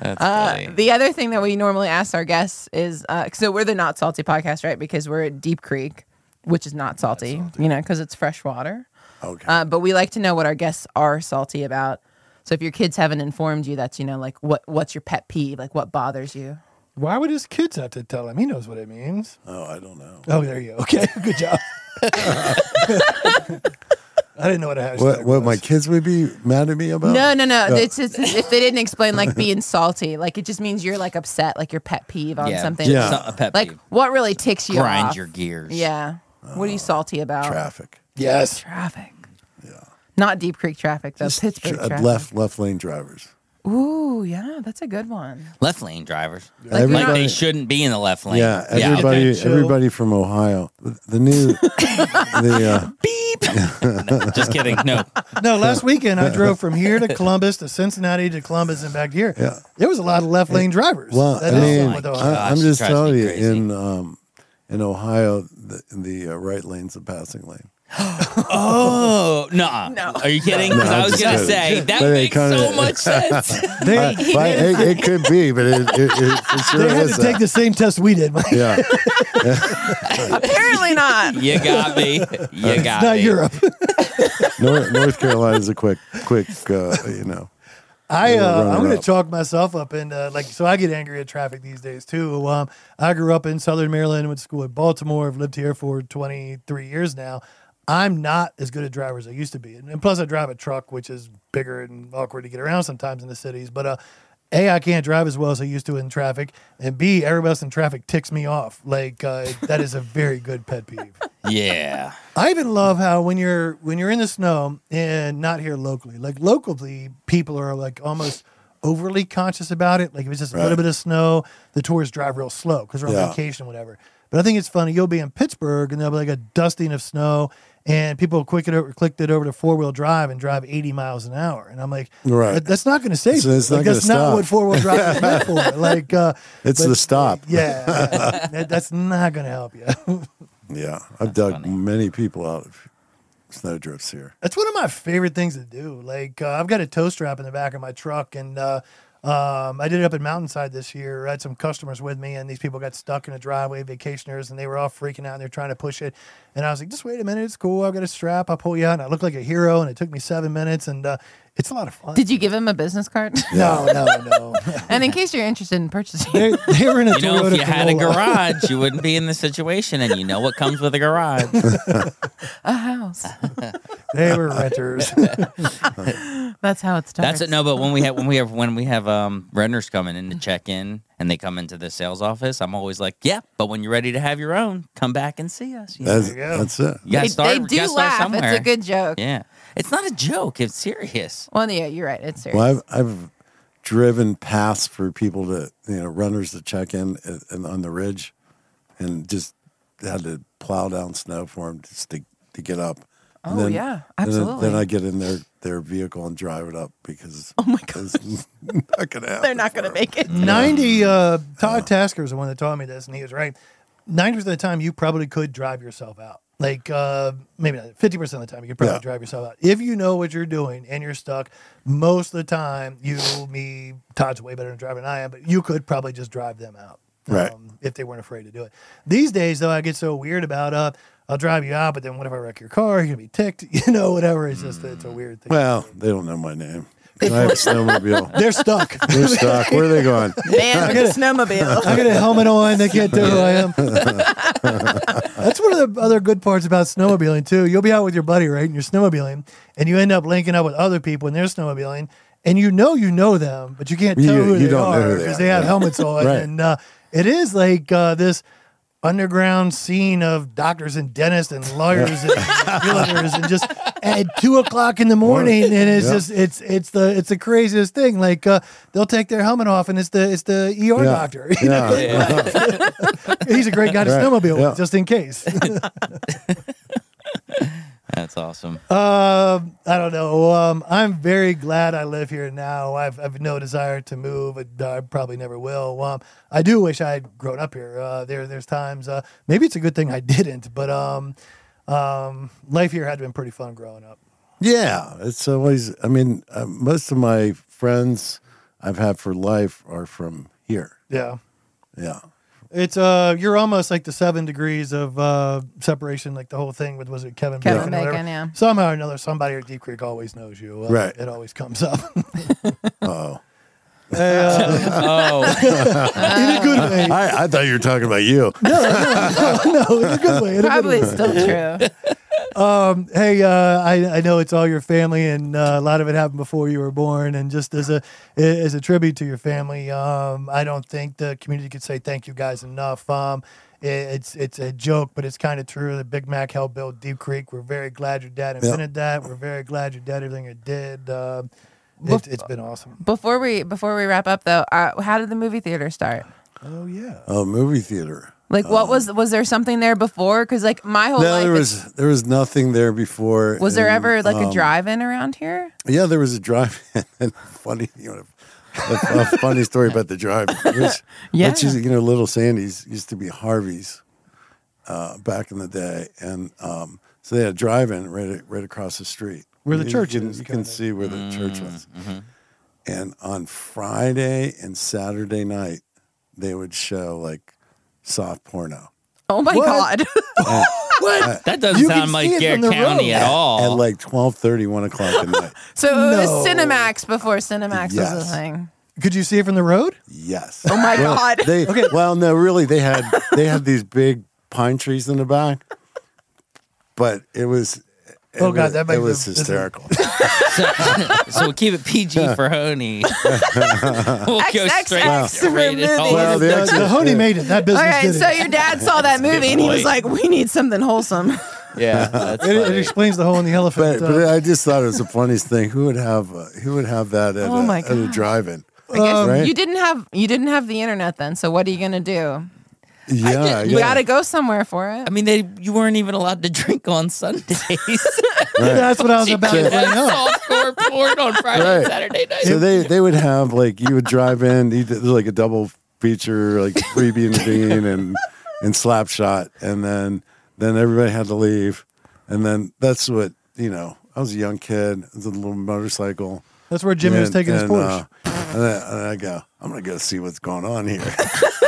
[SPEAKER 2] That's
[SPEAKER 3] Uh,
[SPEAKER 2] funny.
[SPEAKER 3] the other thing that we normally ask our guests is uh, so we're the not salty podcast, right? Because we're at Deep Creek, which is not salty, you know, because it's fresh water.
[SPEAKER 4] Okay.
[SPEAKER 3] Uh, but we like to know what our guests are salty about. So if your kids haven't informed you, that's you know like what what's your pet peeve? Like what bothers you?
[SPEAKER 1] Why would his kids have to tell him? He knows what it means.
[SPEAKER 4] oh, I don't know.
[SPEAKER 1] Oh, there you go. Okay, good job. I didn't know what a hashtag
[SPEAKER 4] What what my
[SPEAKER 1] was.
[SPEAKER 4] kids would be mad at me about?
[SPEAKER 3] No, no, no. It's, it's, if they didn't explain like being salty, like it just means you're like upset, like your pet peeve on
[SPEAKER 2] yeah.
[SPEAKER 3] something.
[SPEAKER 4] Yeah.
[SPEAKER 2] Some- a pet
[SPEAKER 3] Like
[SPEAKER 2] peeve.
[SPEAKER 3] what really ticks you
[SPEAKER 2] grind
[SPEAKER 3] off?
[SPEAKER 2] your gears.
[SPEAKER 3] yeah. What are you salty about?
[SPEAKER 4] Uh, traffic.
[SPEAKER 1] Yes.
[SPEAKER 3] Traffic. Yeah. Not Deep Creek traffic though. Pittsburgh
[SPEAKER 4] Tra-
[SPEAKER 3] traffic.
[SPEAKER 4] uh, left left lane drivers.
[SPEAKER 3] Ooh, yeah, that's a good one.
[SPEAKER 2] Left lane drivers.
[SPEAKER 3] Like,
[SPEAKER 2] Like
[SPEAKER 4] Everybody-
[SPEAKER 2] they shouldn't be in the left lane.
[SPEAKER 4] Yeah, everybody
[SPEAKER 1] Okay, chill.
[SPEAKER 4] everybody from Ohio. The new the uh,
[SPEAKER 2] No, just kidding. No.
[SPEAKER 1] No, last weekend I drove from here to Columbus to Cincinnati to Columbus and back here.
[SPEAKER 4] Yeah.
[SPEAKER 1] There was a lot of left lane drivers.
[SPEAKER 4] well,
[SPEAKER 1] That
[SPEAKER 4] I
[SPEAKER 1] is
[SPEAKER 4] mean,
[SPEAKER 1] with
[SPEAKER 2] my
[SPEAKER 1] Ohio.
[SPEAKER 4] I,
[SPEAKER 2] gosh,
[SPEAKER 4] am
[SPEAKER 2] it
[SPEAKER 4] just
[SPEAKER 2] drives
[SPEAKER 4] telling
[SPEAKER 2] me
[SPEAKER 4] you,
[SPEAKER 2] crazy.
[SPEAKER 4] in um, in Ohio, the, the uh, right lane's a passing lane.
[SPEAKER 2] Oh no!
[SPEAKER 3] No.
[SPEAKER 2] Are you kidding? 'Cause
[SPEAKER 4] No,
[SPEAKER 2] I
[SPEAKER 4] I'm
[SPEAKER 2] was
[SPEAKER 4] just
[SPEAKER 2] gonna
[SPEAKER 4] kidding.
[SPEAKER 2] say that
[SPEAKER 4] But it
[SPEAKER 2] makes
[SPEAKER 4] kinda-
[SPEAKER 2] so much sense.
[SPEAKER 1] They,
[SPEAKER 4] But- but it, it could be, but it, it, it, it sure
[SPEAKER 1] they had
[SPEAKER 4] is
[SPEAKER 1] to take
[SPEAKER 4] that.
[SPEAKER 1] the same test we did. Mike.
[SPEAKER 4] Yeah,
[SPEAKER 3] Apparently not.
[SPEAKER 2] you got me. You got
[SPEAKER 1] Not
[SPEAKER 2] me.
[SPEAKER 1] Europe.
[SPEAKER 4] North, North Carolina's a quick, quick, uh, you know.
[SPEAKER 1] I
[SPEAKER 4] They were
[SPEAKER 1] uh, I'm
[SPEAKER 4] running
[SPEAKER 1] going to
[SPEAKER 4] up.
[SPEAKER 1] chalk myself up and uh, like so I get angry at traffic these days too. Um, I grew up in Southern Maryland, went to school in Baltimore. I've lived here for 23 years now. I'm not as good a driver as I used to be, and, and plus I drive a truck, which is bigger and awkward to get around sometimes in the cities. But uh, a I can't drive as well as I used to in traffic, and b everybody else in traffic ticks me off. Like uh, that is a very good pet peeve.
[SPEAKER 2] Yeah.
[SPEAKER 1] I even love how when you're when you're in the snow and not here locally, like locally, people are like almost overly conscious about it. Like if it's just a little
[SPEAKER 4] Right.
[SPEAKER 1] bit of snow, the tourists drive real slow because we're on
[SPEAKER 4] Yeah.
[SPEAKER 1] vacation, whatever. But I think it's funny. You'll be in Pittsburgh and there'll be like a dusting of snow, and people quick it over, clicked it over to four wheel drive and drive 80 miles an hour. And I'm like,
[SPEAKER 4] Right.
[SPEAKER 1] "That- that's not going to save.
[SPEAKER 4] It's-
[SPEAKER 1] you.
[SPEAKER 4] it's
[SPEAKER 1] Like,
[SPEAKER 4] not gonna
[SPEAKER 1] that's not
[SPEAKER 4] stop.
[SPEAKER 1] what four wheel drive is meant for. Like, uh,
[SPEAKER 4] It's
[SPEAKER 1] but-
[SPEAKER 4] the stop.
[SPEAKER 1] Yeah, yeah. That- that's not going to help you.
[SPEAKER 4] Yeah, I've dug
[SPEAKER 2] funny.
[SPEAKER 4] many people out of snow drifts here.
[SPEAKER 1] That's one of my favorite things to do. Like uh, I've got a tow strap in the back of my truck, and uh, um, I did it up in Mountainside this year. I had some customers with me, and these people got stuck in a driveway, vacationers, and they were all freaking out and they're trying to push it. And I was like, just wait a minute, it's cool. I've got a strap. I pull you out, and I look like a hero. And it took me seven minutes, and uh, it's a lot of fun.
[SPEAKER 3] Did you give him a business card?
[SPEAKER 1] No, no, no.
[SPEAKER 3] and in case you're interested in purchasing,
[SPEAKER 1] they, they were in a
[SPEAKER 2] You know,
[SPEAKER 1] Toyota
[SPEAKER 2] if you had a
[SPEAKER 1] Corolla.
[SPEAKER 2] garage, you wouldn't be in this situation, and you know what comes with a garage.
[SPEAKER 3] a house,
[SPEAKER 1] They were renters.
[SPEAKER 3] that's how it starts.
[SPEAKER 2] That's it. No, but when we have when we have when we have um renters coming in to
[SPEAKER 3] Mm-hmm.
[SPEAKER 2] check in and they come into the sales office, I'm always like, "Yeah, but when you're ready to have your own, come back and see us." You, know?
[SPEAKER 4] That's,
[SPEAKER 1] you go.
[SPEAKER 4] that's it.
[SPEAKER 2] You gotta
[SPEAKER 3] They,
[SPEAKER 2] start.
[SPEAKER 3] they
[SPEAKER 2] you
[SPEAKER 3] do
[SPEAKER 2] gotta start
[SPEAKER 3] laugh.
[SPEAKER 2] somewhere.
[SPEAKER 3] It's a good joke.
[SPEAKER 2] Yeah, it's not a joke. It's serious.
[SPEAKER 3] Well, yeah, you're right. It's serious.
[SPEAKER 4] Well, I've, I've driven past for people to, you know, runners to check in at, and on the ridge and just had to plow down snow for them just to, to get up. And
[SPEAKER 3] Oh, yeah,
[SPEAKER 4] and then- Then,
[SPEAKER 3] absolutely.
[SPEAKER 4] I get in their, their vehicle and drive it up because
[SPEAKER 3] Oh my God.
[SPEAKER 4] it's not going to happen.
[SPEAKER 3] They're not
[SPEAKER 4] for
[SPEAKER 3] going to
[SPEAKER 4] 'em.
[SPEAKER 3] make it.
[SPEAKER 1] 90 uh todd tasker was the one that taught me this and he was right 90% of the time you probably could drive yourself out like uh maybe not 50% of the time you could probably
[SPEAKER 4] Yeah.
[SPEAKER 1] drive yourself out if you know what you're doing and you're stuck most of the time you me todd's way better than driving than i am but you could probably just drive them out um,
[SPEAKER 4] Right.
[SPEAKER 1] if they weren't afraid to do it these days though i get so weird about uh i'll drive you out but then what if i wreck your car you're gonna be ticked you know whatever it's just it's a weird thing
[SPEAKER 4] Mm. Well, they don't know my name. I have a snowmobile.
[SPEAKER 1] they're stuck
[SPEAKER 4] They're stuck. Where are they going?
[SPEAKER 3] Man with a snowmobile.
[SPEAKER 1] I got a helmet on. They can't tell who I am. That's one of the other good parts about snowmobiling too. You'll be out with your buddy, right? And you're snowmobiling, and you end up linking up with other people, and they're snowmobiling, and you know you know them, but you can't tell
[SPEAKER 4] You-
[SPEAKER 1] who,
[SPEAKER 4] you
[SPEAKER 1] they
[SPEAKER 4] don't know
[SPEAKER 1] are
[SPEAKER 4] who they
[SPEAKER 1] because
[SPEAKER 4] are,
[SPEAKER 1] they have
[SPEAKER 4] yeah.
[SPEAKER 1] helmets on,
[SPEAKER 4] Right.
[SPEAKER 1] and uh, it is like uh, this. underground scene of doctors and dentists and lawyers and realtors and just at two o'clock in the morning and it's
[SPEAKER 4] Yeah.
[SPEAKER 1] just it's it's the it's the craziest thing like uh, they'll take their helmet off and it's the it's the ER
[SPEAKER 4] Yeah.
[SPEAKER 1] doctor You know?
[SPEAKER 4] Yeah.
[SPEAKER 1] he's a great guy to
[SPEAKER 4] Right.
[SPEAKER 1] snowmobile
[SPEAKER 4] Yeah.
[SPEAKER 1] with just in case
[SPEAKER 2] That's awesome.
[SPEAKER 1] Um, I don't know. Um, I'm very glad I live here now. I've, I've no desire to move. I, I probably never will. Um, I do wish I had grown up here. Uh, there, there's times. Uh, maybe it's a good thing I didn't. But um, um, life here had been pretty fun growing up.
[SPEAKER 4] Yeah, it's always. I mean, uh, most of my friends I've had for life are from here.
[SPEAKER 1] Yeah,
[SPEAKER 4] Yeah,
[SPEAKER 1] it's uh, you're almost like the seven degrees of uh separation. Like the whole thing with was it Kevin
[SPEAKER 3] Kevin
[SPEAKER 1] Bacon? or whatever.
[SPEAKER 3] Bacon, yeah.
[SPEAKER 1] Somehow or another, somebody at Deep Creek always knows you. Uh,
[SPEAKER 4] Right.
[SPEAKER 1] It always comes up.
[SPEAKER 4] Oh,
[SPEAKER 1] Hey, uh,
[SPEAKER 2] Oh,
[SPEAKER 1] in a good way.
[SPEAKER 4] I, I thought you were talking about you.
[SPEAKER 1] No, no, Oh, in a good way. in a good
[SPEAKER 3] Probably
[SPEAKER 1] way.
[SPEAKER 3] still true.
[SPEAKER 1] Um, hey, uh, I, I know it's all your family, and uh, a lot of it happened before you were born. And just as a as a tribute to your family, um, I don't think the community could say thank you guys enough. Um, it, it's it's a joke, but it's kind of true. The Big Mac helped build Deep Creek. We're very glad your dad invented that. We're very glad your dad everything it did. Um, it, it's been awesome.
[SPEAKER 3] Before we before we wrap up though, uh, how did the movie theater start?
[SPEAKER 1] Oh yeah.
[SPEAKER 4] Oh, movie theater.
[SPEAKER 3] Like, what was was there something there before? Because Oh, like my whole
[SPEAKER 4] No,
[SPEAKER 3] life,
[SPEAKER 4] there
[SPEAKER 3] it's-
[SPEAKER 4] was there was nothing there before.
[SPEAKER 3] was there
[SPEAKER 4] and,
[SPEAKER 3] ever like
[SPEAKER 4] um,
[SPEAKER 3] a drive-in around here?
[SPEAKER 4] Yeah, there was a drive-in. And funny, you know, a, a funny story about the drive-in. Which,
[SPEAKER 3] Yeah.
[SPEAKER 4] which is, you know, Little Sandy's used to be Harvey's uh, back in the day, and um, so they had a drive-in right right across the street
[SPEAKER 1] Where the
[SPEAKER 4] You
[SPEAKER 1] church
[SPEAKER 4] can-
[SPEAKER 1] is,
[SPEAKER 4] You can
[SPEAKER 1] kinda.
[SPEAKER 4] see where the church was. And on Friday and Saturday night, they would show like soft porno.
[SPEAKER 3] Oh my
[SPEAKER 1] What?
[SPEAKER 3] god!
[SPEAKER 4] And-
[SPEAKER 2] that doesn't
[SPEAKER 1] You can
[SPEAKER 2] sound like
[SPEAKER 1] see it
[SPEAKER 2] Gare
[SPEAKER 1] from the
[SPEAKER 2] County
[SPEAKER 1] road.
[SPEAKER 2] at all.
[SPEAKER 4] At like 12.30, 1 o'clock at night.
[SPEAKER 3] so it was
[SPEAKER 1] No.
[SPEAKER 3] Cinemax before Cinemax was
[SPEAKER 4] Yes.
[SPEAKER 3] a thing.
[SPEAKER 1] Could you see it from the road?
[SPEAKER 4] Yes.
[SPEAKER 3] Oh my
[SPEAKER 4] Well,
[SPEAKER 3] God.
[SPEAKER 4] They, Well, no, really, they had they had these big pine trees in the back, but it was. it
[SPEAKER 1] Oh, God,
[SPEAKER 4] was-
[SPEAKER 1] that might
[SPEAKER 4] it
[SPEAKER 1] be-
[SPEAKER 4] was
[SPEAKER 1] this is-
[SPEAKER 4] hysterical.
[SPEAKER 2] so, so we'll keep it PG for Honey. we'll go
[SPEAKER 3] XXX
[SPEAKER 2] straight
[SPEAKER 3] for
[SPEAKER 2] to rated
[SPEAKER 3] movies.
[SPEAKER 2] R.
[SPEAKER 4] Well,
[SPEAKER 1] Oh, the,
[SPEAKER 4] the
[SPEAKER 1] the
[SPEAKER 4] exit-
[SPEAKER 1] honey made it. That
[SPEAKER 3] All
[SPEAKER 1] business
[SPEAKER 3] right,
[SPEAKER 1] did it.
[SPEAKER 3] so your dad saw that movie and he was
[SPEAKER 2] point.
[SPEAKER 3] like, "We need something wholesome."
[SPEAKER 2] yeah, that's
[SPEAKER 1] it, it
[SPEAKER 2] funny.
[SPEAKER 1] explains the hole in the
[SPEAKER 4] but,
[SPEAKER 1] elephant.
[SPEAKER 4] but
[SPEAKER 1] uh,
[SPEAKER 4] I just thought it was the funniest thing. Who would have uh, who would have that at,
[SPEAKER 3] Oh
[SPEAKER 4] a,
[SPEAKER 3] my
[SPEAKER 4] at a
[SPEAKER 3] God.
[SPEAKER 4] drive-in?
[SPEAKER 3] I guess
[SPEAKER 4] Right?
[SPEAKER 3] Um, you didn't have you didn't have the internet then. So what are you gonna do?
[SPEAKER 4] Yeah,
[SPEAKER 3] You
[SPEAKER 4] yeah.
[SPEAKER 3] gotta go somewhere for it.
[SPEAKER 2] I mean, they you weren't even allowed to drink on Sundays.
[SPEAKER 1] That's what I was about to
[SPEAKER 2] Chicken
[SPEAKER 1] bring
[SPEAKER 2] and
[SPEAKER 1] up.
[SPEAKER 2] softcore porn on Friday and
[SPEAKER 4] Right.
[SPEAKER 2] Saturday night.
[SPEAKER 4] So they they would have like you would drive in, you did like a double feature, like freebie and the bean and and slapshot, and then then everybody had to leave, and then that's what you know. I was a young kid, it was a little motorcycle.
[SPEAKER 1] That's where Jimmy was
[SPEAKER 4] And-
[SPEAKER 1] taking his
[SPEAKER 4] and,
[SPEAKER 1] Porsche.
[SPEAKER 4] uh, and, then, and I go, I'm gonna go see what's going on here.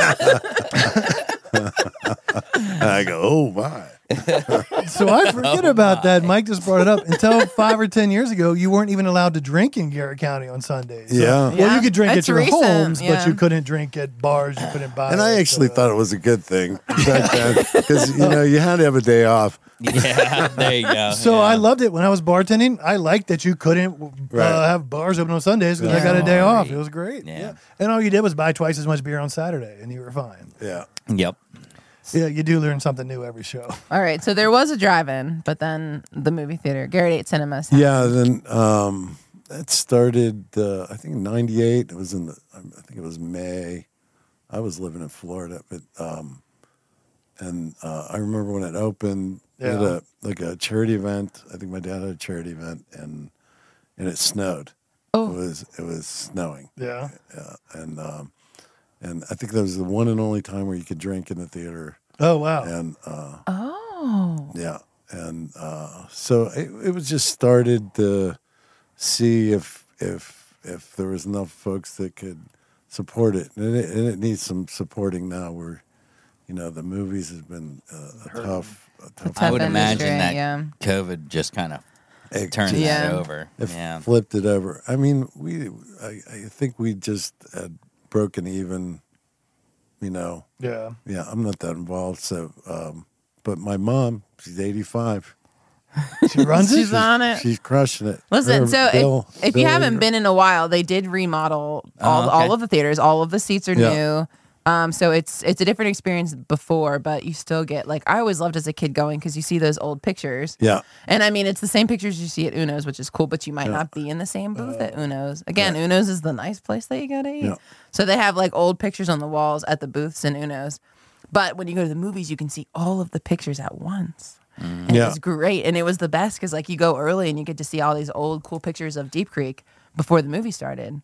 [SPEAKER 4] and I go, oh my. uh,
[SPEAKER 1] so I forget about that. Mike just brought it up. Until five or ten years ago, you weren't even allowed to drink in Garrett County on Sundays. So-
[SPEAKER 4] Yeah.
[SPEAKER 1] Well,
[SPEAKER 3] Yeah,
[SPEAKER 1] you could drink at
[SPEAKER 3] that's
[SPEAKER 1] your
[SPEAKER 3] recent,
[SPEAKER 1] homes,
[SPEAKER 3] yeah.
[SPEAKER 1] but you couldn't drink at bars. You couldn't buy.
[SPEAKER 4] And I
[SPEAKER 1] it,
[SPEAKER 4] actually
[SPEAKER 1] so- uh,
[SPEAKER 4] thought it was a good thing back then because you know you had to have a day off.
[SPEAKER 2] yeah, there you go.
[SPEAKER 1] So
[SPEAKER 2] yeah.
[SPEAKER 1] I loved it when I was bartending. I liked that you couldn't uh,
[SPEAKER 4] Right.
[SPEAKER 1] have bars open on Sundays because I
[SPEAKER 3] Yeah.
[SPEAKER 1] got a day
[SPEAKER 2] Oh,
[SPEAKER 1] off.
[SPEAKER 2] right.
[SPEAKER 1] It was great.
[SPEAKER 2] Yeah.
[SPEAKER 1] And all you did was buy twice as much beer on Saturday, and you were fine.
[SPEAKER 4] Yeah.
[SPEAKER 2] Yep.
[SPEAKER 1] Yeah, you do learn something new every show.
[SPEAKER 3] All right, so there was a drive-in, but then the movie theater, Garrett Eight Cinemas.
[SPEAKER 4] Yeah, then um, that started. Uh, I think in '98. It was in the. I think it was May. I was living in Florida, but um, and uh, I remember when it opened. we had
[SPEAKER 1] Yeah.
[SPEAKER 4] a like a charity event. I think my dad had a charity event, and and it snowed.
[SPEAKER 3] Oh.
[SPEAKER 4] It was it was snowing,
[SPEAKER 1] Yeah.
[SPEAKER 4] yeah, and um, and I think that was the one and only time where you could drink in the theater,
[SPEAKER 1] Oh wow.
[SPEAKER 4] and uh,
[SPEAKER 3] Oh,
[SPEAKER 4] yeah. And uh, so it, it was just started to see if if if there was enough folks that could support it, and it, and it needs some supporting now. Where you know the movies has been uh, a tough, a tough.
[SPEAKER 2] I would
[SPEAKER 3] Tough
[SPEAKER 2] imagine
[SPEAKER 3] industry,
[SPEAKER 2] that
[SPEAKER 3] yeah.
[SPEAKER 2] COVID just kind of
[SPEAKER 4] It
[SPEAKER 2] turned
[SPEAKER 4] just-
[SPEAKER 2] that
[SPEAKER 3] Yeah.
[SPEAKER 2] over.
[SPEAKER 4] it
[SPEAKER 2] yeah.
[SPEAKER 4] flipped it over. I mean, we I, I think we just had broken even. You know,
[SPEAKER 1] Yeah.
[SPEAKER 4] yeah, I'm not that involved. So, um, but my mom, she's 85.
[SPEAKER 1] She runs
[SPEAKER 3] she's
[SPEAKER 1] it.
[SPEAKER 3] on it.
[SPEAKER 4] She's crushing it.
[SPEAKER 3] Listen,
[SPEAKER 4] Her
[SPEAKER 3] so if-
[SPEAKER 4] Bill-
[SPEAKER 3] if, you
[SPEAKER 4] Bill
[SPEAKER 3] haven't
[SPEAKER 4] Eater.
[SPEAKER 3] been in a while, they did remodel all
[SPEAKER 2] Oh, okay.
[SPEAKER 3] all of the theaters. All of the seats are
[SPEAKER 4] Yeah.
[SPEAKER 3] new. Um, so it's it's a different experience before, but you still get like I always loved as a kid going because you see those old pictures.
[SPEAKER 4] Yeah.
[SPEAKER 3] And I mean, it's the same pictures you see at Uno's, which is cool, but you might not be in the same booth
[SPEAKER 2] Uh,
[SPEAKER 3] at Uno's. Again, Uno's is the nice place that you go to eat.
[SPEAKER 4] Yeah.
[SPEAKER 3] So they have like old pictures on the walls at the booths in Uno's. But when you go to the movies, you can see all of the pictures at once. And
[SPEAKER 4] Yeah.
[SPEAKER 3] it was great. And it was the best because like you go early and you get to see all these old cool pictures of Deep Creek before the movie started.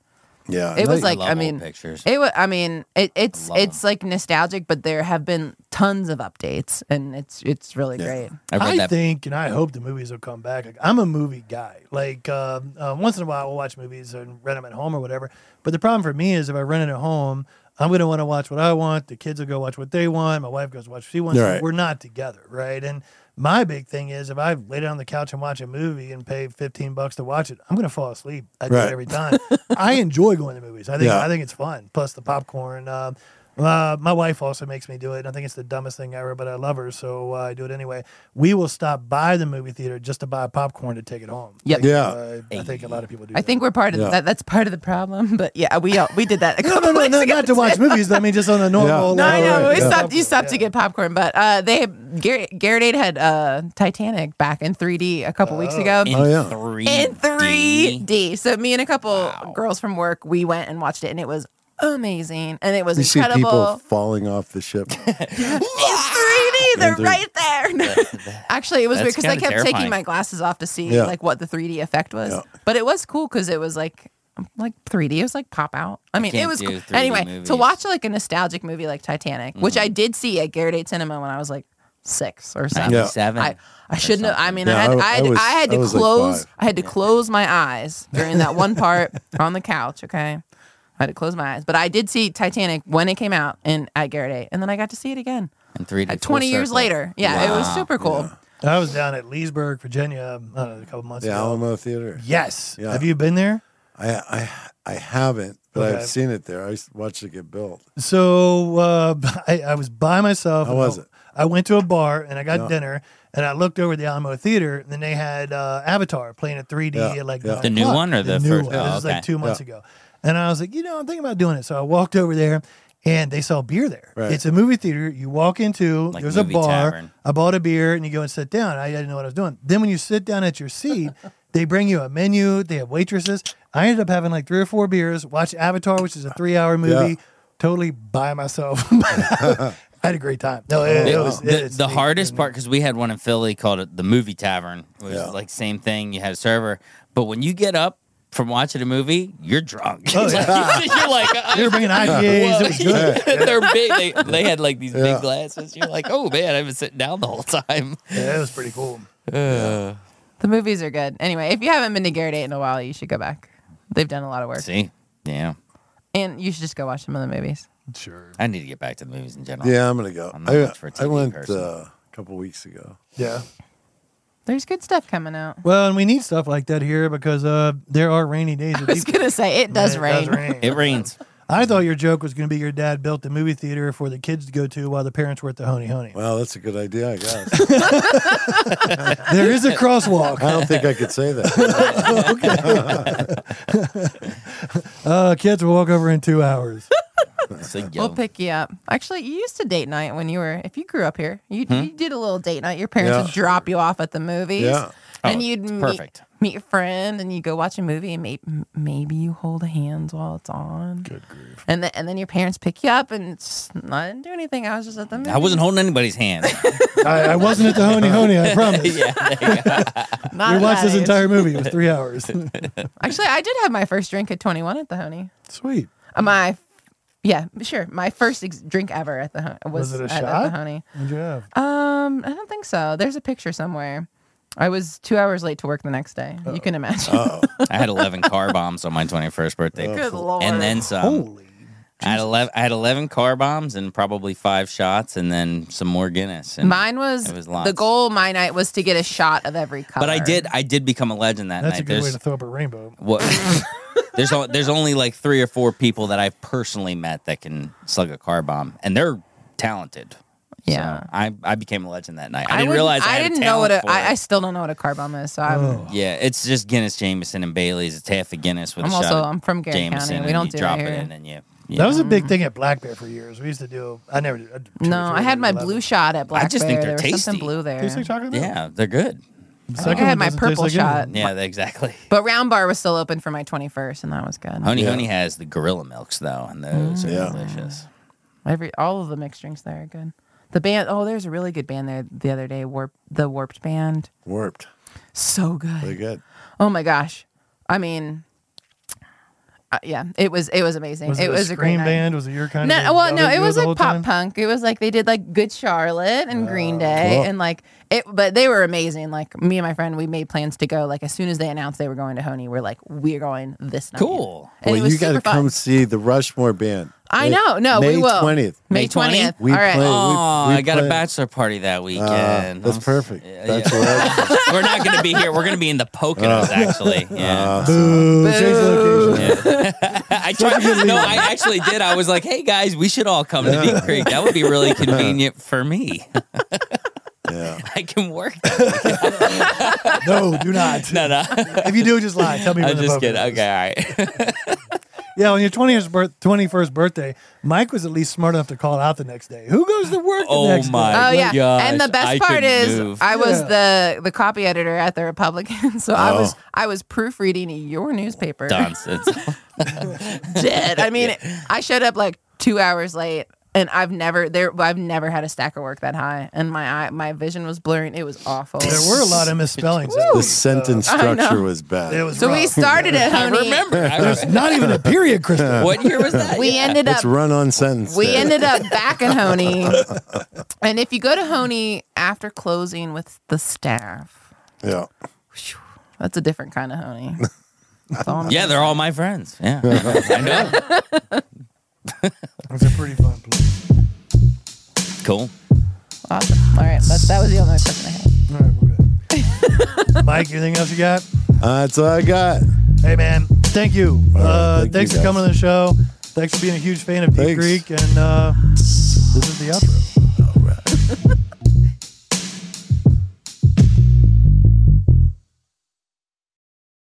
[SPEAKER 4] Yeah.
[SPEAKER 3] It was
[SPEAKER 2] I
[SPEAKER 3] like
[SPEAKER 2] love
[SPEAKER 3] I
[SPEAKER 2] old
[SPEAKER 3] mean
[SPEAKER 2] pictures.
[SPEAKER 3] It was I mean it, it's
[SPEAKER 2] love
[SPEAKER 3] it's like nostalgic, but there have been tons of updates and it's it's really great.
[SPEAKER 2] I read
[SPEAKER 1] I
[SPEAKER 2] that.
[SPEAKER 1] think, and I hope the movies will come back. Like I'm a movie guy. Like um, uh, once in a while, we'll watch movies and rent them at home or whatever. But the problem for me is if I rent it at home, I'm going to want to watch what I want. The kids will go watch what they want. My wife goes watch what she wants.
[SPEAKER 4] Right.
[SPEAKER 1] We're not together, right? And my big thing is if I lay down on the couch and watch a movie and pay 15 bucks to watch it, I'm going to fall asleep. I do
[SPEAKER 4] Right.
[SPEAKER 1] it every time. I enjoy going to movies. I think
[SPEAKER 4] Yeah.
[SPEAKER 1] I think it's fun. Plus the popcorn. Um, uh, my wife also makes me do it. And I think it's the dumbest thing ever, but I love her, so uh, I do it anyway. We will stop by the movie theater just to buy popcorn to take it home.
[SPEAKER 3] Yep.
[SPEAKER 4] Yeah.
[SPEAKER 1] Uh, I think a lot of people do.
[SPEAKER 3] I
[SPEAKER 1] that.
[SPEAKER 3] think we're part of
[SPEAKER 4] Yeah.
[SPEAKER 3] that. That's part of the problem. But yeah, we all, we did that. A
[SPEAKER 1] no,
[SPEAKER 3] couple
[SPEAKER 1] no, no,
[SPEAKER 3] weeks
[SPEAKER 1] no,
[SPEAKER 3] ago,
[SPEAKER 1] not to watch
[SPEAKER 3] too.
[SPEAKER 1] movies. I mean, just on a normal.
[SPEAKER 3] No, I
[SPEAKER 1] level.
[SPEAKER 3] know.
[SPEAKER 4] right,
[SPEAKER 3] we
[SPEAKER 4] yeah.
[SPEAKER 3] stopped. You stopped to
[SPEAKER 1] Yeah.
[SPEAKER 3] get popcorn, but uh, they Garrett, Garrett Aid had uh, Titanic back in 3D a couple weeks ago.
[SPEAKER 2] in
[SPEAKER 4] Oh, yeah.
[SPEAKER 2] three.
[SPEAKER 3] in 3D. So me and a couple girls from work, we went and watched it, and it was amazing, and it was
[SPEAKER 4] You see people
[SPEAKER 3] incredible.
[SPEAKER 4] falling off the ship.
[SPEAKER 3] It's 3D. They're
[SPEAKER 4] And they're-
[SPEAKER 3] right there. Actually, it was weird
[SPEAKER 2] That's
[SPEAKER 3] because I
[SPEAKER 2] kinda
[SPEAKER 3] kept taking
[SPEAKER 2] terrifying.
[SPEAKER 3] my glasses off to see
[SPEAKER 4] Yeah.
[SPEAKER 3] like what the 3D effect was,
[SPEAKER 4] Yeah.
[SPEAKER 3] but it was cool because it was like. Like 3D, it was like pop out. I mean, it
[SPEAKER 2] can't
[SPEAKER 3] was
[SPEAKER 2] do
[SPEAKER 3] cool.
[SPEAKER 2] 3D
[SPEAKER 3] anyway
[SPEAKER 2] movies. Mm-hmm.
[SPEAKER 3] to watch like a nostalgic movie like Titanic, which I did see at Garrett Cinema when I was like six or seven.
[SPEAKER 4] Yeah.
[SPEAKER 2] Seven.
[SPEAKER 3] I, I shouldn't have. I mean,
[SPEAKER 4] Yeah,
[SPEAKER 3] I had, I,
[SPEAKER 4] I w- I
[SPEAKER 3] had, I
[SPEAKER 4] was-
[SPEAKER 3] had
[SPEAKER 4] I
[SPEAKER 3] to
[SPEAKER 4] was like
[SPEAKER 3] close.
[SPEAKER 4] five.
[SPEAKER 3] I had to close my eyes during that one part on the couch. Okay, I had to close my eyes, but I did see Titanic when it came out and at Garrett A, and then I got to see it again
[SPEAKER 2] in 3D.
[SPEAKER 3] uh,
[SPEAKER 2] full
[SPEAKER 3] 20 years
[SPEAKER 2] circle.
[SPEAKER 3] later. Yeah, it was
[SPEAKER 2] Wow.
[SPEAKER 3] super cool.
[SPEAKER 1] I was down at Leesburg, Virginia, I don't know, a couple months
[SPEAKER 4] the
[SPEAKER 1] ago.
[SPEAKER 4] Alamo Theater.
[SPEAKER 1] Yes.
[SPEAKER 4] Yeah.
[SPEAKER 1] Have you been there?
[SPEAKER 4] I I I haven't, but
[SPEAKER 1] Okay.
[SPEAKER 4] I've seen it there. I s- watched it get built.
[SPEAKER 1] So uh, I, I was by myself.
[SPEAKER 4] How was it?
[SPEAKER 1] I went to a bar and I got
[SPEAKER 4] Yeah.
[SPEAKER 1] dinner and I looked over at the Alamo Theater and then they had uh, Avatar playing a 3D
[SPEAKER 4] Yeah,
[SPEAKER 1] at like
[SPEAKER 4] yeah.
[SPEAKER 1] nine
[SPEAKER 2] The new
[SPEAKER 1] o'clock.
[SPEAKER 2] one or the
[SPEAKER 1] new
[SPEAKER 2] first-
[SPEAKER 1] One.
[SPEAKER 2] oh,
[SPEAKER 1] this was
[SPEAKER 2] okay.
[SPEAKER 1] like two months ago, and I was like, you know, I'm thinking about doing it. So I walked over there and they sell beer there.
[SPEAKER 4] Right.
[SPEAKER 1] It's a movie theater. You walk into
[SPEAKER 2] Like
[SPEAKER 1] there's a
[SPEAKER 2] movie
[SPEAKER 1] bar.
[SPEAKER 2] tavern.
[SPEAKER 1] I bought a beer and you go and sit down. I didn't know what I was doing. Then when you sit down at your seat, they bring you a menu. They have waitresses. I ended up having like three or four beers. Watch Avatar, which is a three-hour movie,
[SPEAKER 4] Yeah.
[SPEAKER 1] totally by myself. I had a great time. No, it, it
[SPEAKER 2] The-
[SPEAKER 1] was
[SPEAKER 2] the,
[SPEAKER 1] it's
[SPEAKER 2] the
[SPEAKER 1] neat.
[SPEAKER 2] hardest part because we had one in Philly called it the Movie Tavern. It was
[SPEAKER 4] Yeah.
[SPEAKER 2] like same thing. You had a server, but when you get up from watching a movie, you're drunk. It's like- you're like uh,
[SPEAKER 1] They were bringing IPAs. It was good.
[SPEAKER 2] whoa. they're big. They, they had like these
[SPEAKER 4] Yeah.
[SPEAKER 2] big glasses. You're like, oh man, I've been sitting down the whole time.
[SPEAKER 1] Yeah, it was pretty cool.
[SPEAKER 3] The movies are good. Anyway, if you haven't been to Garrett A in a while, you should go back. They've done a lot of work,
[SPEAKER 2] See, yeah,
[SPEAKER 3] and you should just go watch some of the movies.
[SPEAKER 1] Sure.
[SPEAKER 2] I need to get back to the movies in general.
[SPEAKER 4] Yeah, I'm gonna go.
[SPEAKER 2] I'm not
[SPEAKER 4] I,
[SPEAKER 2] much for a
[SPEAKER 4] I
[SPEAKER 2] TV
[SPEAKER 4] went uh,
[SPEAKER 2] person.
[SPEAKER 4] a couple weeks ago.
[SPEAKER 1] Yeah.
[SPEAKER 3] There's good stuff coming out.
[SPEAKER 1] Well, and we need stuff like that here because uh, there are rainy days.
[SPEAKER 3] I was gonna say it does rain.
[SPEAKER 2] it rains.
[SPEAKER 1] I thought your joke was going to be your dad built the movie theater for the kids to go to while the parents were at the honey honey.
[SPEAKER 4] Well, that's a good idea, I guess.
[SPEAKER 1] There is a crosswalk.
[SPEAKER 4] I don't think I could say that.
[SPEAKER 1] Uh, kids will walk over in two hours.
[SPEAKER 2] It's like, yo,
[SPEAKER 3] We'll pick you up. Actually, you used to date night when you were, if you grew up here, you, you did a little date night. Your parents
[SPEAKER 4] Yeah.
[SPEAKER 3] would drop you off at the movies.
[SPEAKER 4] Yeah.
[SPEAKER 3] And
[SPEAKER 2] Oh,
[SPEAKER 3] you'd
[SPEAKER 2] it's
[SPEAKER 3] meet,
[SPEAKER 2] perfect.
[SPEAKER 3] meet your friend and you go watch a movie and maybe, maybe you hold hands while it's on. Good grief. And, then and then your parents pick you up and it's, I didn't do anything. I was just at the movies.
[SPEAKER 2] I wasn't holding anybody's hand.
[SPEAKER 1] I, I wasn't at the honey honey, I promise.
[SPEAKER 2] yeah, there you go.
[SPEAKER 3] Not
[SPEAKER 1] We
[SPEAKER 3] at
[SPEAKER 1] watched
[SPEAKER 3] that
[SPEAKER 1] this
[SPEAKER 3] age.
[SPEAKER 1] entire movie. It was three hours.
[SPEAKER 2] Um,
[SPEAKER 3] Actually, I did have my first drink at 21 at the Honey.
[SPEAKER 1] Sweet.
[SPEAKER 3] Uh, My, yeah, sure. My first ex- drink ever at the Honey was,
[SPEAKER 1] Was it a
[SPEAKER 3] at, at
[SPEAKER 1] shot?
[SPEAKER 3] the Honey.
[SPEAKER 1] What'd you have?
[SPEAKER 3] Um, I don't think so. There's a picture somewhere. I was two hours late to work the next day. You can imagine.
[SPEAKER 2] Oh, I had 11 car bombs on my 21st birthday.
[SPEAKER 3] Good lord.
[SPEAKER 2] and then some.
[SPEAKER 1] Oh. Holy.
[SPEAKER 2] I had eleven. I had eleven car bombs and probably five shots, and then some more Guinness. And,
[SPEAKER 3] mine was,
[SPEAKER 2] It was lots.
[SPEAKER 3] the goal. My night was to get a shot of every color.
[SPEAKER 2] but I did. I did become a legend that
[SPEAKER 1] That's a
[SPEAKER 2] night.
[SPEAKER 1] good way
[SPEAKER 2] There's
[SPEAKER 1] to throw up a rainbow.
[SPEAKER 2] what. there's o- there's only like three or four people that I've personally met that can slug a car bomb, and they're talented.
[SPEAKER 3] Yeah.
[SPEAKER 2] So I I became a legend that night. I, didn't
[SPEAKER 3] wouldn't-
[SPEAKER 2] realize I,
[SPEAKER 3] I
[SPEAKER 2] had
[SPEAKER 3] didn't know
[SPEAKER 2] talent
[SPEAKER 3] what a,
[SPEAKER 2] for
[SPEAKER 3] I, I
[SPEAKER 2] it.
[SPEAKER 3] still don't know what a car bomb is. So I'm.
[SPEAKER 1] Oh.
[SPEAKER 2] Yeah, it's just Guinness, Jameson, and Bailey's. It's half a Guinness with
[SPEAKER 3] I'm
[SPEAKER 2] a shot.
[SPEAKER 3] also
[SPEAKER 2] of
[SPEAKER 3] I'm from Gary
[SPEAKER 2] Jameson,
[SPEAKER 3] County. We
[SPEAKER 2] and
[SPEAKER 3] don't
[SPEAKER 2] you
[SPEAKER 3] do it
[SPEAKER 2] drop
[SPEAKER 3] here.
[SPEAKER 2] it in, and you you
[SPEAKER 1] That was
[SPEAKER 2] know?
[SPEAKER 1] a big thing at Black Bear for years. We used to do. I never. did- I did two or
[SPEAKER 3] No,
[SPEAKER 1] three
[SPEAKER 3] I had my
[SPEAKER 1] eleven.
[SPEAKER 3] blue shot at Black
[SPEAKER 2] I just think
[SPEAKER 3] Bear.
[SPEAKER 2] they're
[SPEAKER 3] there was
[SPEAKER 2] tasty.
[SPEAKER 3] something blue there.
[SPEAKER 1] Tastes like chocolate milk.
[SPEAKER 2] Yeah, they're good.
[SPEAKER 1] The
[SPEAKER 3] I
[SPEAKER 1] second
[SPEAKER 3] had
[SPEAKER 1] one
[SPEAKER 3] my
[SPEAKER 1] doesn't taste
[SPEAKER 3] purple
[SPEAKER 1] like anything.
[SPEAKER 3] shot.
[SPEAKER 2] Yeah, they- exactly.
[SPEAKER 3] But Round Bar was still open for my 21st, and that was good.
[SPEAKER 2] Honey
[SPEAKER 4] Yeah. Mm.
[SPEAKER 2] Honey has the gorilla milks though, and those are
[SPEAKER 3] Mm.
[SPEAKER 4] Yeah.
[SPEAKER 2] delicious.
[SPEAKER 3] Every all of the mixed drinks there are good. The band, oh, there's a really good band there the other day. Warp the Warped Band,
[SPEAKER 4] Warped.
[SPEAKER 3] so
[SPEAKER 4] They
[SPEAKER 3] good.
[SPEAKER 4] good.
[SPEAKER 3] Oh my gosh, I mean, uh, yeah, it was it was amazing.
[SPEAKER 1] Was it,
[SPEAKER 3] was
[SPEAKER 1] a
[SPEAKER 3] a great
[SPEAKER 1] scream
[SPEAKER 3] night.
[SPEAKER 1] band? Was it your kind of?
[SPEAKER 3] No,
[SPEAKER 1] band?
[SPEAKER 3] well, no,
[SPEAKER 1] Y'all
[SPEAKER 3] it
[SPEAKER 1] did
[SPEAKER 3] was
[SPEAKER 1] the whole
[SPEAKER 3] like pop
[SPEAKER 1] time? Uh,
[SPEAKER 3] punk. It was like they did like Good Charlotte and Green Day,
[SPEAKER 4] cool.
[SPEAKER 3] and like it. But they were amazing. Like me and my friend, we made plans to go. Like as soon as they announced they were going to Honey, we're like, we're going this night.
[SPEAKER 2] Cool.
[SPEAKER 3] And it
[SPEAKER 4] well,
[SPEAKER 3] was
[SPEAKER 4] you got to
[SPEAKER 3] super fun.
[SPEAKER 4] come see the Rushmore band.
[SPEAKER 3] I
[SPEAKER 4] May-
[SPEAKER 3] know. No,
[SPEAKER 4] May
[SPEAKER 3] we will.
[SPEAKER 4] 20th.
[SPEAKER 2] May
[SPEAKER 3] May
[SPEAKER 2] 20th?
[SPEAKER 3] twentieth.
[SPEAKER 4] We
[SPEAKER 3] All right.
[SPEAKER 4] play-
[SPEAKER 2] Oh,
[SPEAKER 4] we
[SPEAKER 2] I got a
[SPEAKER 4] planned-
[SPEAKER 2] bachelor party that weekend.
[SPEAKER 4] Ah,
[SPEAKER 2] I'm
[SPEAKER 4] that's
[SPEAKER 2] s-
[SPEAKER 4] perfect.
[SPEAKER 2] yeah,
[SPEAKER 4] That's
[SPEAKER 2] yeah.
[SPEAKER 4] where
[SPEAKER 2] We're not going to be here. We're going to be in the
[SPEAKER 1] Oh.
[SPEAKER 2] Poconos, actually. Yeah.
[SPEAKER 1] Boo, change location.
[SPEAKER 2] Yeah. I tried. No, I actually did. I was like, "Hey guys, we should all come to Bean Creek. That would be really convenient for me.
[SPEAKER 4] Yeah.
[SPEAKER 2] I can work." that.
[SPEAKER 1] No, do not.
[SPEAKER 2] No, no,
[SPEAKER 1] If you do, just lie. Tell me. where
[SPEAKER 2] I'm
[SPEAKER 1] the
[SPEAKER 2] just
[SPEAKER 1] poker
[SPEAKER 2] kidding.
[SPEAKER 1] is.
[SPEAKER 2] Okay, all right.
[SPEAKER 1] Yeah, on your 20th birth, 21st birthday, Mike was at least smart enough to call out the next day. Who goes to work the
[SPEAKER 2] Oh
[SPEAKER 1] next
[SPEAKER 2] my
[SPEAKER 1] day?
[SPEAKER 3] Oh yeah,
[SPEAKER 2] gosh,
[SPEAKER 3] and the best
[SPEAKER 2] I
[SPEAKER 3] part
[SPEAKER 2] couldn't
[SPEAKER 3] is
[SPEAKER 2] move.
[SPEAKER 3] I was the the copy editor at the Republican, so I was
[SPEAKER 4] Oh.
[SPEAKER 3] I was proofreading your newspaper.
[SPEAKER 2] Nonsense.
[SPEAKER 3] Dead. I mean, I showed up like two hours late, and I've never there. I've never had a stack of work that high, and my eye, my vision was blurring. It was awful.
[SPEAKER 1] There were a lot of misspellings. that
[SPEAKER 4] the
[SPEAKER 1] week.
[SPEAKER 4] sentence
[SPEAKER 3] I
[SPEAKER 4] structure
[SPEAKER 3] know.
[SPEAKER 4] was bad.
[SPEAKER 1] It was
[SPEAKER 3] so we
[SPEAKER 1] rough.
[SPEAKER 3] started at
[SPEAKER 2] I
[SPEAKER 3] Honey.
[SPEAKER 2] remember. I was,
[SPEAKER 1] Not even a period, Kristen.
[SPEAKER 2] what year was that?
[SPEAKER 3] We ended up
[SPEAKER 4] It's run on sentence.
[SPEAKER 3] We
[SPEAKER 4] day.
[SPEAKER 3] ended up back at Honey. and if you go to Honey after closing with the staff,
[SPEAKER 4] Yeah.
[SPEAKER 3] phew, that's a different kind of Honey. That's all I'm
[SPEAKER 2] yeah,
[SPEAKER 3] saying.
[SPEAKER 2] they're all my friends. Yeah, I know.
[SPEAKER 1] It's a pretty fun place.
[SPEAKER 2] Cool.
[SPEAKER 3] awesome. All right, that's, that was the only question I had.
[SPEAKER 1] All right, we're good. Mike, anything else you got?
[SPEAKER 4] Uh, that's all I got.
[SPEAKER 1] Hey, man, thank you. Uh,
[SPEAKER 4] thank you,
[SPEAKER 1] thanks for
[SPEAKER 4] guys.
[SPEAKER 1] coming to the show. Thanks for being a huge fan of Deep
[SPEAKER 4] Thanks.
[SPEAKER 1] Creek. And uh, this is the outro.